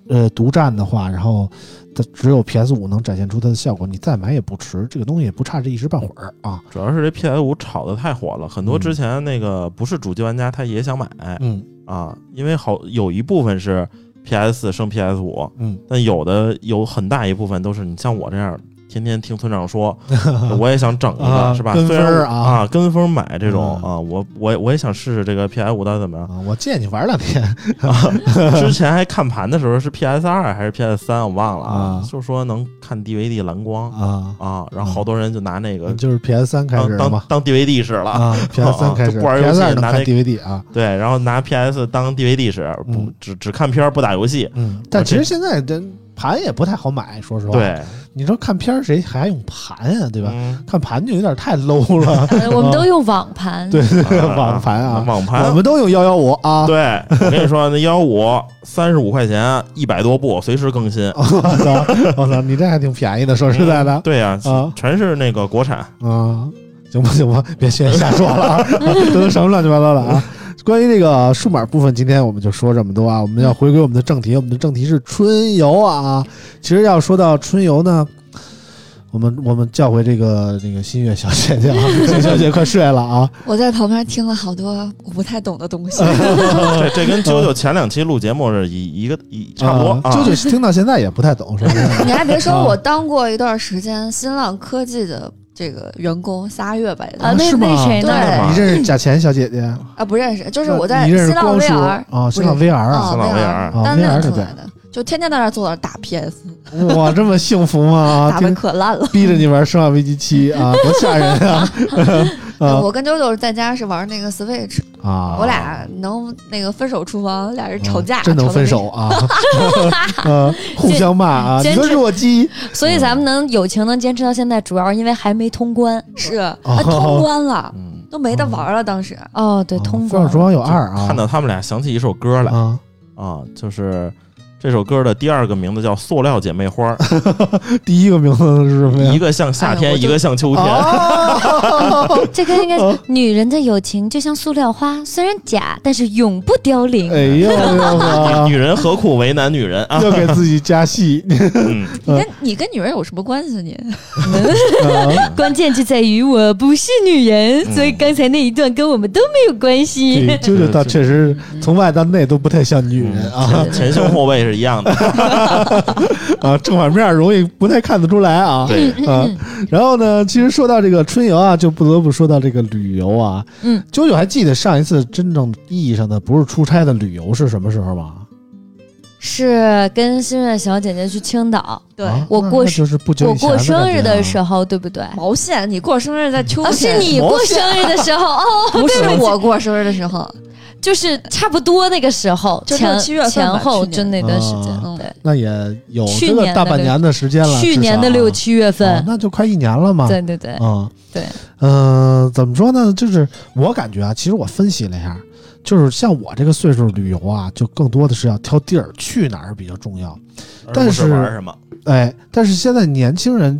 [SPEAKER 3] 呃，独占的话，然后它只有 PS 五能展现出它的效果，你再买也不迟。这个东西也不差这一时半会儿啊。
[SPEAKER 4] 主要是这 PS 五炒的太火了，很多之前那个不是主机玩家他也想买
[SPEAKER 3] 嗯
[SPEAKER 4] 啊，因为好有一部分是 PS 四升 PS 五，
[SPEAKER 3] 嗯，
[SPEAKER 4] 但有的有很大一部分都是你像我这样天天听村
[SPEAKER 3] *laughs*
[SPEAKER 4] 长说，我也想整一
[SPEAKER 3] 啊
[SPEAKER 4] 个，是吧？
[SPEAKER 3] 跟
[SPEAKER 4] 虽然
[SPEAKER 3] 风
[SPEAKER 4] 我
[SPEAKER 3] 啊
[SPEAKER 4] 啊，跟风买这种
[SPEAKER 3] 嗯
[SPEAKER 4] 啊，我我我也想试试这个 PS 五到底怎么
[SPEAKER 3] *laughs*
[SPEAKER 4] 样。
[SPEAKER 3] 啊，我借你玩两
[SPEAKER 4] *laughs*
[SPEAKER 3] 天。
[SPEAKER 4] 之前还看盘的时候是 PS 二还是 PS 三，我忘了啊
[SPEAKER 3] 啊，
[SPEAKER 4] 就说能看 DVD 蓝光
[SPEAKER 3] 啊，
[SPEAKER 4] 啊，然后好多人就拿那个
[SPEAKER 3] 就是 PS 三开始
[SPEAKER 4] 呃当
[SPEAKER 3] 的
[SPEAKER 4] 当
[SPEAKER 3] 嘛，
[SPEAKER 4] 当 DVD 使了。
[SPEAKER 3] 啊，PS 三开始
[SPEAKER 4] 就不玩游戏
[SPEAKER 3] ，PS 二能
[SPEAKER 4] 拿
[SPEAKER 3] 看
[SPEAKER 4] 那
[SPEAKER 3] DVD 啊，
[SPEAKER 4] 对，然后拿 PS 当 DVD 使，不、
[SPEAKER 3] 嗯
[SPEAKER 4] 只只看片儿不打游戏。
[SPEAKER 3] 嗯，但其实
[SPEAKER 4] 这
[SPEAKER 3] 现在这盘也不太好买，说实话，，
[SPEAKER 4] 对，
[SPEAKER 3] 你说看片儿谁还用盘啊，对吧？
[SPEAKER 4] 嗯
[SPEAKER 3] 看盘就有点太 low 了，
[SPEAKER 4] *laughs*
[SPEAKER 2] 呃我们都用网盘，
[SPEAKER 3] 啊对对对，
[SPEAKER 4] 啊
[SPEAKER 3] 网盘啊，
[SPEAKER 4] 网盘
[SPEAKER 3] 我们都用幺幺五啊，
[SPEAKER 4] 对，我跟你说，那幺五三十五块钱，一百多部，随时更新。
[SPEAKER 3] *laughs*
[SPEAKER 4] 嗯
[SPEAKER 3] 我操，我操，你这还挺便宜的，说实哦在的，
[SPEAKER 4] 对呀、
[SPEAKER 3] 啊
[SPEAKER 4] 全是那个
[SPEAKER 3] *laughs*
[SPEAKER 4] 国产。
[SPEAKER 3] 啊，行吧行吧，别瞎瞎说了 *laughs* 啊，都能什么乱七八糟的啊。关于这个数码部分，今天我们就说这么多啊。我们要回归我们的正题，我们的正题是春游啊。其实要说到春游呢，我们我们叫回这个这个新月小姐姐 *laughs* 啊，新月小姐快睡了啊。
[SPEAKER 5] 我在旁边听了好多我不太懂的东西，
[SPEAKER 4] 对，这跟啾啾前两期录节目是一一个一差不多
[SPEAKER 3] 啊
[SPEAKER 4] 啊。
[SPEAKER 3] 舅舅听到现在也不太懂，说实在的
[SPEAKER 5] 你还别说，
[SPEAKER 3] 啊
[SPEAKER 5] 我当过一段时间新浪科技的这个员工，仨月吧，也
[SPEAKER 2] 啊，
[SPEAKER 5] 当
[SPEAKER 2] 那
[SPEAKER 3] 是吗
[SPEAKER 2] 那谁
[SPEAKER 5] 对
[SPEAKER 2] 呢？
[SPEAKER 3] 你认识贾钱小姐姐？
[SPEAKER 5] 啊不认识，就是我在
[SPEAKER 3] 你认识
[SPEAKER 5] 新浪
[SPEAKER 3] 光叔
[SPEAKER 5] VR
[SPEAKER 3] 啊？新浪
[SPEAKER 5] 不是
[SPEAKER 3] VR 啊？
[SPEAKER 5] 啊
[SPEAKER 4] 新浪 VR
[SPEAKER 3] 啊
[SPEAKER 5] 单练
[SPEAKER 3] VR 是
[SPEAKER 5] 出
[SPEAKER 3] 这
[SPEAKER 5] 来
[SPEAKER 3] 样
[SPEAKER 5] 的，就天天在那儿坐那儿打 PS，
[SPEAKER 3] 哇，这么幸福吗？
[SPEAKER 5] 打的
[SPEAKER 3] 听
[SPEAKER 5] 可烂了。
[SPEAKER 3] 逼着你玩《生化危机七》
[SPEAKER 5] *laughs*
[SPEAKER 3] 啊，多吓人啊！啊
[SPEAKER 5] 我跟啾啾在家是玩那个 Switch，
[SPEAKER 3] 啊，
[SPEAKER 5] 我俩能那个分手厨房，俩人吵架，
[SPEAKER 3] 真能分手
[SPEAKER 5] *laughs*
[SPEAKER 3] 啊！ *laughs* 呃，互相骂啊！
[SPEAKER 2] 坚
[SPEAKER 3] 你说
[SPEAKER 2] 持
[SPEAKER 3] 弱鸡
[SPEAKER 2] 所以咱们能友情能坚持到现在，主要是因为还没通关。
[SPEAKER 5] 吵得是啊，通关
[SPEAKER 3] *laughs*
[SPEAKER 5] 了，
[SPEAKER 4] 嗯，
[SPEAKER 5] 都没得玩了。当时
[SPEAKER 2] 哦，对，
[SPEAKER 3] 啊
[SPEAKER 2] 通
[SPEAKER 3] 分手
[SPEAKER 2] 关
[SPEAKER 3] 厨。房有二啊！
[SPEAKER 4] 看到他们俩想起一首歌来
[SPEAKER 3] 啊，
[SPEAKER 4] 啊，就是这首歌的第二个名字叫《塑料姐妹花
[SPEAKER 3] *laughs*
[SPEAKER 4] 儿》，
[SPEAKER 3] 第一个名字是什么呀？
[SPEAKER 4] 一个像夏
[SPEAKER 5] 哎
[SPEAKER 4] 天，
[SPEAKER 5] 我就
[SPEAKER 4] 一个像秋天。
[SPEAKER 3] 啊哦，
[SPEAKER 2] 这个应该
[SPEAKER 3] 啊
[SPEAKER 2] 是女人的友情就像塑料花，虽然假，但是永不凋零。
[SPEAKER 3] 哎呦呦
[SPEAKER 4] 女人何苦为难女人啊
[SPEAKER 3] *laughs* 呵，？要给自己加戏。
[SPEAKER 4] 嗯，
[SPEAKER 5] 你跟你跟女人有什么关系？你
[SPEAKER 3] 啊
[SPEAKER 2] 关键就在于我不是女人，所以刚才那一段跟我们都没有关系。
[SPEAKER 3] 对，啾啾倒确实从外到内都不太像女人啊
[SPEAKER 4] 前胸后背是一样的。
[SPEAKER 3] 啊，正反面容易不太看得出来啊。
[SPEAKER 4] 对，
[SPEAKER 3] 啊，
[SPEAKER 2] 嗯
[SPEAKER 3] 然后呢，其实说到这个春游啊，就不得不说到这个旅游啊。
[SPEAKER 2] 嗯，
[SPEAKER 3] 九九还记得上一次真正意义上的不是出差的旅游是什么时候吗？
[SPEAKER 2] 是跟新月小姐姐去青岛，
[SPEAKER 5] 对，
[SPEAKER 3] 啊
[SPEAKER 2] 我
[SPEAKER 3] 那
[SPEAKER 2] 过
[SPEAKER 3] 那
[SPEAKER 2] 生
[SPEAKER 3] 就是不久
[SPEAKER 2] 我
[SPEAKER 3] 以前
[SPEAKER 2] 过生日的
[SPEAKER 3] 的啊
[SPEAKER 2] 时候，对不对？
[SPEAKER 5] *laughs* 毛线！你过生日 *laughs* 在秋
[SPEAKER 2] 啊，是
[SPEAKER 5] 天，
[SPEAKER 2] 你过生日的时候哦，
[SPEAKER 5] 不是我过生日的时候，
[SPEAKER 2] 就是差不多那个时候，
[SPEAKER 5] 就
[SPEAKER 2] 前
[SPEAKER 5] 六七月份吧
[SPEAKER 2] 前后
[SPEAKER 5] 去年
[SPEAKER 2] 就那段时间，
[SPEAKER 3] 啊
[SPEAKER 2] 对，
[SPEAKER 3] 那也有
[SPEAKER 2] 去
[SPEAKER 3] 这个
[SPEAKER 2] 年
[SPEAKER 3] 大
[SPEAKER 2] 的
[SPEAKER 3] 半
[SPEAKER 2] 六
[SPEAKER 3] 年的时间了，
[SPEAKER 2] 去
[SPEAKER 3] 至
[SPEAKER 2] 年
[SPEAKER 3] 少
[SPEAKER 2] 的
[SPEAKER 3] 啊
[SPEAKER 2] 六七月
[SPEAKER 3] 哦
[SPEAKER 2] 份，
[SPEAKER 3] 那就快一年了嘛。
[SPEAKER 2] 对对对，
[SPEAKER 3] 啊，
[SPEAKER 2] 对，
[SPEAKER 3] 嗯、怎么说呢？就是我感觉啊，其实我分析了一下，就是像我这个岁数旅游啊，就更多的是要挑地儿，去哪儿比较重要。但
[SPEAKER 4] 而不
[SPEAKER 3] 是
[SPEAKER 4] 是玩什么？
[SPEAKER 3] 哎，但是现在年轻人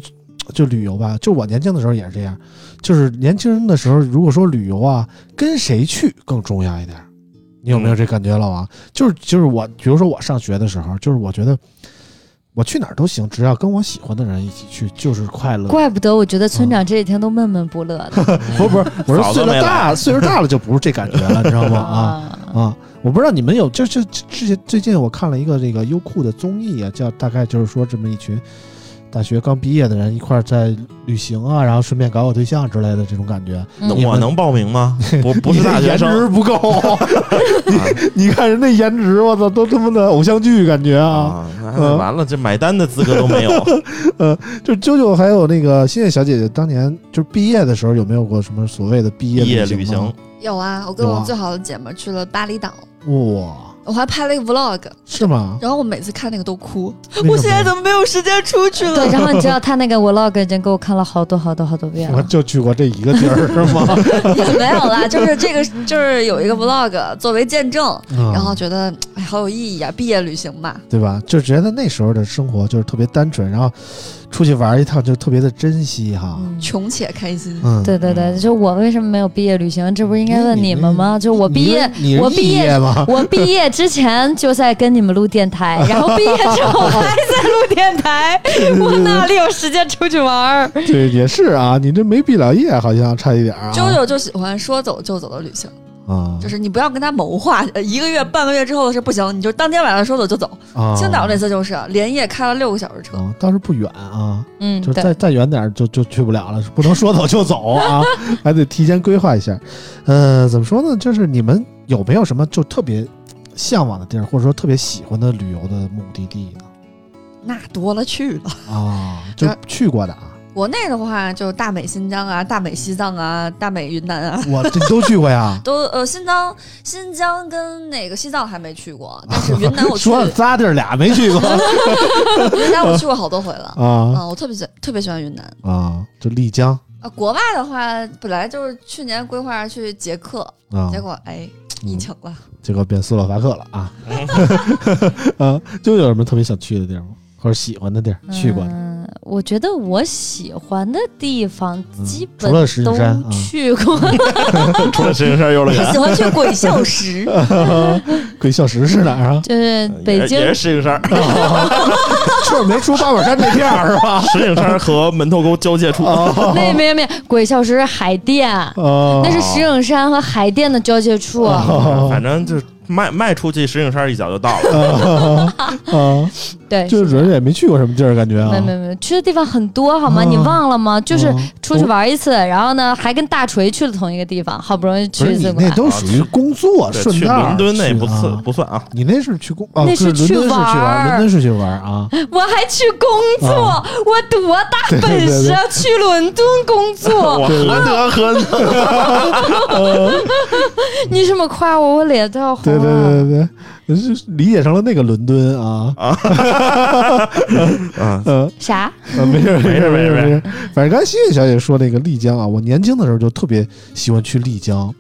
[SPEAKER 3] 就旅游吧，就我年轻的时候也是这样，就是年轻人的时候，如果说旅游啊，跟谁去更重要一点儿。你有没有这感觉，老王？就是就是我，比如说我上学的时候，就是我觉得我去哪儿都行，只要跟我喜欢的人一起去，就是快乐。
[SPEAKER 2] 怪不得我觉得村长这几天都闷闷不乐的
[SPEAKER 3] 不
[SPEAKER 4] *laughs*
[SPEAKER 3] 是不是，我说
[SPEAKER 4] 嫂
[SPEAKER 3] 岁
[SPEAKER 4] 子
[SPEAKER 3] 数
[SPEAKER 4] 没
[SPEAKER 3] 大，
[SPEAKER 4] *laughs* 来
[SPEAKER 3] 岁数大了就不是这感觉了，你知道
[SPEAKER 4] *laughs*
[SPEAKER 3] 吗？啊。
[SPEAKER 2] 啊。
[SPEAKER 3] 啊，我不知道你们有，就就之前最近我看了一个这个优酷的综艺啊，叫大概就是说这么一群大学刚毕业的人一块儿在旅行啊，然后顺便搞搞对象之类的这种感觉。
[SPEAKER 2] 嗯
[SPEAKER 3] 你
[SPEAKER 4] 我
[SPEAKER 3] 们
[SPEAKER 4] 能报名吗？我不是
[SPEAKER 3] 你这
[SPEAKER 4] 大学
[SPEAKER 3] *laughs* 颜值
[SPEAKER 4] 生
[SPEAKER 3] 不够，
[SPEAKER 4] *laughs*
[SPEAKER 3] 你你看人家颜值，我操，都他妈的偶像剧感觉
[SPEAKER 4] 啊
[SPEAKER 3] 啊！
[SPEAKER 4] 啊，那完了，这买单的资格
[SPEAKER 3] *laughs*
[SPEAKER 4] 都没有。
[SPEAKER 3] 就啾啾还有那个新月小姐姐，当年就是毕业的时候有没有过什么所谓的毕业
[SPEAKER 4] 毕业旅
[SPEAKER 3] 旅行
[SPEAKER 4] 行
[SPEAKER 3] 吗？
[SPEAKER 5] *laughs* 有啊，我跟
[SPEAKER 3] 有
[SPEAKER 5] 我
[SPEAKER 3] 啊
[SPEAKER 5] 最好的姐们儿去了巴厘岛，
[SPEAKER 3] 哇，
[SPEAKER 5] 我还拍了一个 vlog，
[SPEAKER 3] 是吗？
[SPEAKER 5] 然后我每次看那个都哭，
[SPEAKER 3] 为什么
[SPEAKER 5] 我现在怎么没有时间出去
[SPEAKER 2] 对，
[SPEAKER 5] *laughs* 了？
[SPEAKER 2] 然后你知道他那个 vlog 已经给我看了好多好多好多遍
[SPEAKER 3] 我
[SPEAKER 2] 了，
[SPEAKER 3] 就去过这一个地儿是吗？
[SPEAKER 2] *laughs*
[SPEAKER 5] 也没有啦，就是这个就是有一个 vlog 作为见证，
[SPEAKER 3] 嗯
[SPEAKER 5] 然后觉得哎好有意义啊，毕业旅行吧。
[SPEAKER 3] 对吧？就觉得那时候的生活就是特别单纯，然后出去玩一趟就特别的珍惜哈。
[SPEAKER 2] 嗯
[SPEAKER 5] 穷且开心。
[SPEAKER 3] 嗯，
[SPEAKER 2] 对对对，就我为什么没有毕业旅行？这不是应该问你们吗？就我毕业，
[SPEAKER 3] 你是
[SPEAKER 2] 我
[SPEAKER 3] 你是
[SPEAKER 2] 毕
[SPEAKER 3] 肄
[SPEAKER 2] 业
[SPEAKER 3] 业吗？
[SPEAKER 2] 我毕业之前就在跟你们录电台，
[SPEAKER 3] *laughs*
[SPEAKER 2] 然后毕业之后还在录电台， *laughs* 我哪里有时间出去玩儿？
[SPEAKER 3] *laughs* 对，也是啊，你这没毕了业，好像差一点儿啊。
[SPEAKER 5] 啾啾就喜欢说走就走的旅行，
[SPEAKER 3] 啊，
[SPEAKER 5] 就是你不要跟他谋划，呃一个月、半个月之后的事不行，你就当天晚上说走就走。
[SPEAKER 3] 啊
[SPEAKER 5] 青岛那次就是连夜开了六个小时车，
[SPEAKER 3] 啊倒是不远啊，
[SPEAKER 2] 嗯，
[SPEAKER 3] 就
[SPEAKER 2] 对。
[SPEAKER 3] 再再远点儿就就去不了了，不能说走就走
[SPEAKER 2] *laughs*
[SPEAKER 3] 啊，还得提前规划一下。呃，怎么说呢？就是你们有没有什么就特别向往的地儿，或者说特别喜欢的旅游的目的地呢？
[SPEAKER 5] 那多了去了。
[SPEAKER 3] 啊，就去过的啊，
[SPEAKER 5] 国内的话，就大美新疆啊、大美西藏啊、大美云南啊，？
[SPEAKER 3] 我这你都去过呀
[SPEAKER 2] *laughs*
[SPEAKER 5] 都呃新疆、新疆跟那个西藏还没去过，但是云南我去，
[SPEAKER 3] *laughs* 说了仨地儿俩没
[SPEAKER 2] *laughs*
[SPEAKER 3] 去过
[SPEAKER 5] 云南我去过好多
[SPEAKER 3] *laughs*
[SPEAKER 5] 回了。
[SPEAKER 3] 啊
[SPEAKER 2] 嗯
[SPEAKER 5] 啊，我特别喜特别喜欢云南
[SPEAKER 3] 啊，就丽江
[SPEAKER 5] 啊。国外的话，本来就是去年规划去捷克，
[SPEAKER 3] 啊，
[SPEAKER 5] 结果哎，疫情了。
[SPEAKER 3] 结果变斯洛伐克了
[SPEAKER 2] *laughs*
[SPEAKER 3] 啊！啊，就有什么特别想去的地儿吗？或者喜欢的地儿？去过的
[SPEAKER 2] 嗯，我觉得我喜欢的地方
[SPEAKER 3] 嗯
[SPEAKER 2] 基
[SPEAKER 3] 除了
[SPEAKER 2] 本
[SPEAKER 3] 石景
[SPEAKER 2] 都
[SPEAKER 3] 山啊
[SPEAKER 2] 去过。？
[SPEAKER 4] 除了石景山幼儿园，
[SPEAKER 5] 喜欢去鬼
[SPEAKER 3] *laughs*
[SPEAKER 5] 秀石，
[SPEAKER 3] 鬼笑石是哪儿啊
[SPEAKER 2] *laughs* 就是
[SPEAKER 4] 也
[SPEAKER 2] 北
[SPEAKER 4] 是
[SPEAKER 2] 京
[SPEAKER 4] 也是石景山，
[SPEAKER 3] 就是没出八宝山哦
[SPEAKER 2] *laughs*
[SPEAKER 3] 这片儿是吧？
[SPEAKER 4] *laughs* 石景山和门头沟交界处。
[SPEAKER 3] *laughs*
[SPEAKER 2] 那没没鬼笑石是海淀，
[SPEAKER 3] 哦
[SPEAKER 2] 那是石景山和海淀的交界处。啊
[SPEAKER 4] 啊反正就是迈迈出去，石景山一脚就到了。
[SPEAKER 3] 啊，
[SPEAKER 2] 对，
[SPEAKER 3] 就是人也没去过什么地儿，感觉啊
[SPEAKER 2] 没。没没，去的地方很多好吗？你
[SPEAKER 3] 啊
[SPEAKER 2] 忘了吗？就是
[SPEAKER 3] 嗯
[SPEAKER 2] 出去玩一次，然后呢还跟大锤去了同一个地方，好不容易
[SPEAKER 3] 不
[SPEAKER 2] 去
[SPEAKER 3] 是
[SPEAKER 2] 一
[SPEAKER 3] 你
[SPEAKER 2] 次过
[SPEAKER 3] 那
[SPEAKER 2] 来。
[SPEAKER 3] 都属于工作
[SPEAKER 4] 对，
[SPEAKER 3] 顺
[SPEAKER 4] 去
[SPEAKER 3] 道儿
[SPEAKER 4] 伦敦那不
[SPEAKER 3] 去啊
[SPEAKER 4] 算不算
[SPEAKER 2] *laughs*
[SPEAKER 4] 啊，
[SPEAKER 3] 你那是去工啊？
[SPEAKER 2] 那
[SPEAKER 3] 是
[SPEAKER 2] 是
[SPEAKER 3] 伦
[SPEAKER 2] 去
[SPEAKER 3] 敦是去
[SPEAKER 2] 玩
[SPEAKER 3] 玩，
[SPEAKER 2] 儿
[SPEAKER 3] 伦敦是去玩儿啊。
[SPEAKER 2] 我还去工作，
[SPEAKER 3] 啊
[SPEAKER 2] 我多大本
[SPEAKER 3] 对对
[SPEAKER 2] 事
[SPEAKER 3] 对
[SPEAKER 2] 啊？去伦敦工作，
[SPEAKER 4] 我何德何能？
[SPEAKER 2] *laughs* 你这么夸我，我脸都要
[SPEAKER 3] *laughs*
[SPEAKER 2] 红啊
[SPEAKER 3] 对
[SPEAKER 2] 了。
[SPEAKER 3] 对对对对，是理解成了那个伦敦啊。
[SPEAKER 4] 嗯，
[SPEAKER 3] 嗯，
[SPEAKER 2] 啥？
[SPEAKER 3] *laughs* 呃没事儿
[SPEAKER 4] 没事儿
[SPEAKER 3] 没儿
[SPEAKER 4] 没事儿
[SPEAKER 3] 没事儿。反正刚才欣欣小姐说那个丽江啊，我年轻的时候就特别喜欢去丽江。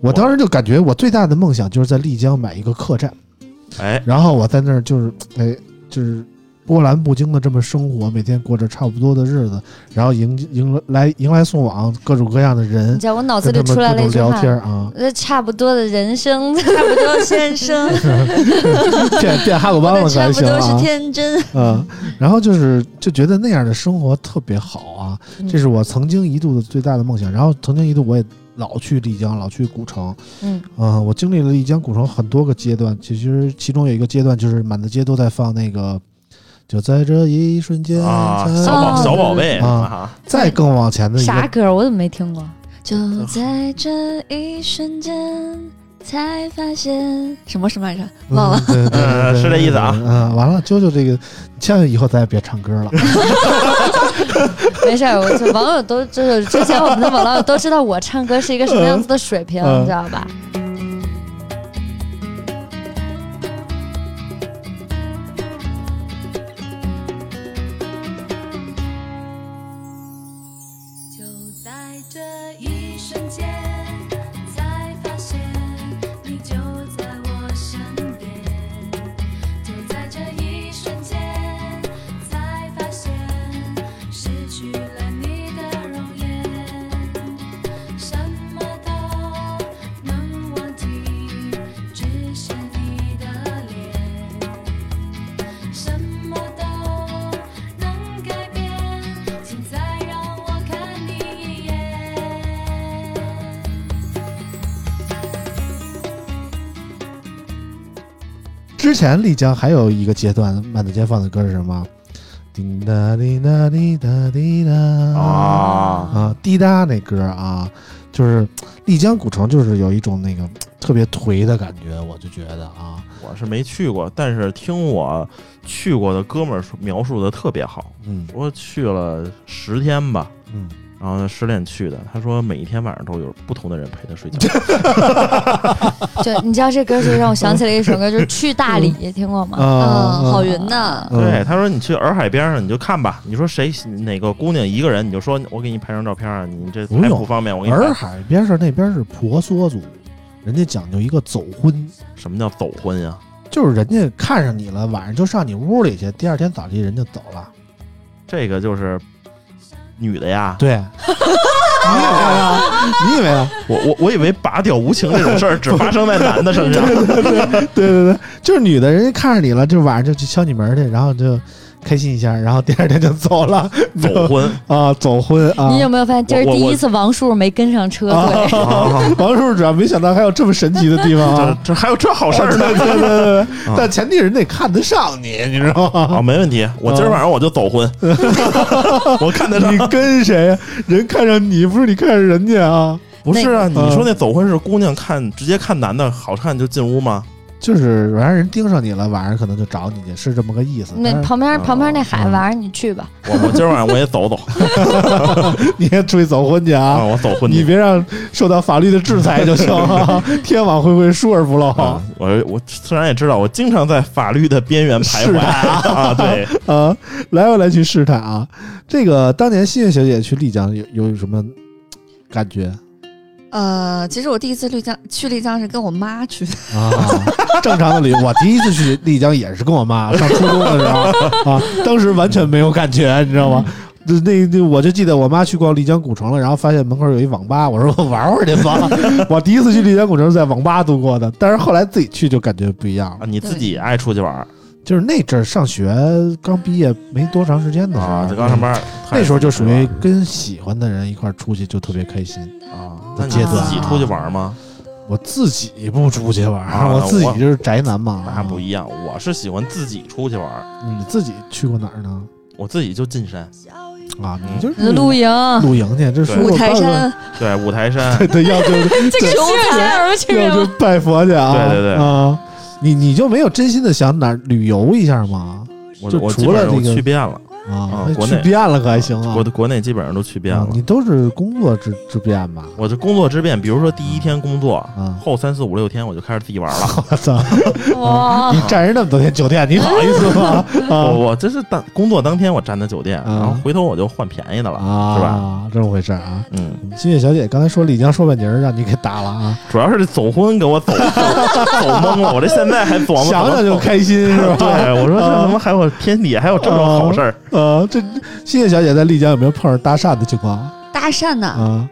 [SPEAKER 3] 我当时就感觉我最大的梦想就是在丽江买一个客栈，
[SPEAKER 4] *laughs* 哎，
[SPEAKER 3] 然后我在那儿就是哎就是波澜不惊的这么生活，每天过着差不多的日子，然后迎迎来迎来送往各种各样的
[SPEAKER 2] 你
[SPEAKER 3] 人，
[SPEAKER 2] 知道我脑子
[SPEAKER 3] 跟
[SPEAKER 2] 里
[SPEAKER 3] 他们
[SPEAKER 2] 出来
[SPEAKER 3] 各
[SPEAKER 2] 了一
[SPEAKER 3] 种
[SPEAKER 2] 句
[SPEAKER 3] 聊
[SPEAKER 2] 话
[SPEAKER 3] 天。
[SPEAKER 2] *laughs*
[SPEAKER 3] 啊，
[SPEAKER 2] 呃，差不多的人生，
[SPEAKER 5] 差不多
[SPEAKER 3] *laughs*
[SPEAKER 5] 先生，
[SPEAKER 3] 变变哈鲁
[SPEAKER 5] 我
[SPEAKER 3] 班了
[SPEAKER 5] 的
[SPEAKER 3] 可还
[SPEAKER 5] 差不
[SPEAKER 3] 行
[SPEAKER 5] 多是
[SPEAKER 3] 啊，
[SPEAKER 5] 天真。
[SPEAKER 3] 嗯，然后就是就觉得那样的生活特别好啊，
[SPEAKER 2] 嗯
[SPEAKER 3] 这是我曾经一度的最大的梦想。然后曾经一度我也老去丽江，老去古城。
[SPEAKER 2] 嗯
[SPEAKER 3] 啊、我经历了丽江古城很多个阶段，其实其中有一个阶段就是满大街都在放那个，就在这一瞬间
[SPEAKER 4] 啊，
[SPEAKER 3] 才
[SPEAKER 4] 小宝
[SPEAKER 2] 啊
[SPEAKER 4] 小宝贝
[SPEAKER 3] 对
[SPEAKER 4] 啊，
[SPEAKER 3] 再更往前的一
[SPEAKER 2] 啥
[SPEAKER 3] 个，
[SPEAKER 2] 歌？我怎么没听过？
[SPEAKER 5] 就
[SPEAKER 1] 在这一瞬间，才发现
[SPEAKER 5] 什么什么来着，
[SPEAKER 3] 嗯
[SPEAKER 5] 忘了。
[SPEAKER 3] 对对对
[SPEAKER 4] 嗯
[SPEAKER 3] 对
[SPEAKER 4] *laughs* 是这意思啊
[SPEAKER 3] 嗯，嗯完了，啾啾这个，千万以后再也别唱歌了。
[SPEAKER 2] 没事儿，我这网友都就是之前我们的网友都知道我唱歌是一个什么样子的水平，
[SPEAKER 3] 嗯
[SPEAKER 2] 你知道吧？
[SPEAKER 1] 就在这一瞬间，才发现你就在我身边。就在这一瞬间，才发现失去了你的容颜，什么都能忘记，只剩你的脸，什么都。能改变，请再让我看你一眼。
[SPEAKER 3] 之前丽江还有一个阶段，满大街放的歌是什么？滴答滴答滴答滴答
[SPEAKER 4] 啊
[SPEAKER 3] 啊，滴答那歌啊，就是丽江古城，就是有一种那个特别颓的感觉，我就觉得啊，
[SPEAKER 4] 我是没去过，但是听我去过的哥们儿说描述的特别好，
[SPEAKER 3] 嗯
[SPEAKER 4] 说去了十天吧。
[SPEAKER 3] 嗯，
[SPEAKER 4] 然后呢，失恋去的。他说每一天晚上都有不同的人陪他睡觉。
[SPEAKER 2] 就你知道这歌就让我想起了一首歌，就是《去大理》，听过吗？
[SPEAKER 3] 嗯啊，
[SPEAKER 5] 嗯，好云呐，
[SPEAKER 3] 嗯
[SPEAKER 4] 对，他说你去洱海边上你就看吧，你说谁哪个姑娘一个人，你就说我给你拍张照片啊，你这
[SPEAKER 3] 不
[SPEAKER 4] 还
[SPEAKER 3] 用
[SPEAKER 4] 不方便，我给你
[SPEAKER 3] 洱
[SPEAKER 4] 拍。
[SPEAKER 3] 海边上那边是婆娑族，人家讲究一个走婚，
[SPEAKER 4] 什么叫走婚啊呀？
[SPEAKER 3] 就是人家看上你了，晚上就上你屋里去，第二天早上人家走了。
[SPEAKER 4] 这个就是女的 *laughs* 呀，
[SPEAKER 3] 对， *laughs* 你以为呢？你以为啊呢？
[SPEAKER 4] 我我我以为拔屌无情这种事儿只发生在男的 *laughs* 身上，
[SPEAKER 3] *laughs* 对对对，就是女的，人家看着你了，就晚上就去敲你门儿去，然后就开心一下，然后第二天就走了，
[SPEAKER 4] *laughs* 走婚。
[SPEAKER 3] *laughs* 啊，走婚啊。
[SPEAKER 2] 你有没有发现，这是
[SPEAKER 4] 我
[SPEAKER 2] 第
[SPEAKER 4] 我
[SPEAKER 2] 一次王叔没跟上车队？
[SPEAKER 3] 啊， *laughs* 王叔叔主要没想到还有这么神奇的地方
[SPEAKER 4] 这
[SPEAKER 3] 啊！
[SPEAKER 4] 这还有这好事儿呢
[SPEAKER 3] *laughs* 对对对对
[SPEAKER 4] *laughs* 啊
[SPEAKER 3] 对，但前提人得看得上你，你知道
[SPEAKER 4] 啊！
[SPEAKER 3] 吗？
[SPEAKER 4] 没问题，我今儿晚上我就走婚， *laughs* 我看得上
[SPEAKER 3] *laughs* 你。跟谁啊？人看上你，不是你看上人家啊？
[SPEAKER 4] 不是啊，你
[SPEAKER 3] 那
[SPEAKER 4] 说那走婚是姑娘看直接看男的好看就进屋吗？
[SPEAKER 3] 就是晚上人盯上你了，晚上可能就找你去，是这么个意思。
[SPEAKER 2] 那
[SPEAKER 3] 但是
[SPEAKER 2] 旁边
[SPEAKER 4] 哦
[SPEAKER 2] 旁边那
[SPEAKER 3] 啊
[SPEAKER 2] 海，晚上你去吧。
[SPEAKER 4] 我我今儿晚上我也走走
[SPEAKER 3] *laughs* 你也出去走婚去
[SPEAKER 4] 啊，
[SPEAKER 3] 啊！
[SPEAKER 4] 我走婚
[SPEAKER 3] 你
[SPEAKER 4] 去。
[SPEAKER 3] 别让受到法律的制裁就行
[SPEAKER 4] *laughs*
[SPEAKER 3] 啊，天网恢恢，疏而不漏。
[SPEAKER 4] 啊，我我虽然也知道，我经常在法律的边缘徘
[SPEAKER 3] 是
[SPEAKER 4] 徊
[SPEAKER 3] 的
[SPEAKER 4] *laughs* 啊，对，
[SPEAKER 3] 啊，来回来去试探啊。这个当年新月小姐去丽江有有什么感觉
[SPEAKER 5] 呃，其实我第一次丽江去丽江是跟我妈去的，
[SPEAKER 3] 啊？正常的旅，我第一次去丽江也是跟我妈上初中的时候啊，当时完全没有感觉，你知道吗？就那那我就记得我妈去逛丽江古城了，然后发现门口有一网吧，我说我玩会儿去
[SPEAKER 4] *laughs*
[SPEAKER 3] 吧。我第一次去丽江古城是在网吧度过的，但是后来自己去就感觉不一样
[SPEAKER 4] 啊，
[SPEAKER 3] 了。
[SPEAKER 4] 你自己爱出去玩儿
[SPEAKER 3] 就是那阵儿上学刚毕业没多长时间的时候，
[SPEAKER 4] 啊，就刚上班儿，
[SPEAKER 3] 那时候就属
[SPEAKER 4] 太
[SPEAKER 3] 于跟喜欢的人一块儿出去就特别开心。
[SPEAKER 4] 啊，那你
[SPEAKER 3] 阶
[SPEAKER 4] 自
[SPEAKER 3] 段
[SPEAKER 4] 己出去玩儿吗？
[SPEAKER 3] 我自己不出去玩儿，
[SPEAKER 4] 啊
[SPEAKER 3] 我
[SPEAKER 4] 那
[SPEAKER 3] 自己
[SPEAKER 4] 我
[SPEAKER 3] 就是宅男嘛。嗯
[SPEAKER 4] 那不一样，我是喜欢自己出去玩儿，
[SPEAKER 3] 你自己去过哪儿呢？
[SPEAKER 4] 我自己就进山，
[SPEAKER 3] 啊，
[SPEAKER 4] 嗯
[SPEAKER 3] 你就
[SPEAKER 2] 那
[SPEAKER 3] 是
[SPEAKER 2] 露营，啊
[SPEAKER 3] 露营去，这说
[SPEAKER 4] 对
[SPEAKER 5] 五
[SPEAKER 3] 我
[SPEAKER 5] 台
[SPEAKER 3] 拜
[SPEAKER 5] 山
[SPEAKER 3] 过，，
[SPEAKER 4] 对，五台山
[SPEAKER 3] *laughs* 对，
[SPEAKER 2] *laughs*
[SPEAKER 3] 要就
[SPEAKER 2] 这个
[SPEAKER 3] 对
[SPEAKER 2] 是啊有去
[SPEAKER 3] 要就
[SPEAKER 2] 吗？
[SPEAKER 3] 拜佛去啊！
[SPEAKER 4] 对对对
[SPEAKER 3] 啊，你你就没有真心的想哪儿旅游一下吗？
[SPEAKER 4] 我
[SPEAKER 3] 就
[SPEAKER 4] 我
[SPEAKER 3] 除
[SPEAKER 4] 基本
[SPEAKER 3] 了
[SPEAKER 4] 上
[SPEAKER 3] 那
[SPEAKER 4] 我
[SPEAKER 3] 个
[SPEAKER 4] 去遍了，
[SPEAKER 3] 啊，那
[SPEAKER 4] 国
[SPEAKER 3] 去
[SPEAKER 4] 内
[SPEAKER 3] 遍了可还行啊
[SPEAKER 4] 我？的国内基本上都去遍
[SPEAKER 3] 啊
[SPEAKER 4] 了
[SPEAKER 3] 你。都是工作之之遍吧？ *laughs*
[SPEAKER 4] 我这工作之变，比如说第一天工作，
[SPEAKER 3] 啊，
[SPEAKER 4] 后三四五六天我就开始自己玩了。
[SPEAKER 3] 我
[SPEAKER 2] *laughs*
[SPEAKER 3] 操！
[SPEAKER 2] 哇
[SPEAKER 3] 你，占人那么多天酒店，你好意思
[SPEAKER 4] *laughs*
[SPEAKER 3] 吗？
[SPEAKER 4] 我
[SPEAKER 3] 啊
[SPEAKER 4] 我这是当工作当天我占的酒店，
[SPEAKER 3] 嗯
[SPEAKER 4] 然后回头我就换便宜的了，是吧？
[SPEAKER 3] 啊，这么回事儿啊？
[SPEAKER 4] 嗯，
[SPEAKER 3] 金月小姐刚才说丽江说半截儿，让你给打了啊！
[SPEAKER 4] 主要是这走婚给我走走走懵了，我这现在还琢磨
[SPEAKER 3] 想想就
[SPEAKER 4] 怎么走
[SPEAKER 3] 开心是吧？*laughs*
[SPEAKER 4] *laughs* 对，我说这怎么还有天底下还有这种好事儿？
[SPEAKER 3] 呃，这新月小姐在丽江有没有碰上搭讪的情况
[SPEAKER 5] 搭讪呢、
[SPEAKER 3] 啊？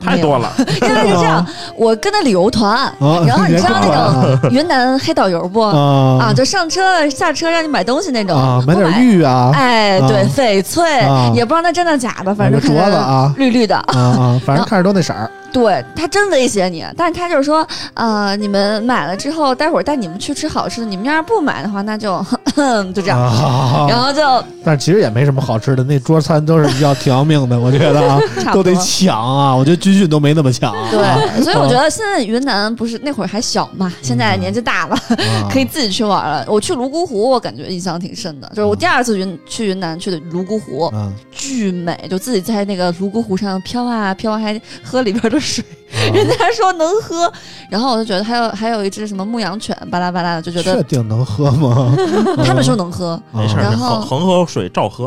[SPEAKER 4] 太多了，
[SPEAKER 5] 因为是这样，我跟那旅游团，
[SPEAKER 3] *laughs* 啊，
[SPEAKER 5] 然后你知道那
[SPEAKER 3] 个
[SPEAKER 5] 种云南黑导游不？ *laughs* 啊，
[SPEAKER 3] 啊
[SPEAKER 5] 就上车下车让你买东西那种，
[SPEAKER 3] 啊，买
[SPEAKER 5] 不
[SPEAKER 3] 点玉啊
[SPEAKER 5] 哎，对，
[SPEAKER 3] 啊
[SPEAKER 5] 翡翠、
[SPEAKER 3] 啊
[SPEAKER 5] 也不知道那真的假的，反
[SPEAKER 3] 买
[SPEAKER 5] 正
[SPEAKER 3] 个
[SPEAKER 5] 就看
[SPEAKER 3] 镯
[SPEAKER 5] 着
[SPEAKER 3] 子
[SPEAKER 5] *laughs*
[SPEAKER 3] 啊
[SPEAKER 5] 绿绿的。
[SPEAKER 3] 啊啊，反正看着都那色儿
[SPEAKER 5] 对他真威胁你，但是他就是说，呃，你们买了之后，待会儿带你们去吃好吃的，你们要是不买的话，那就 *laughs* 就这样。
[SPEAKER 3] 啊
[SPEAKER 5] 然。后就
[SPEAKER 3] 但是其实也没什么好吃的，那桌餐都是要挺要命的，我觉得啊，
[SPEAKER 5] *laughs* 差
[SPEAKER 3] 都
[SPEAKER 5] 不多
[SPEAKER 3] 得。抢啊！我觉得军训都没那么抢啊。
[SPEAKER 5] 对，所以我觉得现在云南不是那会儿还小嘛，现在年纪大了，
[SPEAKER 3] 啊
[SPEAKER 5] *laughs* 可以自己去玩了。我去泸沽湖，我感觉印象挺深的，就是我第二次云去云南去的泸沽湖，
[SPEAKER 3] 啊，
[SPEAKER 5] 巨美，就自己在那个泸沽湖上飘啊飘啊，还喝里边的水， *laughs* 人家说能喝，然后我就觉得还有还有一只什么牧羊犬，嗯巴拉巴拉的，就觉
[SPEAKER 3] 确
[SPEAKER 5] 得
[SPEAKER 3] 定能喝
[SPEAKER 5] *laughs*
[SPEAKER 3] 吗？
[SPEAKER 5] 他们说能喝，
[SPEAKER 3] 啊
[SPEAKER 2] 嗯
[SPEAKER 4] 没事儿，
[SPEAKER 5] 然后
[SPEAKER 4] 恒恒河水照喝。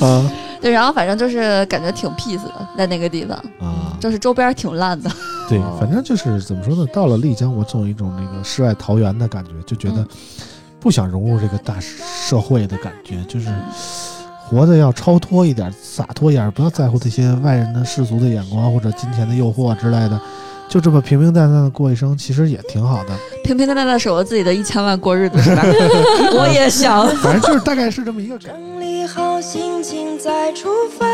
[SPEAKER 3] 啊
[SPEAKER 5] 对，然后反正就是感觉挺 peace 的，在那个地方，
[SPEAKER 3] 啊，
[SPEAKER 5] 就是周边挺烂的， *laughs*
[SPEAKER 3] 对
[SPEAKER 4] 哦，
[SPEAKER 3] 反正就是怎么说呢？到了丽江，我总有一种那个世外桃源的感觉，就觉得
[SPEAKER 5] 嗯
[SPEAKER 3] 不想融入这个大社会的感觉，就是活得要超脱一点，洒脱一点，不要在乎这些外人的世俗的眼光或者金钱的诱惑之类的，就这么平平淡淡的过一生，其实也挺好的。
[SPEAKER 5] 平平淡淡的守着自己的一千万过日
[SPEAKER 2] *laughs*
[SPEAKER 5] 子，是吧？我也想，
[SPEAKER 3] 反正就是大概是这么一个感觉。
[SPEAKER 1] 整理好心情再出发。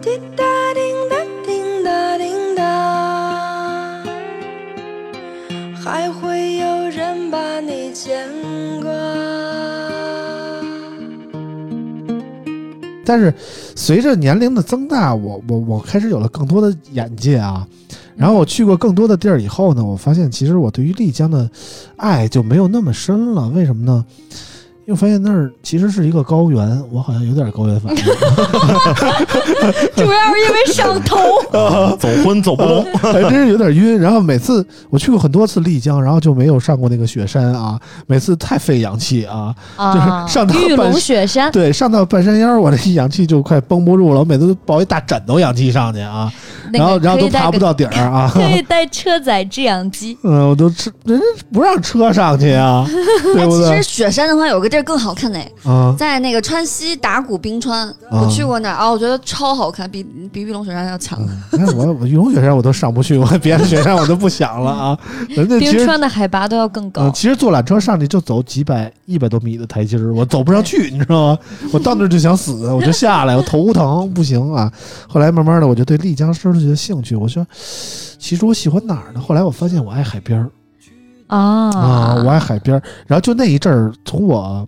[SPEAKER 1] 滴答叮答叮答叮答，还会有人把你牵挂。
[SPEAKER 3] 但是随着年龄的增大，我我我开始有了更多的眼界啊。然后我去过更多的地儿以后呢，我发现其实我对于丽江的爱就没有那么深了。为什么呢？因为我发现那儿其实是一个高原，我好像有点高原反应。
[SPEAKER 2] 主要是因为上
[SPEAKER 3] *laughs*
[SPEAKER 2] 头。
[SPEAKER 4] 走婚走不动，
[SPEAKER 3] 还真是有点晕。然后每次我去过很多次丽江，然后就没有上过那个雪山啊，每次太费氧气啊。
[SPEAKER 2] 啊，
[SPEAKER 3] 就是上头
[SPEAKER 2] 玉龙
[SPEAKER 3] 本
[SPEAKER 2] 雪山，
[SPEAKER 3] 对，上到半山腰儿，我这氧气就快绷不住了，我每次都抱一大枕头氧气上去啊，
[SPEAKER 2] 那
[SPEAKER 3] 然后
[SPEAKER 2] 个
[SPEAKER 3] 然后
[SPEAKER 2] 可
[SPEAKER 3] 都
[SPEAKER 2] 以带
[SPEAKER 3] 爬不
[SPEAKER 2] 个
[SPEAKER 3] 到顶儿
[SPEAKER 2] *laughs*
[SPEAKER 3] 啊。
[SPEAKER 2] 可
[SPEAKER 3] *laughs*
[SPEAKER 2] 以带车载制氧机。
[SPEAKER 3] 嗯，我都吃，人家不让车上去
[SPEAKER 5] *laughs*
[SPEAKER 3] 啊，对
[SPEAKER 5] 哎，
[SPEAKER 3] 不
[SPEAKER 5] 其
[SPEAKER 3] 对
[SPEAKER 5] 实？雪山的话，有个地儿更好看呢，
[SPEAKER 3] 啊，
[SPEAKER 5] 在那个川西打鼓冰川，我去过那儿啊，我觉得超好看，比比玉龙雪山要强。
[SPEAKER 3] 嗯那我我玉龙雪山我都上不去，我别的雪山我都不想了
[SPEAKER 5] *laughs*
[SPEAKER 3] 啊。人家其
[SPEAKER 2] 冰
[SPEAKER 3] 实
[SPEAKER 2] 川的海拔都要更
[SPEAKER 3] 嗯，
[SPEAKER 2] 高。
[SPEAKER 3] 其实坐缆车上去就走几百一百多米的台阶儿，我走不上
[SPEAKER 5] *laughs*
[SPEAKER 3] 去，你知道吗？我到那儿就想死，我就下来，我头疼，不行啊。后来慢慢的，我就对丽江失去了兴趣。我说，其实我喜欢哪儿呢？后来我发现我爱海边儿啊，我
[SPEAKER 2] 啊，
[SPEAKER 3] 爱海边儿。然后就那一阵儿，从我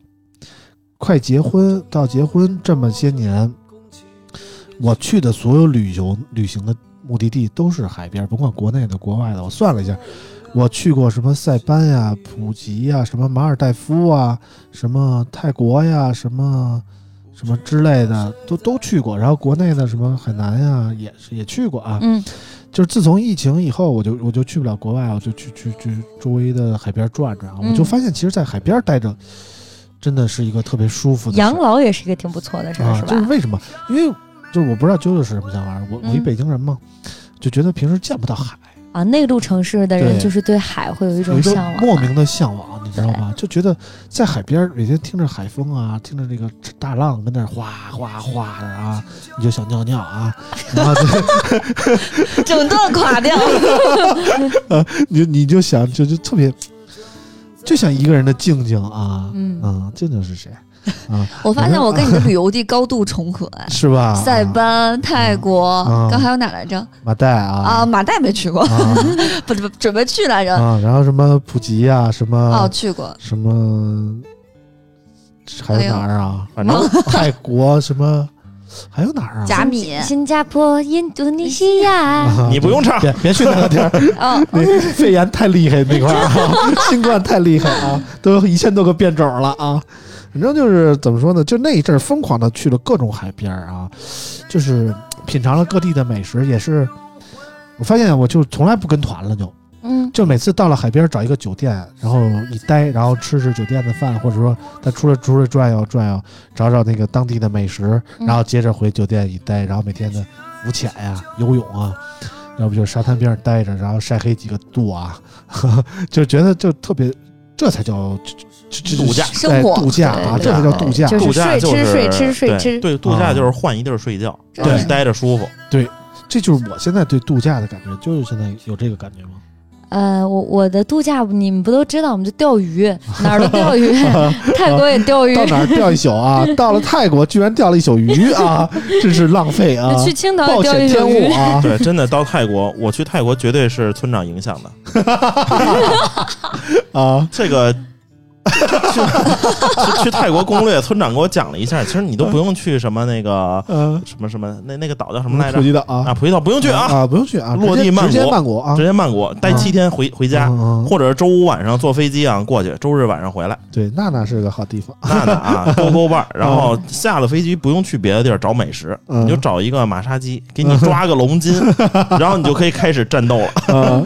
[SPEAKER 3] 快结婚到结婚这么些年，我去的所有旅游旅行的目的地都是海边，甭管国内的、国外的。我算了一下，我去过什么塞班呀、普吉呀、什么马尔代夫啊、什么泰国呀、什么什么之类的，都都去过。然后国内的什么海南呀，也是也去过啊。
[SPEAKER 2] 嗯，
[SPEAKER 3] 就是自从疫情以后，我就我就去不了国外，我就去去去周围的海边转转啊。
[SPEAKER 2] 嗯
[SPEAKER 3] 我就发现，其实，在海边待着，真的是一个特别舒服的事儿
[SPEAKER 2] 养老也是一个挺不错的事儿，
[SPEAKER 3] 啊
[SPEAKER 2] 是。
[SPEAKER 3] 就是
[SPEAKER 2] 吧？
[SPEAKER 3] 为什么？因为就是我不知道啾啾是什么想法，我我一
[SPEAKER 2] 嗯
[SPEAKER 3] 北京人嘛，就觉得平时见不到海，
[SPEAKER 2] 啊，内陆城市的人
[SPEAKER 3] 对
[SPEAKER 2] 就是对海会有一
[SPEAKER 3] 有
[SPEAKER 2] 种
[SPEAKER 3] 一种
[SPEAKER 2] 向往啊，
[SPEAKER 3] 莫名的向往，你知道吗？就觉得在海边儿每天听着海风啊，听着那个大浪跟那儿哗哗哗的啊，你就想尿尿啊，然后就。
[SPEAKER 5] *laughs* 整段垮掉。
[SPEAKER 2] *laughs*
[SPEAKER 3] 你你就想就就特别，就想一个人的静静啊，
[SPEAKER 2] 嗯
[SPEAKER 3] 啊，静静是谁啊？
[SPEAKER 5] 我发现我跟你的旅游地高度重合，哎
[SPEAKER 3] 是吧？*laughs*
[SPEAKER 5] 塞
[SPEAKER 3] 啊
[SPEAKER 5] 班、泰国
[SPEAKER 3] 啊，
[SPEAKER 5] 刚还有哪来着？
[SPEAKER 3] 马代
[SPEAKER 5] 啊，
[SPEAKER 3] 啊
[SPEAKER 5] 马代没去过， *laughs*
[SPEAKER 3] 啊
[SPEAKER 5] 不不准备去来着。
[SPEAKER 3] 啊，然后什么普吉啊，什
[SPEAKER 5] 哦，
[SPEAKER 3] 么
[SPEAKER 5] 去过，
[SPEAKER 3] 什么，还有哪儿啊？
[SPEAKER 4] 反
[SPEAKER 5] 哎
[SPEAKER 4] 正
[SPEAKER 3] 泰国什么，还有哪儿啊？
[SPEAKER 5] 甲米，
[SPEAKER 2] 新加坡、印度尼西亚，
[SPEAKER 3] 啊
[SPEAKER 4] 你不用唱
[SPEAKER 3] 别别去那个地儿，
[SPEAKER 5] 哦，
[SPEAKER 3] 那肺炎太厉害那块儿 *laughs* 啊，新冠太厉害啊，都有一千多个变种了啊。反正就是怎么说呢，就那一阵儿疯狂的去了各种海边儿啊，就是品尝了各地的美食，也是。我发现我就从来不跟团了就，就
[SPEAKER 2] 嗯，
[SPEAKER 3] 每次到了海边儿找一个酒店，然后一待，然后吃吃酒店的饭，或者说再出来出来转悠转悠，找找那个当地的美食，
[SPEAKER 2] 嗯
[SPEAKER 3] 然后接着回酒店一待，然后每天的浮潜呀、游泳啊，要不就沙滩边上待着，然后晒黑几个度啊， *laughs* 就觉得就特别，这才叫这这这
[SPEAKER 4] 度假
[SPEAKER 3] 哎
[SPEAKER 5] 生活
[SPEAKER 3] 度假啊，
[SPEAKER 4] 对对
[SPEAKER 3] 这才叫度假。啊
[SPEAKER 2] 对就是
[SPEAKER 4] 度假
[SPEAKER 2] 睡
[SPEAKER 4] 就
[SPEAKER 2] 吃
[SPEAKER 4] 是
[SPEAKER 2] 睡吃睡
[SPEAKER 4] 对
[SPEAKER 2] 吃
[SPEAKER 4] 对，度假就是换一地儿睡觉，
[SPEAKER 5] 对
[SPEAKER 4] 让你待着舒服。
[SPEAKER 3] 这就是我现在对度假的感觉，就是现在有这个感觉吗？
[SPEAKER 2] 呃，我我的度假你们不都知道，我们就
[SPEAKER 3] *laughs*
[SPEAKER 2] 钓鱼，哪儿都钓鱼，泰国也钓鱼
[SPEAKER 3] 到，哪儿钓一宿啊？到了泰国居然钓了一宿鱼啊，真是浪费啊！
[SPEAKER 2] *laughs* 去青岛也
[SPEAKER 3] 暴
[SPEAKER 2] 钓
[SPEAKER 3] 殄
[SPEAKER 2] 一
[SPEAKER 3] 天
[SPEAKER 2] 条鱼
[SPEAKER 3] 物，啊！
[SPEAKER 4] *laughs* 对，真的到泰国，我去泰国绝对是村长影响的。
[SPEAKER 3] 啊，
[SPEAKER 4] 这个 *laughs* 去去去泰国攻略，村长给我讲了一下，其实你都不用去什么那个
[SPEAKER 3] 呃，
[SPEAKER 4] 什么什么那那个岛叫什么来着
[SPEAKER 3] 普？吉岛啊
[SPEAKER 4] 啊，普吉岛不用去啊，
[SPEAKER 3] 啊，不用去啊，
[SPEAKER 4] 落
[SPEAKER 3] 直
[SPEAKER 4] 地
[SPEAKER 3] 接
[SPEAKER 4] 曼谷
[SPEAKER 3] 直接曼谷啊，
[SPEAKER 4] 直接曼谷待
[SPEAKER 3] 啊
[SPEAKER 4] 七天回回家，
[SPEAKER 3] 嗯嗯
[SPEAKER 4] 或者是周五晚上坐飞机啊过去，周日晚上回
[SPEAKER 3] *laughs*
[SPEAKER 4] 来。
[SPEAKER 3] 对，娜娜是个好地方， *laughs*
[SPEAKER 4] 那的啊，勾勾伴儿，然后
[SPEAKER 3] 啊
[SPEAKER 4] 下了飞机不用去别的地儿找美食，
[SPEAKER 3] 嗯
[SPEAKER 4] 你就找一个马杀鸡，给你抓个龙
[SPEAKER 3] *laughs*
[SPEAKER 4] 筋，然后你就可以开始战斗了。
[SPEAKER 3] 啊，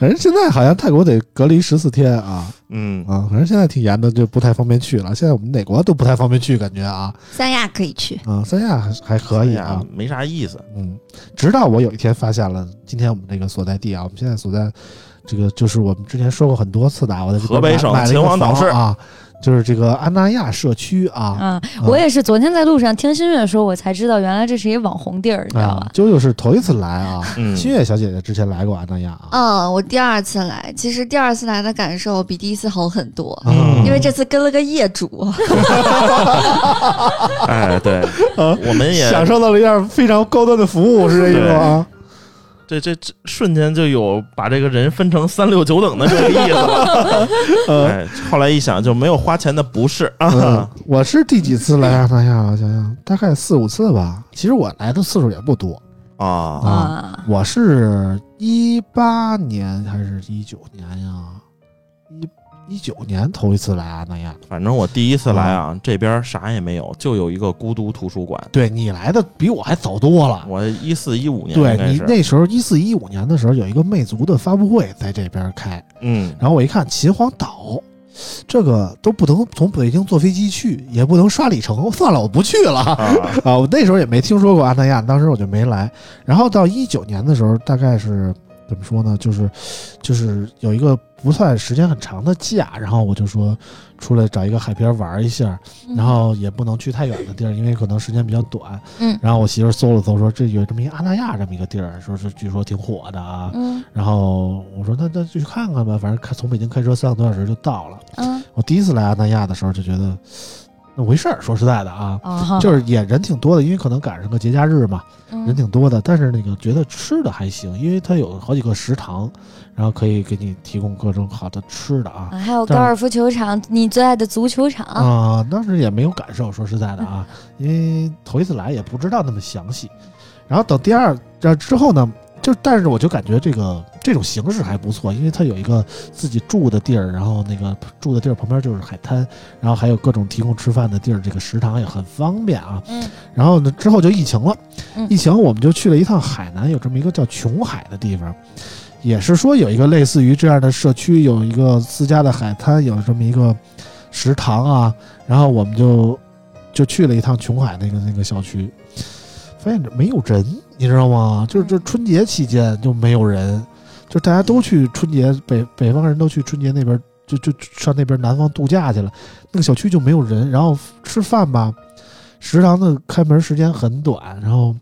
[SPEAKER 3] 反正现在好像泰国得隔离十四天啊
[SPEAKER 4] 嗯，
[SPEAKER 3] 啊，反正现在挺严的，就不太方便去了。现在我们哪国都不太方便去，感觉啊
[SPEAKER 5] 三亚可以去。
[SPEAKER 3] 啊，三亚还还可以
[SPEAKER 4] 哎
[SPEAKER 3] 啊
[SPEAKER 4] 呀，没啥意
[SPEAKER 3] *laughs*
[SPEAKER 4] 思。
[SPEAKER 3] 嗯，直到我有一天发现了今天我们这个所在地啊，我们现在所在这个就是我们之前说过很多次的，啊，我在这边
[SPEAKER 4] 河北省
[SPEAKER 3] 买买了一个
[SPEAKER 4] 秦皇岛
[SPEAKER 3] 房
[SPEAKER 4] 市
[SPEAKER 3] 啊，就是这个安那亚社区啊。
[SPEAKER 2] *laughs* 啊，我也是昨天在路上听新月说，我才知道原来这是一网红地儿，你知道
[SPEAKER 3] 啊
[SPEAKER 2] 吧，？
[SPEAKER 3] 啾啾是头一次来啊，
[SPEAKER 4] 嗯，
[SPEAKER 3] 新月小姐姐之前来过安那亚啊，
[SPEAKER 5] 嗯，我第二次来，其实第二次来的感受比第一次好很多，
[SPEAKER 4] 嗯
[SPEAKER 5] 因为这次跟了个业主，
[SPEAKER 4] 哎，对，我们也
[SPEAKER 3] 啊享受到了一样非常高端的服务，是这意思吗？啊
[SPEAKER 4] 这这这瞬间就有把这个人分成三六九等的这个意思了。
[SPEAKER 3] *laughs*
[SPEAKER 4] 哎，后来一想就没有花钱的不是
[SPEAKER 3] 嗯
[SPEAKER 4] 啊，，
[SPEAKER 3] 我是第几次来安那亚啊？想想大概四五次吧。其实我来的次数也不多，
[SPEAKER 4] 啊，
[SPEAKER 3] 啊
[SPEAKER 2] 啊，
[SPEAKER 3] 我是一八年还是一九年呀？一一九年头一次来阿那亚，
[SPEAKER 4] 反正我第一次来啊，这边啥也没有，就有一个孤独图书馆。
[SPEAKER 3] 对你来的比我还早多了。
[SPEAKER 4] 我一四一五年应
[SPEAKER 3] 对
[SPEAKER 4] 该
[SPEAKER 3] 你
[SPEAKER 4] 是，
[SPEAKER 3] 那时候一四一五年的时候有一个魅族的发布会在这边开，
[SPEAKER 4] 嗯，
[SPEAKER 3] 然后我一看秦皇岛，这个都不能从北京坐飞机去，也不能刷里程，算了，我不去了。
[SPEAKER 4] 啊，
[SPEAKER 3] *laughs* 啊，我那时候也没听说过阿那亚，当时我就没来。然后到一九年的时候，大概是怎么说呢？就是就是有一个不算时间很长的假，然后我就说出来找一个海边玩一下，
[SPEAKER 5] 嗯
[SPEAKER 3] 然后也不能去太远的地儿，因为可能时间比较短。
[SPEAKER 2] 嗯
[SPEAKER 3] 然后我媳妇儿搜了搜，说这有这么一阿那亚这么一个地儿，说是据说挺火的啊。
[SPEAKER 5] 嗯
[SPEAKER 3] 然后我说那那就去看看吧，反正开从北京开车三个多小时就到了。
[SPEAKER 5] 嗯，
[SPEAKER 3] 我第一次来阿那亚的时候就觉得那回事儿，说实在的啊，
[SPEAKER 2] 啊，
[SPEAKER 3] 就是也人挺多的，因为可能赶上个节假日嘛，人挺多的。但是那个觉得吃的还行，因为它有好几个食堂，然后可以给你提供各种好的吃的啊。
[SPEAKER 2] 啊还有高尔夫球场，你最爱的足球场，
[SPEAKER 3] 啊、当时也没有感受，说实在的
[SPEAKER 2] *laughs*
[SPEAKER 3] 啊，因为头一次来也不知道那么详细。然后等第二这之后呢，就但是我就感觉这个这种形式还不错，因为它有一个自己住的地儿，然后那个住的地儿旁边就是海滩，然后还有各种提供吃饭的地儿，这个食堂也很方便啊。
[SPEAKER 2] 嗯
[SPEAKER 3] 然后呢，之后就疫情了，
[SPEAKER 2] 嗯
[SPEAKER 3] 疫情我们就去了一趟海南，有这么一个叫琼海的地方，也是说有一个类似于这样的社区，有一个私家的海滩，有这么一个食堂啊，然后我们就就去了一趟琼海那个那个小区，发现这没有人，你知道吗？就是这春节期间就没有人，就大家都去春节北北方人都去春节那边。就就上那边南方度假去了，那个小区就没有人，然后吃饭吧，食堂的开门时间很短，然后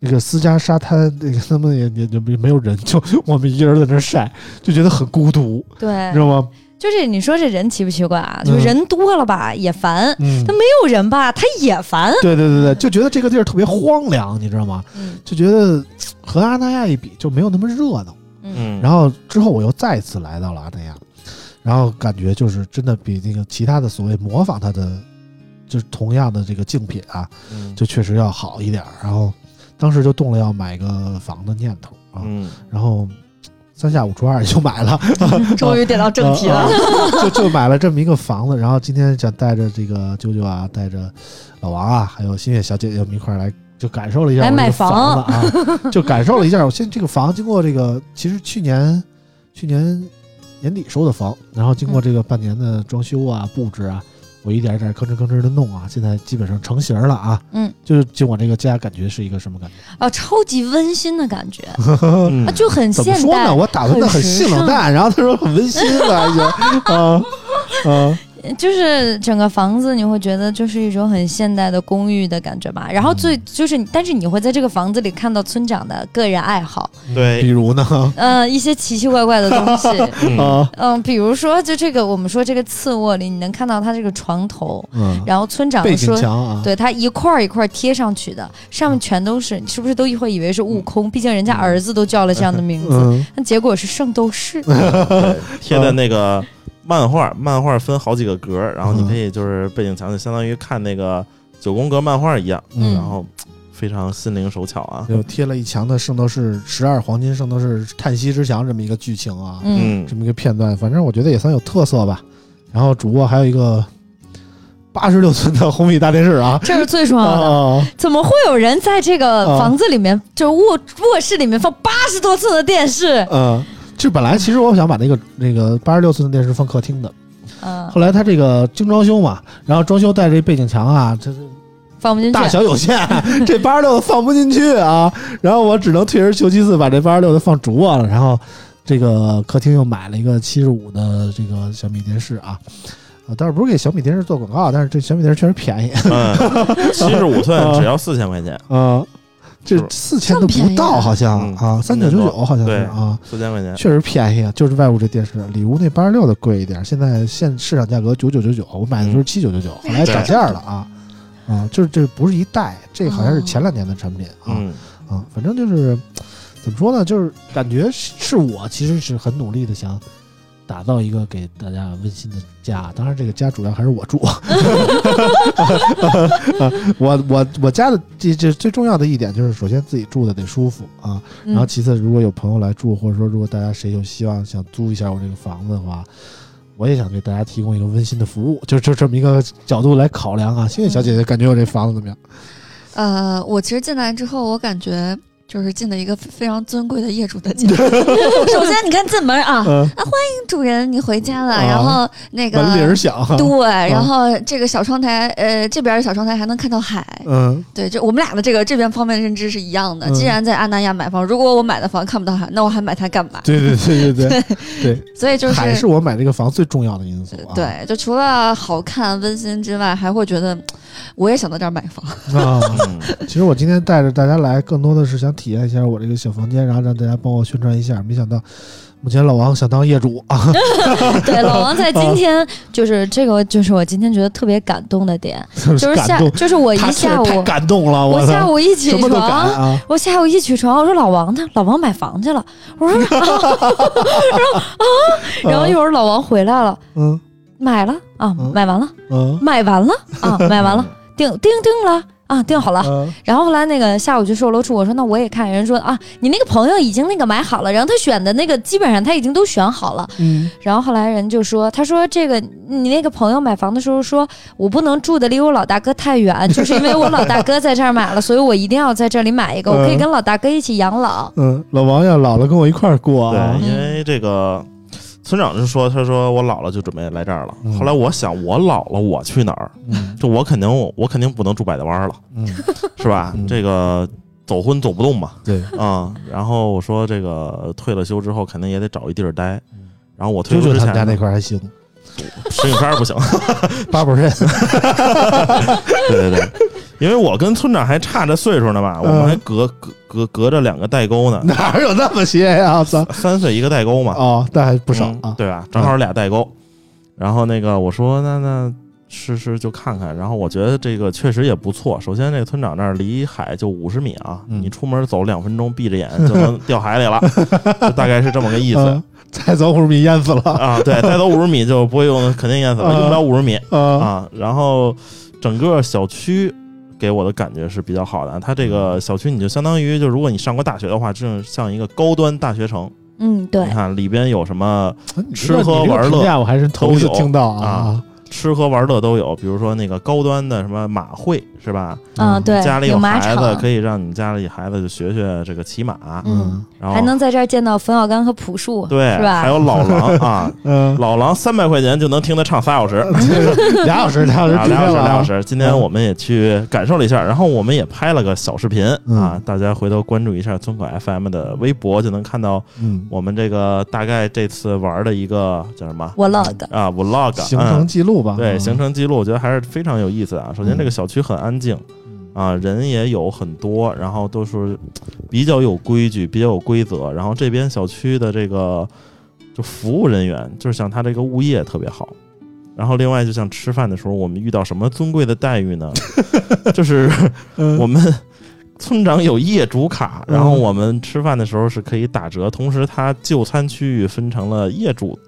[SPEAKER 3] 那个私家沙滩，那个他们也也就没没有人，就我们一个人在那儿晒，就觉得很孤独，
[SPEAKER 2] 对
[SPEAKER 3] 你知，道吗？
[SPEAKER 2] 就是你说这人奇不奇怪啊？
[SPEAKER 3] 嗯
[SPEAKER 2] 就是人多了吧也烦，没
[SPEAKER 3] 嗯，
[SPEAKER 2] 有人吧他
[SPEAKER 3] *laughs*
[SPEAKER 2] 也烦。
[SPEAKER 3] 对对对对，就觉得这个地儿特别荒凉，你知道吗？
[SPEAKER 2] 嗯
[SPEAKER 3] 就觉得和阿那亚一比就没有那么热闹。
[SPEAKER 4] 嗯，
[SPEAKER 3] 然后之后我又再次来到了阿那亚，然后感觉就是真的比那个其他的所谓模仿它的，就是同样的这个竞品啊，
[SPEAKER 4] 嗯
[SPEAKER 3] 就确实要好一点儿。然后当时就动了要买个房的念头啊。
[SPEAKER 4] 嗯，
[SPEAKER 3] 然后三下五除二也就买了，
[SPEAKER 5] 终于点到正题
[SPEAKER 3] 啊
[SPEAKER 5] 了。
[SPEAKER 3] 啊就就买了这么一个房子。然后今天想带着这个舅舅啊，带着老王啊，还有新月小姐姐，我们一块儿来就感受了一下
[SPEAKER 2] 来
[SPEAKER 3] 我这
[SPEAKER 2] 买
[SPEAKER 3] 个房子啊，就感受了一下。我现在这个房经过这个，其实去年去年年底收的房，然后
[SPEAKER 2] 嗯
[SPEAKER 3] 经过这个半年的装修啊、布置啊。我一点一点吭哧吭哧的弄啊，现在基本上成型了啊。
[SPEAKER 2] 嗯，
[SPEAKER 3] 就是就我这个家，感觉是一个什么感觉？
[SPEAKER 2] 啊，超级温馨的感觉，
[SPEAKER 4] 嗯
[SPEAKER 3] 呃
[SPEAKER 2] 啊，就很
[SPEAKER 3] 怎么
[SPEAKER 2] 现
[SPEAKER 3] 说
[SPEAKER 2] 代
[SPEAKER 3] 呢？。我打扮的很性冷淡，然后他说很温馨了，已经啊啊，
[SPEAKER 2] 就是整个房子你会觉得就是一种很现代的公寓的感觉吧。然后最
[SPEAKER 3] 嗯
[SPEAKER 2] 就是你，但是你会在这个房子里看到村长的个人爱好，
[SPEAKER 3] 比
[SPEAKER 4] 对，
[SPEAKER 3] 如呢
[SPEAKER 2] 嗯、一些奇奇怪怪的
[SPEAKER 3] *laughs*
[SPEAKER 2] 东西，
[SPEAKER 4] 嗯
[SPEAKER 3] 啊
[SPEAKER 2] 嗯、比如说就这个我们说这个次卧里，你能看到他这个床头，
[SPEAKER 3] 嗯，
[SPEAKER 2] 然后村长
[SPEAKER 3] 背景
[SPEAKER 2] 说。
[SPEAKER 3] 墙啊，
[SPEAKER 2] 对他一块儿一块儿贴上去的，上面全都是，你是不是都会以为是悟空？毕竟人家儿子都叫了这样的名字，
[SPEAKER 3] 嗯，
[SPEAKER 2] 但结果是圣斗士。
[SPEAKER 4] 对贴的那
[SPEAKER 3] 呃
[SPEAKER 4] 个漫画，漫画分好几个格儿，然
[SPEAKER 3] 嗯
[SPEAKER 4] 后你可以就是背景墙，就相当于看那个九宫格漫画一样，
[SPEAKER 3] 嗯
[SPEAKER 4] 然后非常心灵手巧啊，
[SPEAKER 3] 又贴了一墙的圣斗士十二黄金圣斗士叹息之墙这么一个剧情啊，
[SPEAKER 2] 嗯，
[SPEAKER 4] 嗯
[SPEAKER 3] 这么一个片段，反正我觉得也算有特色吧。然后主卧还有一个八十六寸的红米大电视啊，
[SPEAKER 2] 这是最重
[SPEAKER 3] 啊
[SPEAKER 2] 要的。
[SPEAKER 3] 啊
[SPEAKER 2] 怎么会有人在这个房子里面，就是卧卧室里面放八十多寸的电视？
[SPEAKER 3] 嗯。这本来其实我想把那个那个八十六寸的电视放客厅的，
[SPEAKER 2] 嗯，
[SPEAKER 3] 后来他这个精装修嘛，然后装修带这背景墙啊，这这
[SPEAKER 2] 放不进去。
[SPEAKER 3] 大小有限， *laughs* 这八十六的放不进去啊。然后我只能退而求其次，把这八十六的放主卧了。然后这个客厅又买了一个七十五的这个小米电视啊。啊，倒是不是给小米电视做广告，但是这小米电视确实便宜， *laughs*
[SPEAKER 4] 嗯，七十五
[SPEAKER 3] 啊
[SPEAKER 4] 寸只要四千块钱，
[SPEAKER 3] 嗯， *laughs* 这
[SPEAKER 4] 是
[SPEAKER 3] 四千都不到，好像
[SPEAKER 4] 嗯
[SPEAKER 3] 啊，三九九九好像是
[SPEAKER 4] 对
[SPEAKER 3] 啊，
[SPEAKER 4] 四千块钱，
[SPEAKER 3] 确实便宜啊，就是外屋这电视，里屋那八十六的贵一点，现在现市场价格九九九九，我买的
[SPEAKER 4] 嗯
[SPEAKER 3] 就是七九九九，后来涨价了啊，啊，就是这不是一代，这好像是前两年的产品啊，
[SPEAKER 4] 嗯
[SPEAKER 3] 啊，反正就是怎么说呢，就是感觉是是我其实是很努力的想打造一个给大家温馨的家，当然这个家主要还是我住， *laughs* 我我我家的这这最重要的一点就是，首先自己住的得舒服啊，然后
[SPEAKER 2] 嗯
[SPEAKER 3] 其次如果有朋友来住，或者说如果大家谁有希望想租一下我这个房子的话。我也想给大家提供一个温馨的服务，就就这么一个角度来考量啊。谢谢小姐姐，感觉我这房子怎么样？
[SPEAKER 5] 呃，我其实进来之后，我感觉就是进了一个非非常尊贵的业主
[SPEAKER 3] *laughs*
[SPEAKER 5] 的家。 *laughs* 首先，你看进门啊，
[SPEAKER 3] 嗯，
[SPEAKER 5] 主人你回家了，
[SPEAKER 3] 啊
[SPEAKER 5] 然后那
[SPEAKER 3] 门铃儿
[SPEAKER 5] 个。
[SPEAKER 3] 响，啊
[SPEAKER 5] 对，然后这个小窗台，呃，这边的小窗台还能看到海。
[SPEAKER 3] 嗯，
[SPEAKER 5] 对，就我们俩的这个这边方面认知是一样的。
[SPEAKER 3] 嗯
[SPEAKER 5] 既然在阿那亚买房，如果我买的房看不到海，那我还买它干嘛？
[SPEAKER 3] 对对对对 *laughs* 对对，
[SPEAKER 5] 所以就是
[SPEAKER 3] 海是我买这个房最重要的因素啊。
[SPEAKER 5] 对，就除了好看温馨之外，还会觉得嗯我也想在这儿买
[SPEAKER 3] *laughs*
[SPEAKER 5] 房。
[SPEAKER 3] *laughs* 啊，
[SPEAKER 4] 嗯，
[SPEAKER 3] 其实我今天带着大家来，更多的是想体验一下我这个小房间，然后让大家帮我宣传一下。没想到，目前老王想当业主啊，
[SPEAKER 2] 对，老王在今天就是这个，就是我今天觉得特别感动的点，
[SPEAKER 3] 就
[SPEAKER 2] 就是
[SPEAKER 3] 感
[SPEAKER 2] 下
[SPEAKER 3] 动，
[SPEAKER 2] 就是我
[SPEAKER 3] 他
[SPEAKER 2] 一
[SPEAKER 3] 确
[SPEAKER 2] 下
[SPEAKER 3] 实太
[SPEAKER 2] 午，
[SPEAKER 3] 感动了，
[SPEAKER 2] 我下
[SPEAKER 3] 操，
[SPEAKER 2] 午一
[SPEAKER 3] 什
[SPEAKER 2] 起
[SPEAKER 3] 么都敢
[SPEAKER 2] 床，
[SPEAKER 3] 啊！
[SPEAKER 2] 我下午一起床，我说老王呢？老王买房去了。我说
[SPEAKER 3] *laughs*
[SPEAKER 2] 啊，然后一会儿老王回来了，
[SPEAKER 3] 嗯
[SPEAKER 2] 买了啊
[SPEAKER 3] 嗯，
[SPEAKER 2] 买完了，
[SPEAKER 3] 嗯
[SPEAKER 2] 买完了
[SPEAKER 3] *laughs*
[SPEAKER 2] 啊，买完了，定定定了啊，定好了。
[SPEAKER 3] 嗯
[SPEAKER 2] 然后后来那个下午去售楼处，我说那我也看，人家说啊，你那个朋友已经那个买好了，然后他选的那个基本上他已经都选好了。
[SPEAKER 3] 嗯
[SPEAKER 2] 然后后来人就说，他说这个你那个朋友买房的时候说，我不能住的离我老大哥太远， *laughs* 就是因为我老大哥在这儿买了，所以我一定要在这里买一个，我可以
[SPEAKER 3] 嗯
[SPEAKER 2] 跟老大哥一起养老。
[SPEAKER 3] 嗯，老王要老了跟我一块儿过啊
[SPEAKER 4] 对，，因为这个村长就说，他说我老了就准备来这儿了
[SPEAKER 3] 嗯。
[SPEAKER 4] 后来我想，我老了我去哪儿？
[SPEAKER 3] 嗯
[SPEAKER 4] 就我肯定我肯定不能住百家湾
[SPEAKER 3] *laughs*
[SPEAKER 4] 了，
[SPEAKER 3] 嗯，
[SPEAKER 4] 是吧
[SPEAKER 3] 嗯？
[SPEAKER 4] 这个走婚走不动嘛，
[SPEAKER 3] 对，
[SPEAKER 4] 啊、然后我说这个退了休之后肯定也得找一地儿待
[SPEAKER 3] 嗯。
[SPEAKER 4] 然后我退
[SPEAKER 3] 舅
[SPEAKER 4] 休
[SPEAKER 3] 舅
[SPEAKER 4] 之
[SPEAKER 3] 他们
[SPEAKER 4] 前
[SPEAKER 3] 家那
[SPEAKER 4] 呢，
[SPEAKER 3] 块儿还行，
[SPEAKER 4] 石景山不
[SPEAKER 3] *laughs*
[SPEAKER 4] 行，
[SPEAKER 3] 八宝镇，
[SPEAKER 4] 对对对，因为我跟村长还差着岁数呢嘛，我们还
[SPEAKER 3] 嗯
[SPEAKER 4] 隔隔隔隔着两个代沟
[SPEAKER 3] *laughs*
[SPEAKER 4] 呢，
[SPEAKER 3] 哪有那么些呀？ *laughs* 我操！
[SPEAKER 4] 三岁一个代沟嘛，
[SPEAKER 3] 哦，那还不
[SPEAKER 4] 不
[SPEAKER 3] 少啊。
[SPEAKER 4] 嗯对吧？正好俩代沟。然后那个我说那那是是就看看，然后我觉得这个确实也不错。首先，这个村长那儿离海就五十米啊，
[SPEAKER 3] 嗯
[SPEAKER 4] 你出门走两分钟，闭着眼就
[SPEAKER 3] *laughs*
[SPEAKER 4] 能掉海里了，就大概是这么个意思
[SPEAKER 3] 嗯，再走五十米淹死了
[SPEAKER 4] 啊。对，再走五十米就不会用，肯定淹
[SPEAKER 3] 嗯
[SPEAKER 4] 死了，用不了五十米
[SPEAKER 3] 啊！
[SPEAKER 4] 啊。然后整个小区。给我的感觉是比较好的，它这个小区你就相当于就如果你上过大学的话，这像一个高端大学城。
[SPEAKER 2] 嗯，对
[SPEAKER 4] 你，看里边有什么
[SPEAKER 3] 你
[SPEAKER 4] 吃
[SPEAKER 3] 这个
[SPEAKER 4] 喝
[SPEAKER 3] 你这个
[SPEAKER 4] 玩乐
[SPEAKER 3] 评价我还是头一次
[SPEAKER 4] 都有
[SPEAKER 3] 听到
[SPEAKER 4] 啊
[SPEAKER 3] 啊。
[SPEAKER 4] 吃喝玩乐都有，比如说那个高端的什么马会是吧？
[SPEAKER 2] 嗯，对，
[SPEAKER 4] 家里
[SPEAKER 2] 有马
[SPEAKER 4] 孩子
[SPEAKER 2] 场
[SPEAKER 4] 可，以让你家里孩子就学学这个骑马，
[SPEAKER 2] 嗯，
[SPEAKER 4] 然后
[SPEAKER 2] 还能在这儿见到冯小刚和朴树，
[SPEAKER 4] 哦对，
[SPEAKER 2] 是吧
[SPEAKER 4] 还有老狼啊， *laughs*
[SPEAKER 3] 嗯， *laughs*
[SPEAKER 4] 老狼三百块钱就能听他唱仨小时，啊，
[SPEAKER 3] 对俩小时，俩小时
[SPEAKER 4] 俩
[SPEAKER 3] 直接
[SPEAKER 4] 小时
[SPEAKER 3] 了啊
[SPEAKER 4] 俩小时。今天我们也去感受了一下，然后我们也拍了个小视频
[SPEAKER 3] 嗯
[SPEAKER 4] 啊，大家回头关注一下村口 FM 的微博，就能看到
[SPEAKER 3] 嗯，
[SPEAKER 4] 我们这个大概这次玩的一个叫什么
[SPEAKER 2] vlog，
[SPEAKER 4] 啊 vlog
[SPEAKER 3] 行
[SPEAKER 4] 嗯
[SPEAKER 3] 程记录吧。
[SPEAKER 4] 对
[SPEAKER 3] 嗯
[SPEAKER 4] 行。程记录，我觉得还是非常有意思的啊。首先，这个小区很安静
[SPEAKER 3] 嗯
[SPEAKER 4] 啊，人也有很多，然后都是比较有规矩、比较有规则。然后这边小区的这个就服务人员，就是像他这个物业特别好。然后，另外就像吃饭的时候，我们遇到什么尊贵的待遇呢？ *laughs* 就是
[SPEAKER 3] 嗯
[SPEAKER 4] 我们村长有业主卡，
[SPEAKER 3] 嗯
[SPEAKER 4] 然后我们吃饭的时候是可以打折，同时他就餐区域分成了业主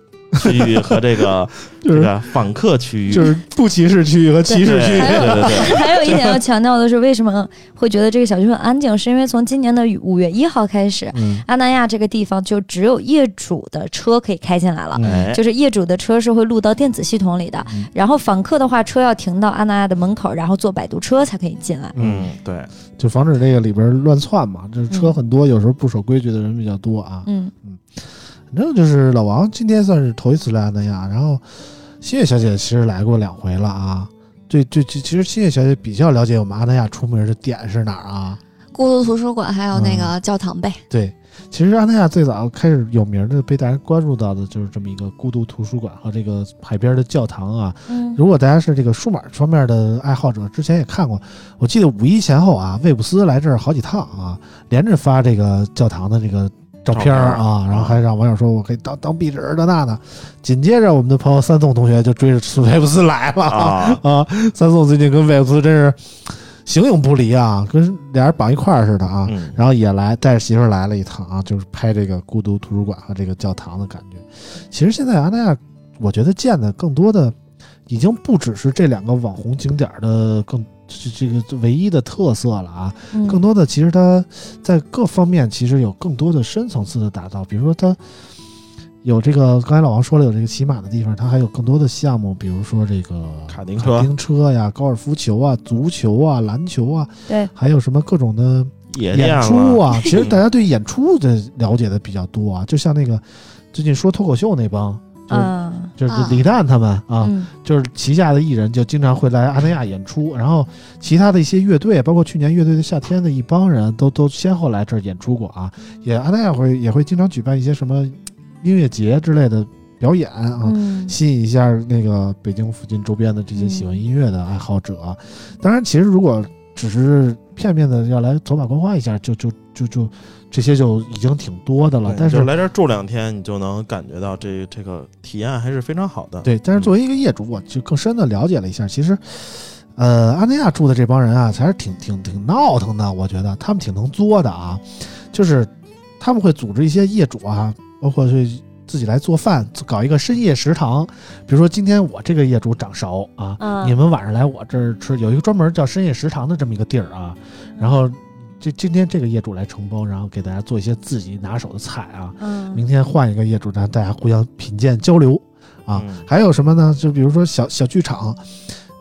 [SPEAKER 4] 区
[SPEAKER 3] *laughs*
[SPEAKER 4] 域和这个
[SPEAKER 3] 就
[SPEAKER 4] 这
[SPEAKER 3] 是
[SPEAKER 4] 个访客区域，
[SPEAKER 3] 就是不歧视区域和歧视区
[SPEAKER 4] 对
[SPEAKER 3] 域。
[SPEAKER 4] 对对
[SPEAKER 2] *laughs*
[SPEAKER 4] 对，
[SPEAKER 2] 还有一点要强调的是，为什么会觉得这个小区很安静，是因为从今年的五月一号开始，
[SPEAKER 3] 嗯
[SPEAKER 2] 阿那亚这个地方就只有业主的车可以开进来了。
[SPEAKER 4] 哎，
[SPEAKER 2] 就是业主的车是会录到电子系统里的，
[SPEAKER 3] 嗯
[SPEAKER 2] 然后访客的话，车要停到阿那亚的门口，然后坐摆渡车才可以进来。
[SPEAKER 4] 嗯，对，
[SPEAKER 3] 就防止这个里边乱窜嘛，就是车很多，有时候不守规矩的人比较多啊。
[SPEAKER 2] 嗯，
[SPEAKER 3] 反正就是老王今天算是头一次来安南亚，然后谢谢小姐其实来过两回了啊。对对，其其实谢谢小姐比较了解我们阿那亚出名的点是哪儿啊？
[SPEAKER 5] 孤独图书馆还有那个教堂呗，
[SPEAKER 3] 对，其实阿那亚最早开始有名的被大家关注到的就是这么一个孤独图书馆和这个海边的教堂啊。
[SPEAKER 2] 嗯
[SPEAKER 3] 如果大家是这个数码方面的爱好者，之前也看过，我记得五一前后啊，魏布斯来这儿好几趟啊，连着发这个教堂的这个照片儿
[SPEAKER 4] 照
[SPEAKER 3] 啊，然后还让网友说我可以当当壁纸儿的那呢。紧接着我们的朋友三宋同学就追着魏布斯来了
[SPEAKER 4] 啊
[SPEAKER 3] *laughs* 啊！三宋最近跟魏布斯真是形影不离啊，跟俩人绑一块儿似的啊。
[SPEAKER 4] 嗯，
[SPEAKER 3] 然后也来带着媳妇儿来了一趟啊，就是拍这个孤独图书馆和这个教堂的感觉。其实现在阿那亚，我觉得建的更多的已经不只是这两个网红景点儿的更这这个唯一的特色了啊，
[SPEAKER 2] 嗯
[SPEAKER 3] 更多的其实它在各方面其实有更多的深层次的打造，比如说它。有这个，刚才老王说了，有这个骑马的地方，它还有更多的项目，比如说这个
[SPEAKER 4] 卡丁车
[SPEAKER 3] 丁车呀、高尔夫球啊、足球啊、篮球啊，
[SPEAKER 2] 对，
[SPEAKER 3] 还有什么各种的
[SPEAKER 4] 也
[SPEAKER 3] 演出
[SPEAKER 4] 啊，
[SPEAKER 3] 啊。其实
[SPEAKER 4] 嗯
[SPEAKER 3] 大家对演出的了解的比较多啊，就像那个最近说脱口秀那帮，就是
[SPEAKER 2] 嗯
[SPEAKER 3] 就是
[SPEAKER 5] 啊
[SPEAKER 3] 李诞他们啊，
[SPEAKER 2] 嗯
[SPEAKER 3] 就是旗下的艺人就经常会来阿那亚演出，然后其他的一些乐队，包括去年乐队的夏天的一帮人都都先后来这儿演出过啊，也阿那亚会也会经常举办一些什么音乐节之类的表演啊，
[SPEAKER 2] 嗯
[SPEAKER 3] 吸引一下那个北京附近周边的这些喜欢音乐的爱好者啊。当然，其实如果只是片面的要来走马观花一下，就就就就这些就已经挺多的了
[SPEAKER 4] 对，
[SPEAKER 3] 但。
[SPEAKER 4] *laughs* 就是来这儿住两天，你就能感觉到这这个体验还是非常好的。
[SPEAKER 3] 对，但是作为一个业主，我就更深的了解了一下，其实，呃，安那亚住的这帮人啊，还是挺挺挺闹腾的。我觉得他们挺能作的啊，就是他们会组织一些业主啊，包括是自己来做饭，搞一个深夜食堂。比如说今天我这个业主掌勺啊，
[SPEAKER 2] 嗯
[SPEAKER 3] 你们晚上来我这儿吃，有一个专门叫深夜食堂的这么一个地儿啊，
[SPEAKER 2] 嗯
[SPEAKER 3] 然后。这今天这个业主来承包，然后给大家做一些自己拿手的菜啊，
[SPEAKER 2] 嗯
[SPEAKER 3] 明天换一个业主，让大家互相品鉴交流啊。
[SPEAKER 4] 嗯
[SPEAKER 3] 还有什么呢？就比如说小小剧场，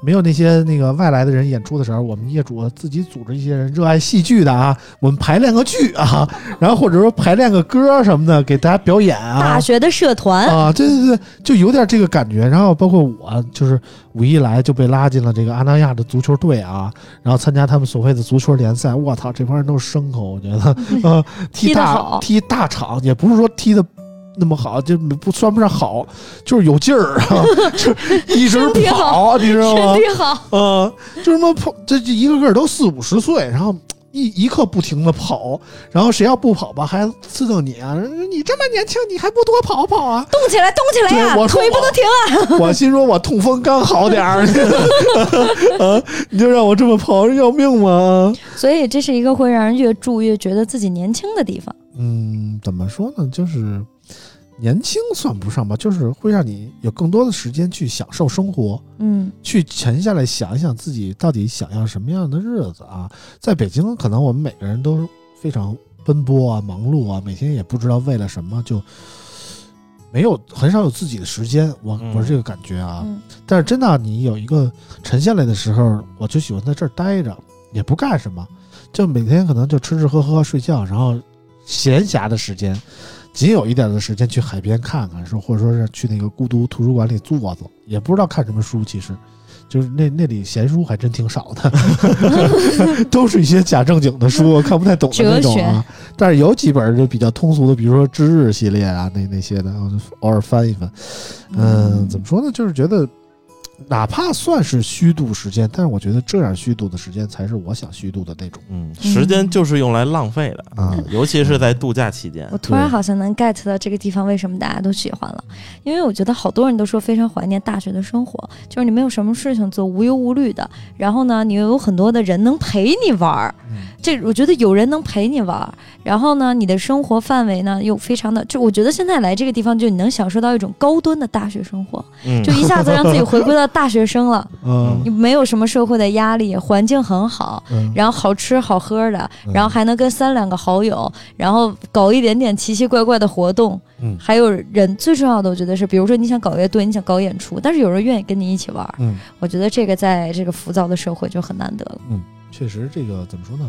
[SPEAKER 3] 没有那些那个外来的人演出的时候，我们业主自己组织一些人热爱戏剧的啊，我们排练个剧啊，然后或者说排练个歌什么的，给大家表演啊
[SPEAKER 2] 大。学的社团，
[SPEAKER 3] 啊，对对对，就有点这个感觉。然后包括我，就是五一来就被拉进了这个阿那亚的足球队啊，然后参加他们所谓的足球联赛。我操，这帮人都是牲口，我觉
[SPEAKER 2] *laughs*
[SPEAKER 3] 得，呃，踢
[SPEAKER 2] 踢得
[SPEAKER 3] 大
[SPEAKER 2] 好
[SPEAKER 3] 踢大场也不是说踢的。那么好，就不算不上好，就是有劲儿啊， *laughs*
[SPEAKER 2] *laughs*
[SPEAKER 3] 就一直
[SPEAKER 2] 身体
[SPEAKER 3] 跑，你知道吗
[SPEAKER 2] 身？体好，
[SPEAKER 3] 呃，就什么跑，这这一个个都四五十岁，然后一一刻不停的跑，然后谁要不跑吧，还刺瞪你啊！你这么年轻，你还不多跑跑啊？
[SPEAKER 2] 动起来，动起来呀
[SPEAKER 3] 对我，说
[SPEAKER 2] 腿不能停啊！ *laughs*
[SPEAKER 3] 我心说，我痛风刚好点儿，啊，你就让我这么跑，要命吗？
[SPEAKER 2] 所以这是一个会让人越住越觉得自己年轻的地方。
[SPEAKER 3] 嗯，怎么说呢？就是年轻算不上吧，就是会让你有更多的时间去享受生活。
[SPEAKER 2] 嗯
[SPEAKER 3] 去沉下来想一想自己到底想要什么样的日子啊。在北京，可能我们每个人都非常奔波啊、忙碌啊，每天也不知道为了什么，就没有很少有自己的时间。我
[SPEAKER 4] 嗯
[SPEAKER 3] 我是这个感觉啊。
[SPEAKER 2] 嗯
[SPEAKER 3] 但是真的啊、你有一个沉下来的时候，我就喜欢在这儿待着，也不干什么，就每天可能就吃吃喝喝、睡觉，然后闲暇的时间。仅有一点的时间去海边看看，说或者说是去那个孤独图书馆里坐坐，也不知道看什么书，其实就是那那里闲书还真挺少的， *laughs* 都是一些假正经的书，我看不太懂的那种啊。但是有几本就比较通俗的，比如说《知日》系列啊，那那些的，我就偶尔翻一翻。嗯，怎么说呢？就是觉得，哪怕算是虚度时间，但是我觉得这样虚度的时间才是我想虚度的那种
[SPEAKER 4] 嗯，时间就是用来浪费的，
[SPEAKER 3] 啊。
[SPEAKER 4] 尤其是在度假期间
[SPEAKER 2] 我。突然
[SPEAKER 3] 对
[SPEAKER 2] 好像能 get 到这个地方为什么大家都喜欢了，因为我觉得好多人都说非常怀念大学的生活，就是你没有什么事情做，无忧无虑的，然后呢，你又有很多的人能陪你玩儿，这我觉得有人能陪你玩儿，然后呢，你的生活范围呢又非常的，就我觉得现在来这个地方，就你能享受到一种高端的大学生活，
[SPEAKER 4] 嗯
[SPEAKER 2] 就，一下子让自己回归到大学生了， *laughs*
[SPEAKER 3] 嗯
[SPEAKER 2] 你没有什么社会的压力，环境很好，
[SPEAKER 3] 嗯，
[SPEAKER 2] 然后好吃好喝的，
[SPEAKER 3] 嗯
[SPEAKER 2] 然后还能跟三两个好友，然后搞一点点奇奇怪怪的活动，
[SPEAKER 3] 嗯
[SPEAKER 2] 还有人最重要的，我觉得是，比如说你想搞乐队，你想搞演出，但是有人愿意跟你一起玩儿，
[SPEAKER 3] 嗯
[SPEAKER 2] 我觉得这个在这个浮躁的社会就很难得了。
[SPEAKER 3] 确实，这个怎么说呢？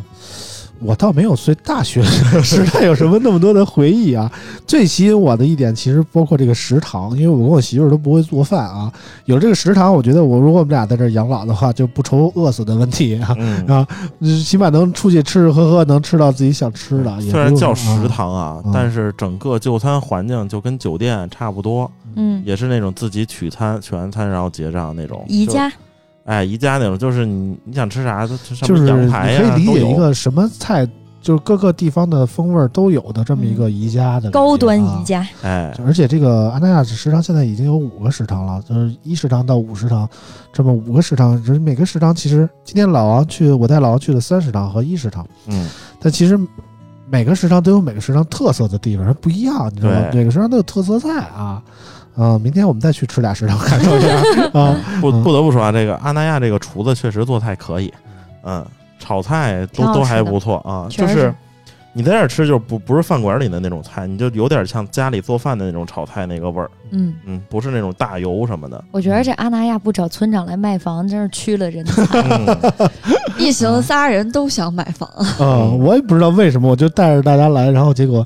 [SPEAKER 3] 我倒没有对大学
[SPEAKER 4] *laughs*
[SPEAKER 3] 时代有什么那么多的回忆啊。最吸引我的一点，其实包括这个食堂，因为我跟我媳妇儿都不会做饭啊。有这个食堂，我觉得我如果我们俩在这儿养老的话，就不愁饿死的问题啊。 *laughs*
[SPEAKER 4] 嗯
[SPEAKER 3] 啊起码能出去吃吃喝喝，能吃到自己想吃的。也
[SPEAKER 4] 嗯虽然
[SPEAKER 3] 不用
[SPEAKER 4] 叫
[SPEAKER 3] 啊
[SPEAKER 4] 食堂啊
[SPEAKER 3] 嗯，
[SPEAKER 4] 但是整个就餐环境就跟酒店差不多，
[SPEAKER 2] 嗯，
[SPEAKER 4] 也是那种自己取餐、取完餐然后结账那种。
[SPEAKER 2] 宜
[SPEAKER 4] 就，
[SPEAKER 2] 家，
[SPEAKER 4] 哎，宜家那种，就是你你想吃啥，就上
[SPEAKER 3] 就是
[SPEAKER 4] 面
[SPEAKER 3] 你
[SPEAKER 4] 羊排呀
[SPEAKER 3] 可以理
[SPEAKER 4] 啊都
[SPEAKER 3] 解一
[SPEAKER 4] 有。
[SPEAKER 3] 个什么菜，就是各个地方的风味儿都有的这么一个宜家的、
[SPEAKER 2] 嗯
[SPEAKER 3] 啊
[SPEAKER 2] 高端宜。家，
[SPEAKER 4] 哎，
[SPEAKER 3] 而且这个安那亚食堂现在已经有五个食堂了，就是一食堂到五食堂，这么五个食堂，就是每个食堂其实今天老王去，我带老王去了三食堂和一食堂，
[SPEAKER 4] 嗯，
[SPEAKER 3] 但其实每个食堂都有每个食堂特色的地方，它不一样，你知道吗？
[SPEAKER 4] 对
[SPEAKER 3] 每个食堂都有特色菜啊。啊、明天我们再去吃俩食堂看看
[SPEAKER 4] *laughs*
[SPEAKER 3] 啊，
[SPEAKER 4] 不
[SPEAKER 3] 嗯
[SPEAKER 4] 不得不说啊，这个阿那亚这个厨子确实做菜可以，嗯，炒菜
[SPEAKER 2] 挺
[SPEAKER 4] 都
[SPEAKER 2] 好
[SPEAKER 4] 都
[SPEAKER 2] 吃
[SPEAKER 4] 还
[SPEAKER 2] 的
[SPEAKER 4] 不错啊，
[SPEAKER 2] 确
[SPEAKER 4] 就
[SPEAKER 2] 实
[SPEAKER 4] 是
[SPEAKER 2] 是
[SPEAKER 4] 你在这儿吃就不不是饭馆里的那种菜，你就有点像家里做饭的那种炒菜那个味儿，
[SPEAKER 2] 嗯，
[SPEAKER 4] 嗯，不是那种大油什
[SPEAKER 2] *laughs*
[SPEAKER 4] 么的。
[SPEAKER 2] 我觉得这阿那亚不找村长来卖房，真是屈了人 *laughs* 才。
[SPEAKER 4] 嗯、
[SPEAKER 5] 一行仨人都想买房，
[SPEAKER 3] 嗯，我也不知道为什么，我就带着大家来，然后结果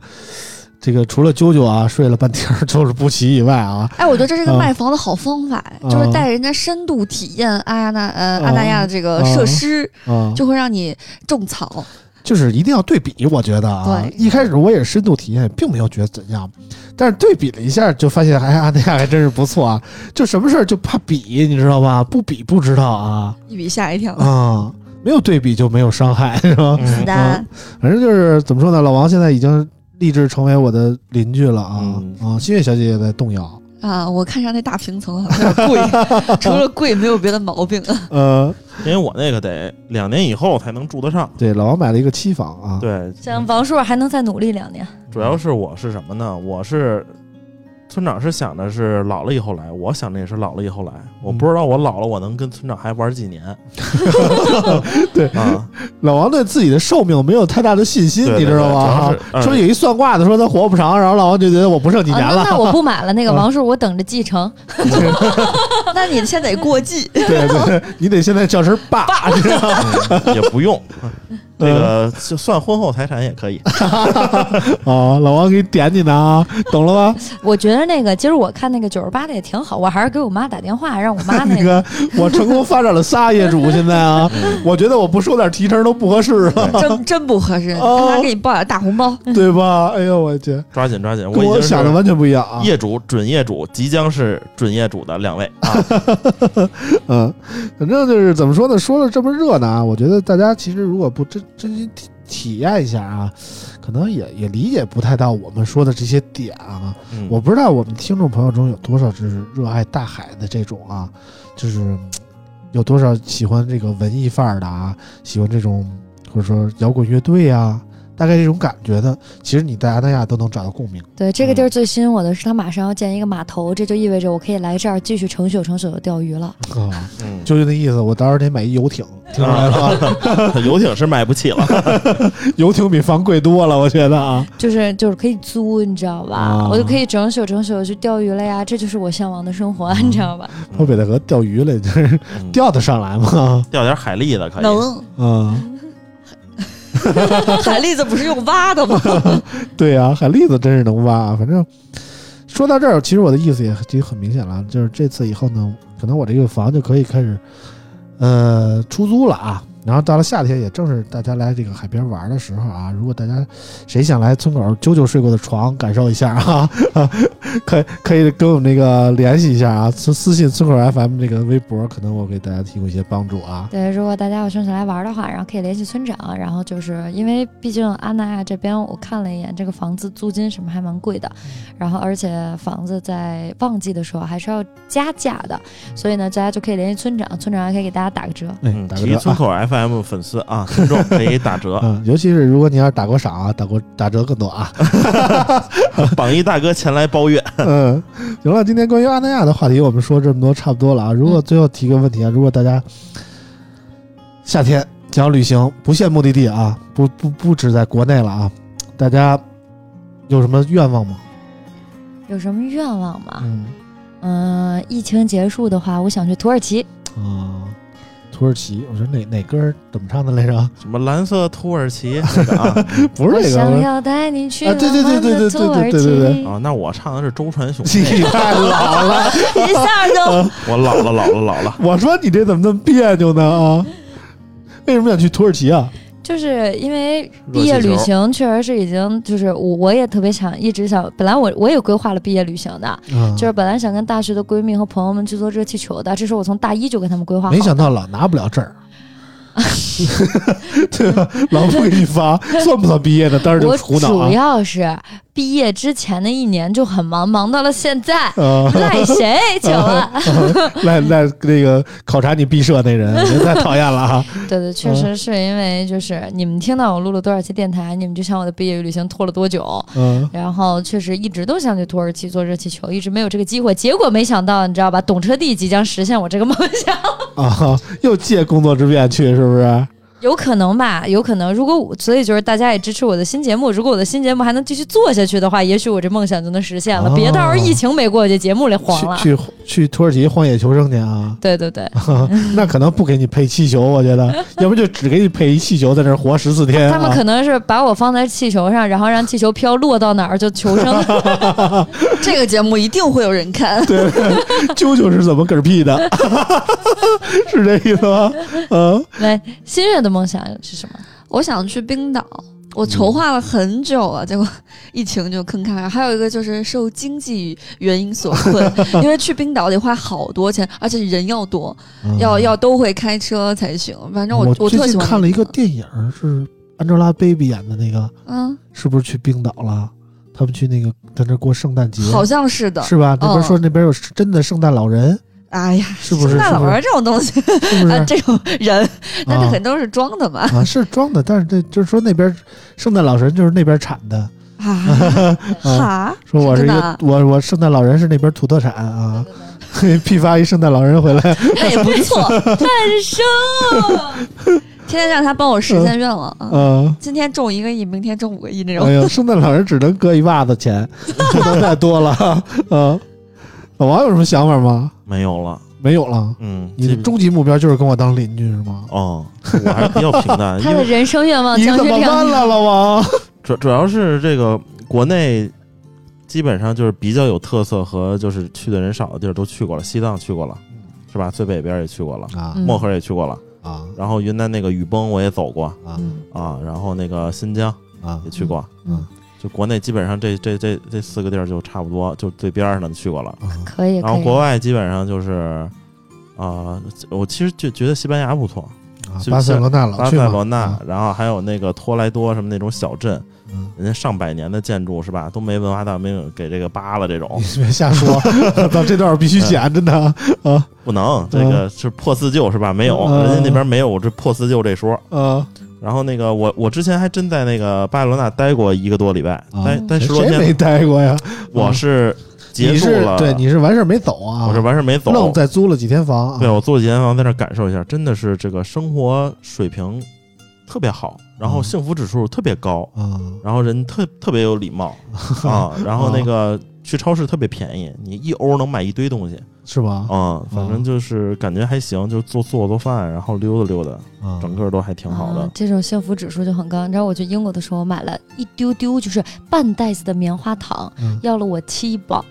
[SPEAKER 3] 这个除了啾啾啊睡了半天儿就是不起以外啊，
[SPEAKER 5] 哎，我觉得这是个
[SPEAKER 3] 嗯
[SPEAKER 5] 卖房的好方法，
[SPEAKER 3] 嗯
[SPEAKER 5] 就是带人家深度体验阿亚那呃
[SPEAKER 3] 嗯
[SPEAKER 5] 阿那亚的这个设施，
[SPEAKER 3] 啊、
[SPEAKER 5] 就会让你种草。
[SPEAKER 3] 就是一定要对比，我觉得啊
[SPEAKER 5] 对，
[SPEAKER 3] 一开始我也是深度体验，并没有觉得怎样，但是对比了一下，就发现哎呀，那还真是不错啊！就什么事儿就怕比，你知道吧？不比不知道啊
[SPEAKER 5] 一比吓一跳，
[SPEAKER 4] 嗯
[SPEAKER 3] 啊！没有对比就没有伤害，是吧？
[SPEAKER 5] 子弹
[SPEAKER 3] 反正就是怎么说呢，老王现在已经立志成为我的邻居了啊、
[SPEAKER 4] 嗯
[SPEAKER 3] 啊！新月小姐也在动摇，
[SPEAKER 5] 啊！我看上那大平层好像有点
[SPEAKER 3] *laughs*
[SPEAKER 5] 贵，除了贵没有别的毛病。
[SPEAKER 4] 嗯
[SPEAKER 3] 呃，
[SPEAKER 4] 因为我那个得两年以后才能住得上。
[SPEAKER 3] 对，老王买了一个期房啊，
[SPEAKER 4] 对，
[SPEAKER 2] 像王硕还能再努力两年，
[SPEAKER 4] 主要是我是什么呢？我是村长是想的是老了以后来，我想的也是老了以后来。我不知道我老了我能跟村长还玩几年。 *laughs*
[SPEAKER 3] 对
[SPEAKER 4] 啊，
[SPEAKER 3] 老王对自己的寿命没有太大的信心，
[SPEAKER 4] 对对
[SPEAKER 3] 你知道吗？啊
[SPEAKER 4] 对主要是嗯
[SPEAKER 3] 说有一算卦的说他活不长，然后老王就觉得我不剩几年
[SPEAKER 2] 啊
[SPEAKER 3] 了。
[SPEAKER 2] 那那我不买了，那个
[SPEAKER 3] 嗯
[SPEAKER 2] 王硕我等着
[SPEAKER 3] *laughs*
[SPEAKER 2] 继 *laughs* 承。
[SPEAKER 5] 那你先得过继，
[SPEAKER 3] 对对，你得现在叫声爸，你知道吗
[SPEAKER 4] 嗯 *laughs* 也不用，那
[SPEAKER 3] 嗯
[SPEAKER 4] 个就算婚后财产也可以。
[SPEAKER 3] *laughs* 啊，老王给你点你呢啊，懂了吗？
[SPEAKER 2] 我觉得那个今儿我看那个九十八的也挺好，我还是给我妈打电话让我妈那
[SPEAKER 3] 你 *laughs*
[SPEAKER 2] 个。
[SPEAKER 3] 看我成功发展了仨业主，现在啊，我觉得我不说点提成都不合适了，
[SPEAKER 5] 真真不合适。
[SPEAKER 3] 哦
[SPEAKER 5] 让他给你报点大红包，
[SPEAKER 3] 对吧？哎呦我去，
[SPEAKER 4] 抓紧抓紧，
[SPEAKER 3] 跟
[SPEAKER 4] 已
[SPEAKER 3] 我
[SPEAKER 4] 经
[SPEAKER 3] 想的
[SPEAKER 4] 是
[SPEAKER 3] 完全不一样啊。
[SPEAKER 4] 业主准业主，即将是准业主的两位啊。
[SPEAKER 3] 嗯，反正就是怎么说呢，说了这么热闹啊，我觉得大家其实如果不真真心体体验一下啊，可能也也理解不太到我们说的这些点啊。
[SPEAKER 4] 嗯
[SPEAKER 3] 我不知道我们听众朋友中有多少是热爱大海的这种啊，就是嗯有多少喜欢这个文艺范儿的啊，喜欢这种或者说摇滚乐队啊，大概这种感觉的，其实你在阿那亚都能找到共鸣。
[SPEAKER 2] 对，这个地儿最吸引我的是，它马上要建一个码头，这就意味着我可以来这儿继续成宿成宿的钓鱼了。
[SPEAKER 3] 啊、
[SPEAKER 4] 嗯，
[SPEAKER 3] 就就那意思，我到时候得买一游艇，听出
[SPEAKER 4] 啊
[SPEAKER 3] 来了吧？
[SPEAKER 4] 游艇是买不起了。
[SPEAKER 3] *laughs* 游艇比房贵多了，我觉得啊。
[SPEAKER 2] 就是就是可以租，你知道吧？
[SPEAKER 3] 啊
[SPEAKER 2] 我就可以整宿整宿地去钓鱼了呀，这就是我向往的生活，你知道吧？
[SPEAKER 3] 说北戴河钓鱼来，这是
[SPEAKER 4] 嗯
[SPEAKER 3] 钓得上来吗？
[SPEAKER 4] 钓点海蛎
[SPEAKER 3] 哎
[SPEAKER 4] 子可以。
[SPEAKER 5] 能
[SPEAKER 3] 嗯，
[SPEAKER 5] 海蛎子不是用挖的吗？ *laughs*
[SPEAKER 3] 对呀、海蛎子真是能挖。啊反正说到这儿，其实我的意思也已经很明显了，就是这次以后呢，可能我这个房就可以开始呃出租了啊。然后到了夏天，也正是大家来这个海边玩的时候啊。如果大家谁想来村口啾啾睡过的床感受一下啊， *laughs* 啊可以可以跟我们那个联系一下啊，私私信村口 FM 这个微博，可能我给大家提供一些帮助啊。
[SPEAKER 2] 对，如果大家有兴趣来玩的话，然后可以联系村长，然后就是因为毕竟阿那亚这边我看了一眼，这个房子租金什么还蛮贵的，
[SPEAKER 3] 嗯
[SPEAKER 2] 然后而且房子在旺季的时候还是要加价的，所以呢，大家就可以联系村长，村长还可以给大家打个折。
[SPEAKER 3] 哎
[SPEAKER 4] 嗯，，
[SPEAKER 3] 打个
[SPEAKER 4] 提
[SPEAKER 3] 折
[SPEAKER 4] 村
[SPEAKER 3] 啊。
[SPEAKER 4] 口 FM 粉丝啊，听众可以打折。
[SPEAKER 3] 嗯，尤其是如果你要是打过赏啊，打过打折更多啊。
[SPEAKER 4] 榜一大哥前来包月。
[SPEAKER 3] *laughs* 嗯，行了，今天关于阿那亚的话题我们说这么多差不多了啊。如果最后提个问题啊，如果大家夏天想要旅行，不限目的地啊，不不不止在国内了啊，大家有什么愿望吗？
[SPEAKER 2] 有什么愿望吗？
[SPEAKER 3] 嗯
[SPEAKER 2] 嗯、疫情结束的话，我想去土耳其。
[SPEAKER 3] 啊、土耳其，我说哪哪歌儿怎么唱的来着？
[SPEAKER 4] 什么蓝色土耳其那个啊
[SPEAKER 3] *laughs* 不是
[SPEAKER 2] 我
[SPEAKER 3] 那
[SPEAKER 2] 想
[SPEAKER 3] 个。
[SPEAKER 2] 要带你去
[SPEAKER 3] 啊对对对
[SPEAKER 2] 浪漫
[SPEAKER 3] 对
[SPEAKER 2] 的
[SPEAKER 3] 对
[SPEAKER 2] 土
[SPEAKER 3] 对对
[SPEAKER 2] 耳
[SPEAKER 3] 对对对，
[SPEAKER 2] 其
[SPEAKER 4] 啊？那我唱的是周传雄
[SPEAKER 3] 你太老了，
[SPEAKER 5] 一下
[SPEAKER 3] 嗯
[SPEAKER 5] 就
[SPEAKER 4] 我老了老了老了。
[SPEAKER 3] 我说你这怎么那么别扭呢啊？为什么想去土耳其啊？
[SPEAKER 2] 就是因为毕业旅
[SPEAKER 4] 热气
[SPEAKER 2] 行确实是已经就是我我也特别想一直想，本来我我也规划了毕业旅行的，
[SPEAKER 3] 嗯
[SPEAKER 2] 就是本来想跟大学的闺蜜和朋友们去坐热气球的，这是我从大一就跟他们规划好。
[SPEAKER 3] 没想到老拿不了证儿， *laughs* 对吧？
[SPEAKER 2] *laughs*
[SPEAKER 3] 老不给你发，算不算毕业呢？当时就
[SPEAKER 2] 我
[SPEAKER 3] 苦恼
[SPEAKER 2] 主
[SPEAKER 3] 啊。，
[SPEAKER 2] 要是毕业之前的一年就很忙，忙到了现在
[SPEAKER 3] 呃，
[SPEAKER 2] 赖谁？ *laughs* 请
[SPEAKER 3] *laughs*
[SPEAKER 2] 问？
[SPEAKER 3] 赖赖那个考察你毕设那人，太讨厌了啊！
[SPEAKER 2] 对对，确
[SPEAKER 3] 嗯
[SPEAKER 2] 实是因为就是你们听到我录了多少期电台，你们就想我的毕业旅行拖了
[SPEAKER 3] *laughs*
[SPEAKER 2] 多久。
[SPEAKER 3] 嗯，
[SPEAKER 2] 然后确实一直都想去土耳其坐热气球，一直没有这个机会。结果没想到，你知道吧？懂车帝即将实现我这个梦想。
[SPEAKER 3] 啊，又借工作之便去，是不是？
[SPEAKER 2] 有可能吧，有可能。如果我，所以就是大家也支持我的新节目，如果我的新节目还能继续做下去的话，也许我这梦想就能实现了。
[SPEAKER 3] 哦
[SPEAKER 2] 别到时候疫情没过去，节目里黄了。
[SPEAKER 3] 去去去土耳其荒野求生去啊！
[SPEAKER 2] 对对
[SPEAKER 4] *laughs*
[SPEAKER 2] 对，
[SPEAKER 3] 那可能不给你配气球，我觉得，要不就只给你配一气球，在那儿活十四天、啊。
[SPEAKER 2] 他们可能是把我放在气球上，然后让气球飘落到哪儿就求生。
[SPEAKER 4] *laughs*
[SPEAKER 5] 这个节目一定会有人看。
[SPEAKER 3] 啾啾是怎么嗝屁的？ *laughs* 是这意思吗？嗯，
[SPEAKER 2] 来，新月的梦想是什么？
[SPEAKER 5] 我想去冰岛，我
[SPEAKER 3] 嗯
[SPEAKER 5] 筹划了很久啊，结果 *laughs* 疫情就坑咔咔。还有一个就是受经济原因所困，因为去冰岛得花好多钱，而且人要多，要要都会开车才行。反正我
[SPEAKER 3] 嗯我最
[SPEAKER 5] 特喜
[SPEAKER 3] 近
[SPEAKER 5] 欢
[SPEAKER 3] 看了一个
[SPEAKER 5] 冰岛，
[SPEAKER 3] 电影，是 Angelababy 演的那个，
[SPEAKER 5] 嗯，
[SPEAKER 3] 是不是去冰岛了？他们去那个在那儿过圣诞节，
[SPEAKER 5] 好像是的。
[SPEAKER 3] 是吧？那边
[SPEAKER 5] 嗯
[SPEAKER 3] 说那边有真的圣诞老人，
[SPEAKER 5] 哎呀，
[SPEAKER 3] 是不是？
[SPEAKER 5] 那
[SPEAKER 3] 是
[SPEAKER 5] 老
[SPEAKER 3] 不
[SPEAKER 5] 玩
[SPEAKER 3] 是？
[SPEAKER 5] 这种东西
[SPEAKER 3] 是不
[SPEAKER 5] *laughs* 啊，
[SPEAKER 3] 是？
[SPEAKER 5] 这种人，那这
[SPEAKER 3] 啊
[SPEAKER 5] 肯定是装的嘛。
[SPEAKER 3] 啊，是装的，但是这就是说那边圣诞老人就是那边产的，啊
[SPEAKER 5] 啊哈，
[SPEAKER 3] 嗯说我是一
[SPEAKER 5] 真的
[SPEAKER 3] 个
[SPEAKER 5] 啊
[SPEAKER 3] 我我圣诞老人是那边土特产啊，批发一圣诞老人回来，
[SPEAKER 5] 那也不
[SPEAKER 3] *laughs*
[SPEAKER 5] 错，
[SPEAKER 2] 诞生，
[SPEAKER 5] 天天让他帮我实现愿望啊。
[SPEAKER 3] 嗯。
[SPEAKER 5] 今天中一个亿，明天中五个亿那种
[SPEAKER 3] 哎。呦，圣诞老人只能搁一袜子钱，不能再多了。嗯，老王有什么想法吗？
[SPEAKER 4] 没有了。
[SPEAKER 3] 没有了。
[SPEAKER 4] 嗯，
[SPEAKER 3] 你
[SPEAKER 4] 基
[SPEAKER 3] 的
[SPEAKER 4] 本
[SPEAKER 3] 终极目标就是跟我当邻居是吗？
[SPEAKER 4] 哦，我还是比较平淡，
[SPEAKER 2] 他
[SPEAKER 4] 因
[SPEAKER 2] 的
[SPEAKER 4] 为
[SPEAKER 2] 人生愿望
[SPEAKER 3] 你
[SPEAKER 2] 将
[SPEAKER 3] 怎
[SPEAKER 2] 哦是
[SPEAKER 3] 么办
[SPEAKER 2] 亮
[SPEAKER 3] 了，老王？
[SPEAKER 4] 主主要是这个国内基本上就是比较有特色和就是去的人少的地儿都去过了，西藏去过了，
[SPEAKER 3] 嗯
[SPEAKER 4] 是吧？最北边也去过了，
[SPEAKER 3] 啊
[SPEAKER 2] 嗯
[SPEAKER 4] 漠河也去过了，
[SPEAKER 3] 啊
[SPEAKER 4] 然后云南那个雨崩我也走过
[SPEAKER 3] 啊
[SPEAKER 2] 嗯
[SPEAKER 4] 啊，然后那个新疆
[SPEAKER 3] 啊
[SPEAKER 4] 也去过，
[SPEAKER 3] 嗯嗯，
[SPEAKER 4] 就国内基本上这这这这四个地儿就差不多，就最边上的去过了，
[SPEAKER 3] 啊！
[SPEAKER 2] 可以
[SPEAKER 4] 然
[SPEAKER 2] 可
[SPEAKER 4] 后国
[SPEAKER 2] 以。
[SPEAKER 4] 外基本上就是。啊、我其实就觉得西班牙不错，是
[SPEAKER 3] 啊巴塞罗那老
[SPEAKER 4] 巴
[SPEAKER 3] 去
[SPEAKER 4] 塞
[SPEAKER 3] 吗
[SPEAKER 4] 罗那，
[SPEAKER 3] 啊
[SPEAKER 4] 然后还有那个托莱多什么那种小镇，
[SPEAKER 3] 嗯
[SPEAKER 4] 人家上百年的建筑是吧，都没文化大革命给这个扒了这种
[SPEAKER 3] 你，别瞎说， *laughs* 到这段儿必须剪，真的啊
[SPEAKER 4] 不能，这个是破四旧是吧？没有，
[SPEAKER 3] 嗯
[SPEAKER 4] 人家那边没有这破四旧这说。
[SPEAKER 3] 啊！
[SPEAKER 4] 然后那个我我之前还真在那个巴塞罗那待过一个多礼拜，
[SPEAKER 3] 啊
[SPEAKER 4] 待待十多
[SPEAKER 3] 谁没
[SPEAKER 4] 天，
[SPEAKER 3] 待过呀？
[SPEAKER 4] 我是结
[SPEAKER 3] 你
[SPEAKER 4] 束
[SPEAKER 3] 是
[SPEAKER 4] 了，
[SPEAKER 3] 对，你是完事儿没走啊？
[SPEAKER 4] 我是完事没
[SPEAKER 3] 愣
[SPEAKER 4] 走，
[SPEAKER 3] 再租了几天房啊？
[SPEAKER 4] 对我做几间房在那儿感受一下，真的是这个生活水平特别好，然后
[SPEAKER 3] 嗯
[SPEAKER 4] 幸福指数特别高，
[SPEAKER 3] 啊
[SPEAKER 4] 然后人特特别有礼貌
[SPEAKER 3] *laughs*
[SPEAKER 4] 啊，然后那
[SPEAKER 3] 嗯
[SPEAKER 4] 个去超市特别便宜，你一欧能买一堆东西
[SPEAKER 3] 是吧？
[SPEAKER 4] 啊，反正就是感觉还行，就做做做饭，然后溜达溜达，
[SPEAKER 3] 啊
[SPEAKER 4] 整个都还挺好
[SPEAKER 2] 啊
[SPEAKER 4] 的。
[SPEAKER 2] 这种幸福指数就很高。你知道我去英国的时候，我买了一丢丢，就是半袋子的棉花糖，
[SPEAKER 3] 嗯
[SPEAKER 2] 要了我七磅。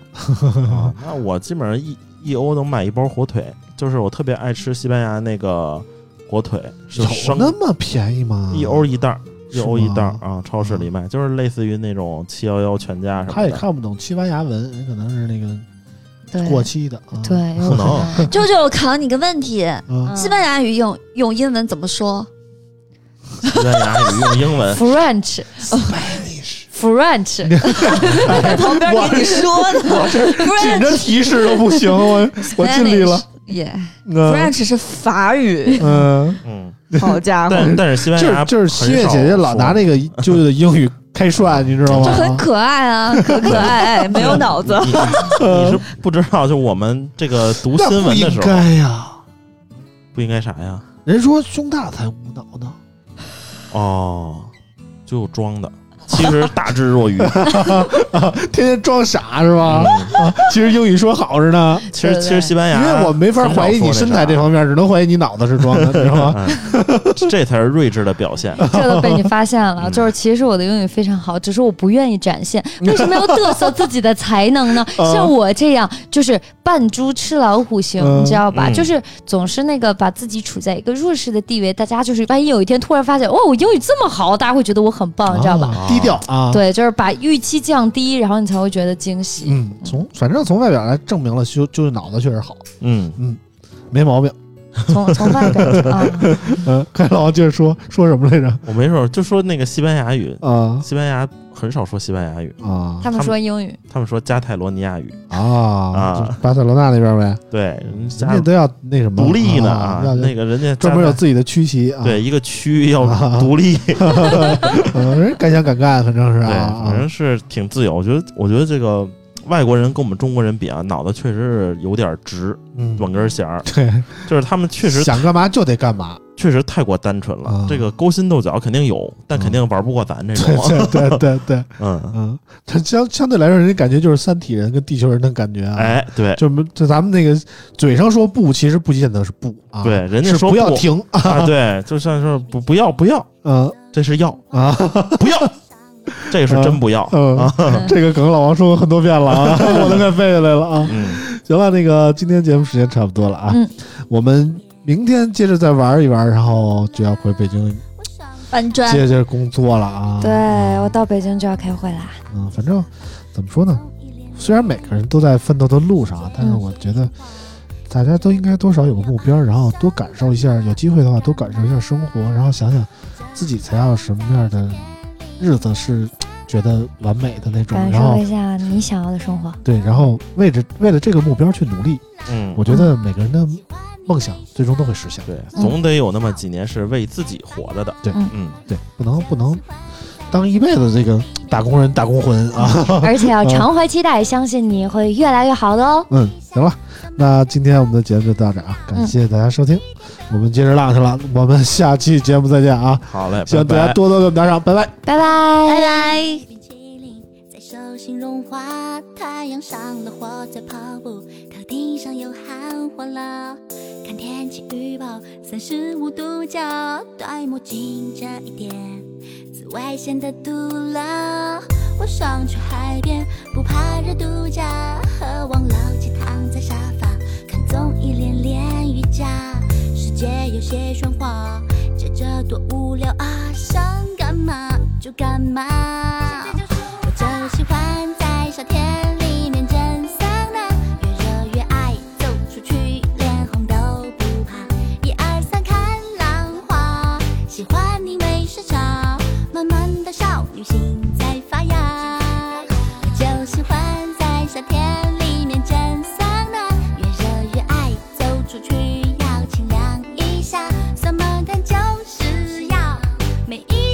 [SPEAKER 4] 啊那我基本上一一欧能买一包火腿，就是我特别爱吃西班牙那个火腿，是
[SPEAKER 3] 有
[SPEAKER 4] 生
[SPEAKER 3] 那么便宜吗？
[SPEAKER 4] 一欧一袋儿，
[SPEAKER 3] 是
[SPEAKER 4] 一
[SPEAKER 3] 吗嗯
[SPEAKER 4] 欧一袋儿啊，超市里卖，就是类似于那种七幺幺全家什么的。
[SPEAKER 3] 他也看不懂西班牙文，人可能是那个
[SPEAKER 2] 对，
[SPEAKER 3] 过期的啊。
[SPEAKER 2] 对，嗯有
[SPEAKER 4] *laughs* 不
[SPEAKER 2] 可
[SPEAKER 4] 能
[SPEAKER 2] 能。
[SPEAKER 5] 舅舅，我考你个问题，
[SPEAKER 3] 啊，
[SPEAKER 5] 西班牙语
[SPEAKER 2] 哦
[SPEAKER 5] 用用英文怎么说？
[SPEAKER 4] 西班牙语用英 *laughs* 文，
[SPEAKER 2] French French，
[SPEAKER 5] 在 *laughs* 旁边
[SPEAKER 3] 我
[SPEAKER 5] 给你说呢。
[SPEAKER 3] 我这 *laughs* 紧
[SPEAKER 5] French
[SPEAKER 3] 着提示都不行，我我尽力了。
[SPEAKER 5] 耶
[SPEAKER 3] 嗯
[SPEAKER 5] ，French 是法语，
[SPEAKER 3] 嗯，
[SPEAKER 4] 嗯，
[SPEAKER 5] 好家伙，
[SPEAKER 4] 但但是西
[SPEAKER 3] 就
[SPEAKER 4] 班
[SPEAKER 3] 是
[SPEAKER 4] 牙
[SPEAKER 3] 就是
[SPEAKER 4] 很
[SPEAKER 3] 西月
[SPEAKER 4] 少
[SPEAKER 3] 姐姐老拿
[SPEAKER 4] 说
[SPEAKER 3] 那个舅舅的英语开涮，你知道
[SPEAKER 5] 这很
[SPEAKER 3] 吗？
[SPEAKER 5] 可爱啊，可可爱爱，没有
[SPEAKER 4] *laughs*
[SPEAKER 5] 脑子。
[SPEAKER 4] 你你你是不知道，就我们这个读
[SPEAKER 3] *laughs* 那
[SPEAKER 4] 新
[SPEAKER 3] 不
[SPEAKER 4] 闻的
[SPEAKER 3] 应
[SPEAKER 4] 时候
[SPEAKER 3] 该呀，
[SPEAKER 4] 不应该啥呀？
[SPEAKER 3] 人说胸大才无脑呢。
[SPEAKER 4] 哦，就装的，其实大智若
[SPEAKER 3] *laughs*
[SPEAKER 4] 愚。
[SPEAKER 3] 啊
[SPEAKER 4] 嗯
[SPEAKER 3] 天天装傻是 *laughs* 吧？啊，其实英语说好着呢，
[SPEAKER 4] 其实
[SPEAKER 2] 对
[SPEAKER 4] 其实西班
[SPEAKER 3] 因
[SPEAKER 4] 牙，
[SPEAKER 3] 为我没法怀疑你身材这
[SPEAKER 4] 面。
[SPEAKER 3] 方面，只能怀疑你脑子是装的，你知道吗？
[SPEAKER 4] 嗯这才是睿智的表
[SPEAKER 3] *laughs*
[SPEAKER 4] 现。
[SPEAKER 2] 这都被你发现了。
[SPEAKER 4] 嗯
[SPEAKER 2] 就是其实我的英语非常好，只是我不愿意展现。为什么要
[SPEAKER 3] *laughs*
[SPEAKER 2] 嘚瑟自己的才能呢？
[SPEAKER 3] 嗯
[SPEAKER 2] 像我这样，就是扮猪吃老虎型，
[SPEAKER 3] 嗯
[SPEAKER 2] 你知道吧？
[SPEAKER 4] 嗯
[SPEAKER 2] 就是总是那个把自己处在一个弱势的地位，大家就是万一有一天突然发现，哦哇，我英语这么好，大家会觉得我很棒，你哦知道吧？
[SPEAKER 3] 啊低调啊，
[SPEAKER 2] 对，就是把预期降低，然后你才会觉得惊喜。
[SPEAKER 3] 嗯，从反正从外表来证明了，修就是脑子确实好，
[SPEAKER 4] 嗯，
[SPEAKER 3] 没毛病。
[SPEAKER 2] 从从
[SPEAKER 3] *laughs*
[SPEAKER 2] 外表啊，
[SPEAKER 3] 嗯，快老王接着说说什么来着？
[SPEAKER 4] 我没说，就说那个西班牙语，
[SPEAKER 3] 啊
[SPEAKER 4] 西班牙很少说西班牙语，
[SPEAKER 3] 啊
[SPEAKER 2] 他们
[SPEAKER 4] 们
[SPEAKER 2] 说英语，
[SPEAKER 4] 他们说加泰罗尼亚语。
[SPEAKER 3] 啊！
[SPEAKER 4] 啊
[SPEAKER 3] 就巴塞罗那那边呗，
[SPEAKER 4] 对，人
[SPEAKER 3] 人家
[SPEAKER 4] 家
[SPEAKER 3] 都要那什么
[SPEAKER 4] 独立呢
[SPEAKER 3] 啊，
[SPEAKER 4] 啊，
[SPEAKER 3] 要
[SPEAKER 4] 那个人家
[SPEAKER 3] 专门有
[SPEAKER 4] 加泰
[SPEAKER 3] 自己的区旗啊。
[SPEAKER 4] 对一个区要
[SPEAKER 3] 啊
[SPEAKER 4] 独立，
[SPEAKER 3] 嗯，人敢想敢干，反正是
[SPEAKER 4] 对，
[SPEAKER 3] 啊，
[SPEAKER 4] 反正是挺自由。我觉得，我觉得这个外国人跟我们中国人比啊，脑子确实是有点直，
[SPEAKER 3] 嗯，
[SPEAKER 4] 软根弦儿，
[SPEAKER 3] 对，
[SPEAKER 4] 就是他们确实
[SPEAKER 3] 想干嘛就得干嘛
[SPEAKER 4] 确实太过单纯了。
[SPEAKER 3] 啊
[SPEAKER 4] 这个勾心斗角肯定有，但肯定玩不过咱这种。
[SPEAKER 3] 对对对对，
[SPEAKER 4] *laughs* 嗯，
[SPEAKER 3] 嗯，它相相对来说，人家感觉就是三体人跟地球人的感觉啊，，
[SPEAKER 4] 哎，对
[SPEAKER 3] 就就咱们那个嘴上说不，其实不见得是不啊，
[SPEAKER 4] 对，人家
[SPEAKER 3] 是
[SPEAKER 4] 说
[SPEAKER 3] 不要停啊，
[SPEAKER 4] 啊，对，就像说不不要不要，
[SPEAKER 3] 嗯
[SPEAKER 4] 这
[SPEAKER 3] *laughs*
[SPEAKER 4] 是要
[SPEAKER 3] 啊，
[SPEAKER 4] *laughs* 不要，这个是真不要
[SPEAKER 3] 嗯
[SPEAKER 4] 啊。
[SPEAKER 3] 这个梗老王说过很多遍了
[SPEAKER 4] *laughs*
[SPEAKER 3] 啊，我都快背下来了啊。
[SPEAKER 4] 嗯，
[SPEAKER 3] 行了，那个今天节目时间差不多了啊，
[SPEAKER 2] 嗯
[SPEAKER 3] 我们明天接着再玩一玩，然后就要回北京
[SPEAKER 5] 搬砖
[SPEAKER 3] 接着工作了啊。
[SPEAKER 2] 对我到北京就要开会啦。
[SPEAKER 3] 嗯，反正怎么说呢，虽然每个人都在奋斗的路上啊，但是
[SPEAKER 2] 嗯
[SPEAKER 3] 我觉得大家都应该多少有个目标，然后多感受一下，有机会的话多感受一下生活，然后想想自己才要什么样的日子是觉得完美的那种，
[SPEAKER 2] 感
[SPEAKER 3] 然
[SPEAKER 2] 受
[SPEAKER 3] 后
[SPEAKER 2] 一下你想要的生活。
[SPEAKER 3] 对，然后为着为了这个目标去努力，
[SPEAKER 4] 嗯
[SPEAKER 3] 我觉得每个人的梦想最终都会实现。
[SPEAKER 4] 对，总得有那么几年是为自己活着的。
[SPEAKER 3] 对
[SPEAKER 4] 嗯，
[SPEAKER 3] 对，不能不能当一辈子这个打工人、打工魂啊！ *laughs*
[SPEAKER 2] *laughs* 而且要常怀期待，相信你会越来越好的哦。
[SPEAKER 3] 嗯，行了，那今天我们的节目就到这儿啊，
[SPEAKER 4] 嗯
[SPEAKER 3] 感谢大家收听，我们接着浪去了，我们下期节目再见啊！
[SPEAKER 4] 好嘞，
[SPEAKER 3] 希望大
[SPEAKER 4] 拜
[SPEAKER 3] 家
[SPEAKER 4] 拜
[SPEAKER 3] 多多给我们打赏，拜拜。
[SPEAKER 2] 拜拜，
[SPEAKER 5] 拜拜。
[SPEAKER 6] 冰淇淋在手心融化，太阳上了火在跑步，头顶上又喊话了。看天气预报，三十五度角，戴墨镜这一点，紫外线的毒辣。我想去海边，不怕热度假，喝完老鸡躺在沙发，看综艺连连瑜伽。世界有些喧哗，接着多无聊啊，想干嘛就干嘛。我就喜欢在夏天里面蒸桑拿，越热越爱走出去，连红都不怕。一二三，看浪花，喜欢你没事找，慢慢的少女心在发芽。我就喜欢在夏天里面蒸桑拿，越热越爱走出去，要清凉一下。什么但就是要每一。